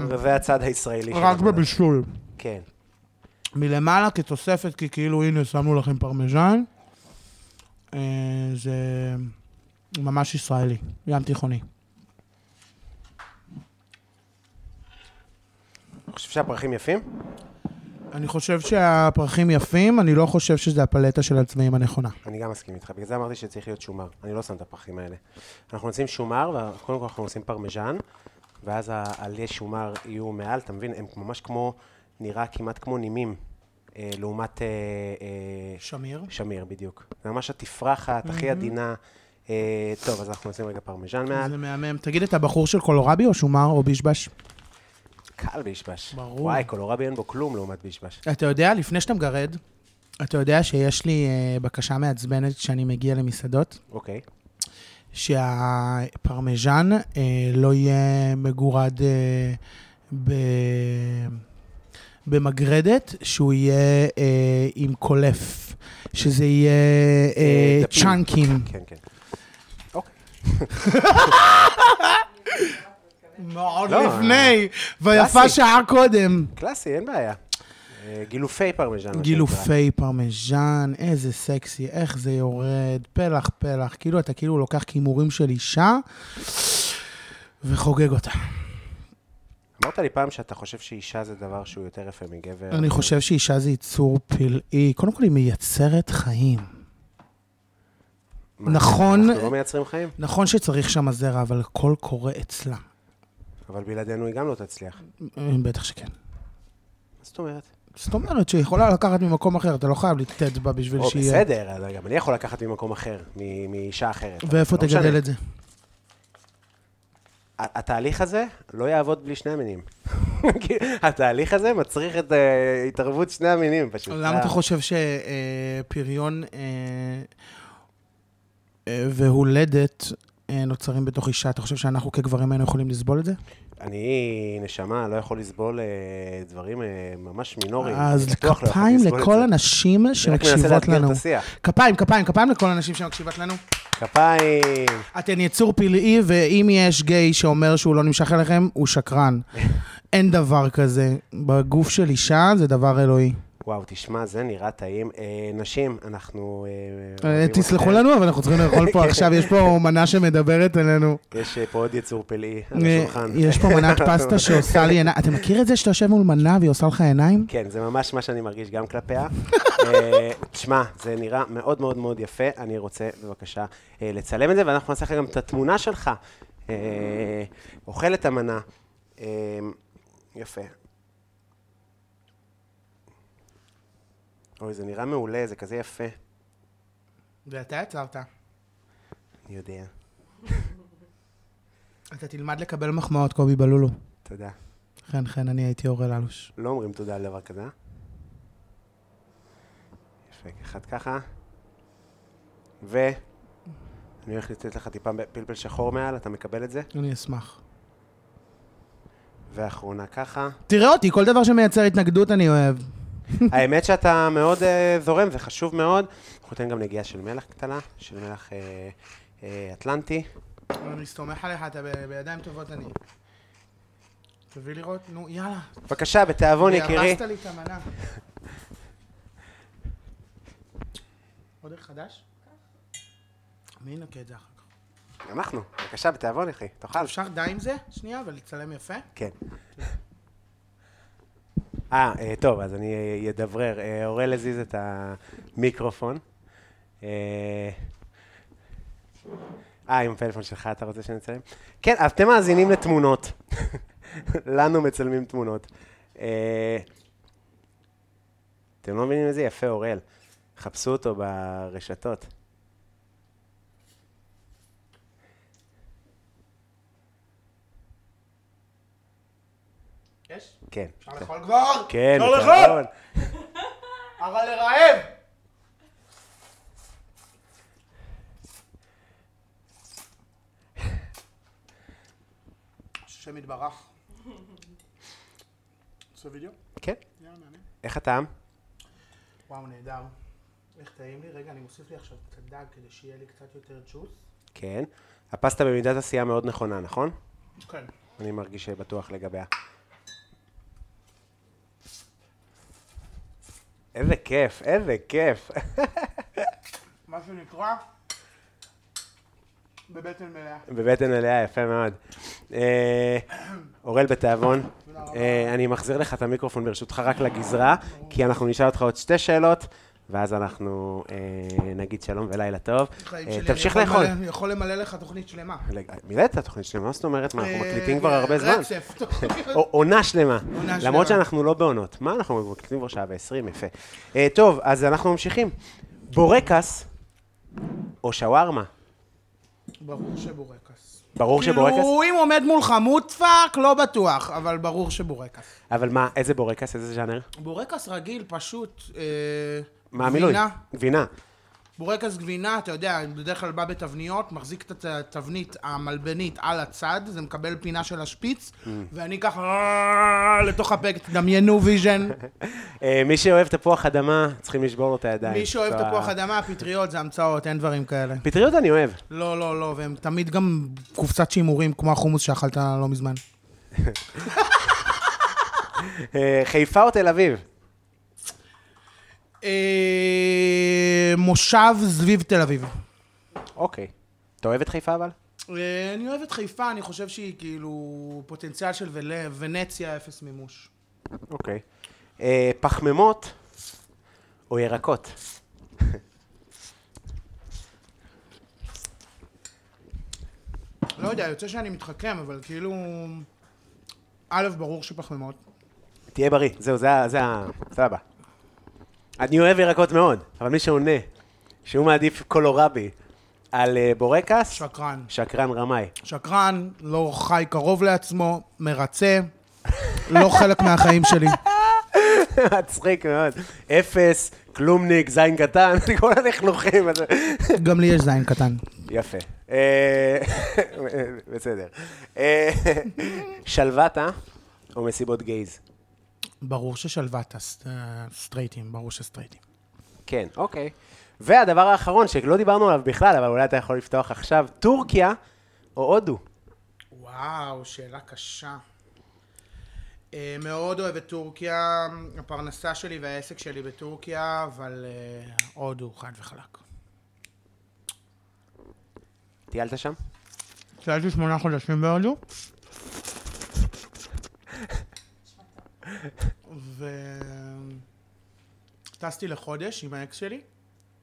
Speaker 1: וזה הצד הישראלי
Speaker 3: רק
Speaker 1: שלנו.
Speaker 3: בבישול.
Speaker 1: כן.
Speaker 3: מלמעלה כתוספת, כי כאילו, הנה, שמנו לכם פרמיז'ן. אה, זה ממש ישראלי, ים תיכוני.
Speaker 1: אני חושב שהפרחים יפים?
Speaker 3: אני חושב שהפרחים יפים, אני לא חושב שזה הפלטה של הצבעים הנכונה.
Speaker 1: אני גם מסכים איתך, בגלל זה אמרתי שצריך להיות שומר. אני לא שם את הפרחים האלה. אנחנו נשים שומר, וקודם כל אנחנו עושים פרמיז'ן, ואז העלי שומר יהיו מעל, אתה מבין? הם ממש כמו, נראה כמעט כמו נימים, אה, לעומת אה, אה,
Speaker 3: שמיר?
Speaker 1: שמיר, בדיוק. זה ממש התפרחת, הכי עדינה. אה, טוב, אז אנחנו נשים רגע פרמיז'ן מעל.
Speaker 3: כן, זה מהמם. תגיד, אתה בחור של קולורבי או שומר או בישבש?
Speaker 1: קל בישבש.
Speaker 3: ברור.
Speaker 1: וואי, קולורבי אין בו כלום לעומת בישבש.
Speaker 3: אתה יודע, לפני שאתה מגרד, אתה יודע שיש לי אה, בקשה מעצבנת כשאני מגיע למסעדות,
Speaker 1: אוקיי.
Speaker 3: שהפרמיז'ן אה, לא יהיה מגורד אה, ב... במגרדת, שהוא יהיה אה, עם קולף, שזה יהיה אה,
Speaker 1: אה, דפים.
Speaker 3: צ'אנקים.
Speaker 1: כן, כן. אוקיי.
Speaker 3: מאוד
Speaker 1: לא,
Speaker 3: לפני,
Speaker 1: קלאסי.
Speaker 3: ויפה שעה קודם.
Speaker 1: קלאסי, אין בעיה. אה, גילופי פרמיז'ן. מה שנקרא.
Speaker 3: גילופי פרמיז'ן, איזה סקסי, איך זה יורד, פלח פלח, כאילו אתה כאילו לוקח כימורים של אישה וחוגג אותה.
Speaker 1: אמרת לי פעם שאתה חושב שאישה זה דבר שהוא יותר יפה מגבר.
Speaker 3: אני חושב שאישה זה יצור פלאי, קודם כל היא מייצרת חיים.
Speaker 1: מה,
Speaker 3: נכון.
Speaker 1: אנחנו לא מייצרים חיים,
Speaker 3: נכון שצריך שם זרע, אבל הכל קורה אצלה.
Speaker 1: אבל בלעדינו היא גם לא תצליח.
Speaker 3: אה, בטח שכן.
Speaker 1: מה זאת אומרת?
Speaker 3: זאת אומרת שהיא יכולה לקחת ממקום אחר, אתה לא חייב לתת בה בשביל אה,
Speaker 1: או,
Speaker 3: שיהיה...
Speaker 1: בסדר, אבל גם אני יכול לקחת ממקום אחר, מ- מאישה אחרת. אבל
Speaker 3: ואיפה
Speaker 1: לא משנה.
Speaker 3: תגדל את זה?
Speaker 1: ה- התהליך הזה לא יעבוד בלי שני המינים. כי התהליך הזה מצריך את אה, התערבות שני המינים פשוט. אה,
Speaker 3: למה אתה חושב אה, שפריון אה, והולדת אה, נוצרים בתוך אישה? אתה חושב שאנחנו כגברים היינו יכולים לסבול את זה?
Speaker 1: אני, נשמה, לא יכול לסבול אה, דברים אה, ממש מינוריים.
Speaker 3: אז
Speaker 1: אני בטוח לא יכול
Speaker 3: כפיים
Speaker 1: לסבול את
Speaker 3: לכל
Speaker 1: זה.
Speaker 3: הנשים
Speaker 1: מנסה
Speaker 3: שמקשיבות
Speaker 1: לאתגר את
Speaker 3: לנו.
Speaker 1: השיח.
Speaker 3: כפיים, כפיים, כפיים לכל הנשים שמקשיבות לנו.
Speaker 1: כפיים.
Speaker 3: אתן יצור פלאי, ואם יש גיי שאומר שהוא לא נמשך אליכם, הוא שקרן. אין דבר כזה. בגוף של אישה זה דבר אלוהי.
Speaker 1: וואו, תשמע, זה נראה טעים. אה, נשים, אנחנו... אה,
Speaker 3: אה,
Speaker 1: אוהבים
Speaker 3: תסלחו
Speaker 1: אתכם.
Speaker 3: לנו, אבל אנחנו צריכים לאכול פה עכשיו, יש פה מנה שמדברת אלינו.
Speaker 1: יש אה, פה עוד יצור פלאי על
Speaker 3: אה,
Speaker 1: השולחן.
Speaker 3: יש פה מנת פסטה שעושה לי עיניים. אתה מכיר את זה שאתה יושב מול מנה והיא עושה לך עיניים?
Speaker 1: כן, זה ממש מה שאני מרגיש גם כלפיה. אה, תשמע, זה נראה מאוד מאוד מאוד יפה. אני רוצה, בבקשה, אה, לצלם את זה, ואנחנו נעשה לך גם את התמונה שלך. אה, אוכל את המנה. אה, יפה. אוי, זה נראה מעולה, זה כזה יפה.
Speaker 3: זה אתה יצרת.
Speaker 1: אני יודע.
Speaker 3: אתה תלמד לקבל מחמאות, קובי בלולו.
Speaker 1: תודה.
Speaker 3: חן חן, אני הייתי אורל אלוש.
Speaker 1: לא אומרים תודה על דבר כזה, אה? יפה, אחד ככה. ו... אני הולך לתת לך טיפה פלפל שחור מעל, אתה מקבל את זה?
Speaker 3: אני אשמח.
Speaker 1: ואחרונה ככה.
Speaker 3: תראה אותי, כל דבר שמייצר התנגדות אני אוהב.
Speaker 1: האמת שאתה מאוד אה, זורם, זה חשוב מאוד. אנחנו ניתן גם נגיעה של מלח קטנה, של מלח אה, אה, אטלנטי.
Speaker 3: אני סומך עליך, אתה ב- בידיים טובות אני. תביא לראות, נו, יאללה.
Speaker 1: בבקשה, בתיאבון יקירי.
Speaker 3: הרסת לי את המנה. עוד אחד חדש? מי ינקה את זה אחר כך?
Speaker 1: אנחנו. בבקשה, בתיאבון יקירי. תאכל.
Speaker 3: אפשר די עם זה? שנייה, ולצלם יפה?
Speaker 1: כן. אה, אה, טוב, אז אני אה, אדברר. אה, אורל הזיז את המיקרופון. אה, אה, עם הפלאפון שלך אתה רוצה שנצלם? כן, אז אתם מאזינים לתמונות. לנו מצלמים תמונות. אה, אתם לא מבינים איזה יפה אורל. חפשו אותו ברשתות.
Speaker 3: יש?
Speaker 1: כן.
Speaker 3: אפשר לאכול כבר?
Speaker 1: כן,
Speaker 3: אפשר
Speaker 1: נכון.
Speaker 3: לאכול? אבל לרעב! השם יתברך. עושה וידאו?
Speaker 1: כן.
Speaker 3: יאללה, מעניין.
Speaker 1: איך הטעם?
Speaker 3: וואו, נהדר. איך טעים לי? רגע, אני מוסיף לי עכשיו קצת דג כדי שיהיה לי קצת יותר ג'וס.
Speaker 1: כן. הפסטה במידת עשייה מאוד נכונה, נכון?
Speaker 3: כן.
Speaker 1: אני מרגיש בטוח לגביה. איזה כיף, איזה כיף.
Speaker 3: מה שנקרא, בבטן מלאה.
Speaker 1: בבטן מלאה, יפה מאוד. אה, אורל בתיאבון, אה, אני מחזיר לך את המיקרופון ברשותך רק לגזרה, כי אנחנו נשאל אותך עוד שתי שאלות, ואז אנחנו אה, נגיד שלום ולילה טוב.
Speaker 3: חיים
Speaker 1: אה,
Speaker 3: שלי, אני
Speaker 1: תמשיך
Speaker 3: יכול
Speaker 1: לאכול.
Speaker 3: למלא- אני יכול למלא לך תוכנית שלמה.
Speaker 1: רגע, מילאת תוכנית שלמה, מה זאת אומרת? מה, אנחנו
Speaker 3: אה,
Speaker 1: מקליטים כבר הרבה זמן.
Speaker 3: רצף, תוכנית.
Speaker 1: או- עונה שלמה.
Speaker 3: עונה
Speaker 1: למרות
Speaker 3: שלמה.
Speaker 1: שאנחנו לא בעונות. מה אנחנו מקליטים כבר שעה ועשרים, יפה. אה, טוב, אז אנחנו ממשיכים. בורקס או שווארמה?
Speaker 3: ברור שבורקס.
Speaker 1: ברור שבורקס?
Speaker 3: כאילו, אם עומד מולך מודפק, לא בטוח, אבל ברור שבורקס.
Speaker 1: אבל מה, איזה בורקס? איזה ז'אנר?
Speaker 3: בורקס רגיל, פשוט... אה,
Speaker 1: מה המילוי?
Speaker 3: גבינה.
Speaker 1: גבינה.
Speaker 3: בורקס גבינה, אתה יודע, בדרך כלל בא בתבניות, מחזיק את התבנית המלבנית על הצד, זה מקבל פינה של השפיץ, ואני ככה אה, לתוך הפק, תדמיינו ויז'ן.
Speaker 1: אה, מי שאוהב תפוח אדמה, צריכים לשבור לו את הידיים.
Speaker 3: מי שאוהב
Speaker 1: זו ה-
Speaker 3: תפוח אדמה, פטריות זה המצאות, אין דברים כאלה.
Speaker 1: פטריות אני אוהב.
Speaker 3: לא, לא, לא, והם תמיד גם קופסת שימורים, כמו החומוס שאכלת לא מזמן.
Speaker 1: אה, חיפה או תל אביב?
Speaker 3: אה, מושב סביב תל אביב.
Speaker 1: אוקיי. אתה אוהב את חיפה אבל?
Speaker 3: אה, אני אוהב את חיפה, אני חושב שהיא כאילו פוטנציאל של ול- ונציה אפס מימוש.
Speaker 1: אוקיי. אה, פחמימות או ירקות?
Speaker 3: לא יודע, יוצא שאני מתחכם, אבל כאילו... א', ברור שפחמימות.
Speaker 1: תהיה בריא, זהו, זה ה... זה ה... סבבה. אני אוהב ירקות מאוד, אבל מי שעונה שהוא מעדיף קולורבי על אה, בורקס,
Speaker 3: שקרן.
Speaker 1: שקרן רמאי.
Speaker 3: שקרן, לא חי קרוב לעצמו, מרצה, לא חלק מהחיים שלי.
Speaker 1: מצחיק מאוד. אפס, כלומניק, זין קטן, כל הלכלוכים. הזה.
Speaker 3: גם לי יש זין קטן.
Speaker 1: יפה. אה, בסדר. אה, שלוותה או מסיבות גייז?
Speaker 3: ברור ששלוות הס- אה, סטרייטים, ברור שסטרייטים.
Speaker 1: כן, אוקיי. והדבר האחרון, שלא דיברנו עליו בכלל, אבל אולי אתה יכול לפתוח עכשיו, טורקיה או הודו?
Speaker 3: וואו, שאלה קשה. אה, מאוד אוהב את טורקיה, הפרנסה שלי והעסק שלי בטורקיה, אבל אה, הודו חד וחלק.
Speaker 1: טיילת שם?
Speaker 3: שאלתי שמונה חודשים בהודו. ו... טסתי לחודש עם האקס שלי.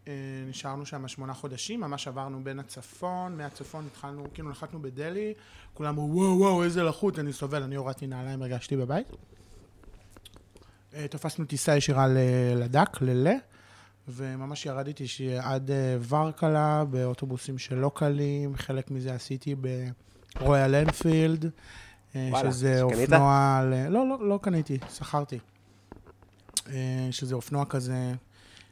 Speaker 3: אה, נשארנו שם שמונה חודשים, ממש עברנו בין הצפון, מהצפון התחלנו, כאילו נחתנו בדלהי, כולם אמרו וואו וואו איזה לחות, אני סובל, אני הורדתי נעליים, הרגשתי בבית. אה, תפסנו טיסה ישירה ל- לדק, ללה, וממש ירדתי ש- עד אה, ורקלה, באוטובוסים שלא קלים, חלק מזה עשיתי ברויאל אנפילד, אה,
Speaker 1: וואלה,
Speaker 3: שזה
Speaker 1: שקנית?
Speaker 3: אופנוע... ל- לא, לא, לא קניתי, שכרתי. אה, שזה אופנוע כזה...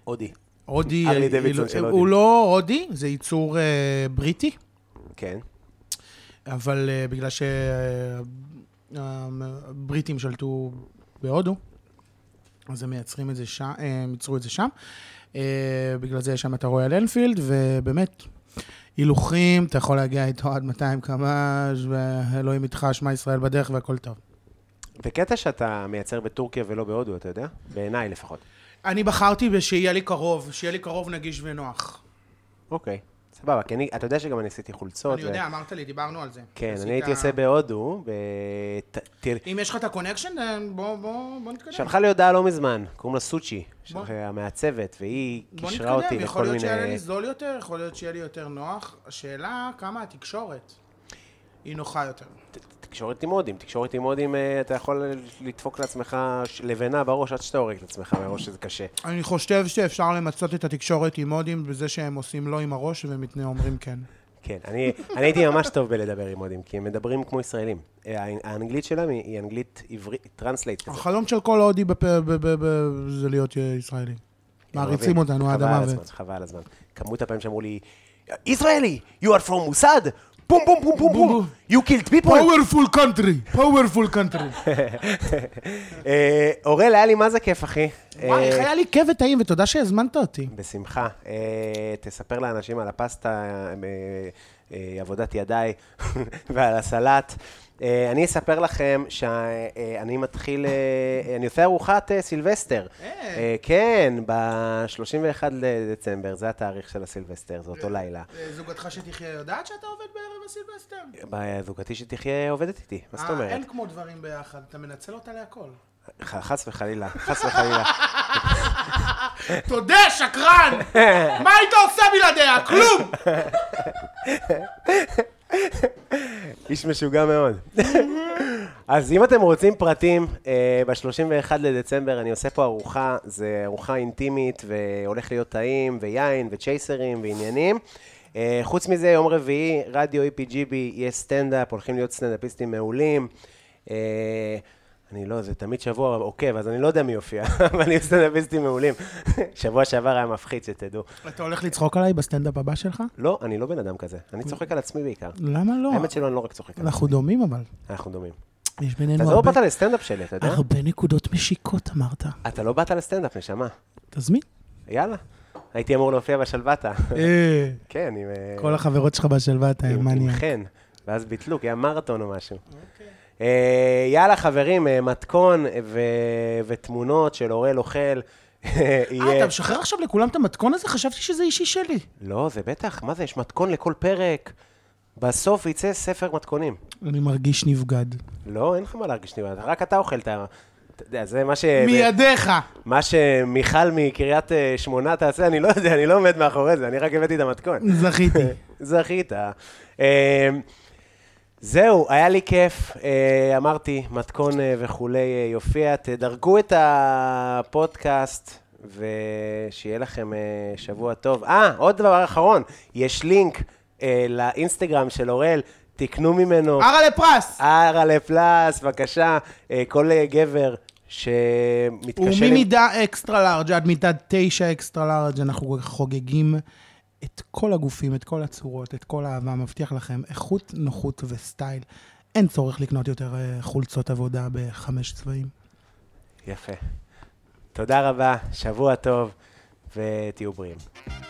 Speaker 1: הודי.
Speaker 3: הודי,
Speaker 1: ארלי
Speaker 3: אה,
Speaker 1: דוידסון
Speaker 3: אה,
Speaker 1: של
Speaker 3: הוא
Speaker 1: הודי.
Speaker 3: לא הודי, זה ייצור אה, בריטי,
Speaker 1: כן.
Speaker 3: אבל אה, בגלל שהבריטים שלטו בהודו, אז הם מייצרים את זה שם, אה, הם ייצרו את זה שם. אה, בגלל זה יש שם את הרויאל אנפילד, ובאמת, הילוכים, אתה יכול להגיע איתו עד 200 קמ"ש, ואלוהים איתך, שמע ישראל בדרך והכל טוב.
Speaker 1: וקטע שאתה מייצר בטורקיה ולא בהודו, אתה יודע? בעיניי לפחות.
Speaker 3: אני בחרתי בשיהיה לי קרוב, שיהיה לי קרוב נגיש ונוח.
Speaker 1: אוקיי. סבבה, כי אני, אתה יודע שגם אני עשיתי חולצות.
Speaker 3: אני
Speaker 1: ו-
Speaker 3: יודע, אמרת לי, דיברנו על זה.
Speaker 1: אוקיי. כן,
Speaker 3: עשית-
Speaker 1: אני הייתי עושה בהודו, ב... ת- תל-
Speaker 3: אם יש לך את הקונקשן, אה, בוא, בוא, בוא נתקדם.
Speaker 1: שלחה לי הודעה לא מזמן, קוראים לה סוצ'י,
Speaker 3: בוא.
Speaker 1: המעצבת, והיא
Speaker 3: בוא
Speaker 1: קישרה אותי
Speaker 3: נתקדם,
Speaker 1: לכל
Speaker 3: יכול להיות שיהיה
Speaker 1: מיני...
Speaker 3: לי זול יותר, יכול להיות שיהיה לי יותר נוח. השאלה, כמה התקשורת היא נוחה יותר.
Speaker 1: ת- תקשורת עם הודים. תקשורת עם הודים, אה, אתה יכול לדפוק לעצמך ש- לבנה בראש עד שאתה הורג את עצמך מראש, שזה קשה.
Speaker 3: אני חושב שאפשר למצות את התקשורת עם הודים בזה שהם עושים לא עם הראש ומתנה אומרים כן.
Speaker 1: כן, אני, אני הייתי ממש טוב בלדבר עם הודים, כי הם מדברים כמו ישראלים. אה, האנ- האנגלית שלהם היא היא אנגלית עברית, טרנסלייט כזה.
Speaker 3: החלום של כל הודי בפ... ב... ב... ב... זה להיות אה, ישראלי. מעריצים
Speaker 1: אוהבים.
Speaker 3: אותנו עד
Speaker 1: חבל על
Speaker 3: המוות.
Speaker 1: הזמן, חבל על הזמן. כמות הפעמים שאמרו לי, ישראלי, you are from מוסד, בום בום בום בום
Speaker 3: בום,
Speaker 1: בום, you killed people.
Speaker 3: פאוורפול קאנטרי! פאוורפול קאנטרי!
Speaker 1: אה, אורל, היה לי מה זה כיף, אחי.
Speaker 3: וואי, איך
Speaker 1: אה,
Speaker 3: היה לי כיף וטעים, ותודה שהזמנת אותי.
Speaker 1: בשמחה. אה, תספר לאנשים על הפסטה, אה, אה, עבודת ידיי, ועל הסלט. אה, אני אספר לכם שאני מתחיל, אה, אני עושה ארוחת אה, סילבסטר. אה, כן, ב-31 לדצמבר, זה התאריך של הסילבסטר, זה אותו לילה.
Speaker 3: אה, זוגתך שתחיה יודעת שאתה עובד בערב הסילבסטר?
Speaker 1: זוגתי שתחיה עובדת איתי, מה זאת אומרת?
Speaker 3: אה, אין כמו דברים ביחד, אתה מנצל אותה להכל.
Speaker 1: ח- חס וחלילה, חס וחלילה.
Speaker 3: תודה, אה, שקרן! מה היית עושה בלעדיה? כלום!
Speaker 1: איש משוגע מאוד. אז אם אתם רוצים פרטים, ב-31 לדצמבר אני עושה פה ארוחה, זה ארוחה אינטימית, והולך להיות טעים, ויין, וצ'ייסרים, ועניינים. אה, חוץ מזה, יום רביעי, רדיו EPGB, יהיה סטנדאפ, הולכים להיות סטנדאפיסטים מעולים. אה, אני לא, זה תמיד שבוע עוקב, אז אני לא יודע מי יופיע, אבל יהיו סטנדאפיסטים מעולים. שבוע שעבר היה מפחיד, שתדעו.
Speaker 3: אתה הולך לצחוק עליי בסטנדאפ הבא שלך?
Speaker 1: לא, אני לא בן אדם כזה, אני צוחק על עצמי בעיקר.
Speaker 3: למה לא?
Speaker 1: האמת שלא, אני לא רק צוחק על עצמי,
Speaker 3: אנחנו דומים אבל.
Speaker 1: אנחנו דומים.
Speaker 3: יש
Speaker 1: אתה
Speaker 3: בינינו
Speaker 1: לא
Speaker 3: הרבה-
Speaker 1: באת לסטנדאפ שלי, אתה יודע?
Speaker 3: הרבה נקודות משיקות אמרת.
Speaker 1: אתה לא באת לסטנדאפ, נשמה.
Speaker 3: תזמין.
Speaker 1: יאללה. הייתי אמור להופיע בשלוותה.
Speaker 3: אה,
Speaker 1: כן, עם... אה,
Speaker 3: כל החברות שלך בשלווה, אתה
Speaker 1: עם- עם
Speaker 3: מניאק.
Speaker 1: חן. ואז ביטלו, כי היה מרתון או משהו.
Speaker 3: אוקיי.
Speaker 1: אה, יאללה, חברים, אה, מתכון ו- ותמונות של אורל אוכל.
Speaker 3: אה,
Speaker 1: יהיה...
Speaker 3: אתה משחרר עכשיו לכולם את המתכון הזה? חשבתי שזה אישי שלי.
Speaker 1: לא, זה בטח, מה זה, יש מתכון לכל פרק. בסוף יצא ספר מתכונים.
Speaker 3: אני מרגיש נבגד.
Speaker 1: לא, אין לך מה להרגיש נבהל, רק אתה אוכל את ה... אתה יודע, זה מה ש...
Speaker 3: מידיך!
Speaker 1: מה שמיכל מקריית אה, שמונה תעשה, אני לא יודע, אני לא עומד מאחורי זה, אני רק הבאתי את המתכון.
Speaker 3: זכיתי.
Speaker 1: זכית. אה, זהו, היה לי כיף, אה, אמרתי, מתכון אה, וכולי אה, יופיע. תדרגו את הפודקאסט, ושיהיה לכם אה, שבוע טוב. אה, עוד דבר אחרון, יש לינק אה, לאינסטגרם של אוראל, תקנו ממנו.
Speaker 3: ערה לפרס!
Speaker 1: ארה לפלאס, בבקשה, אה, כל אה, גבר שמתקשר עם...
Speaker 3: וממידה אקסטרה לארג' עד מידה 9 אקסטרה לארג' אנחנו חוגגים את כל הגופים, את כל הצורות, את כל האהבה, מבטיח לכם איכות, נוחות וסטייל. אין צורך לקנות יותר אה, חולצות עבודה בחמש צבעים.
Speaker 1: יפה. תודה רבה, שבוע טוב, ותהיו בריאים.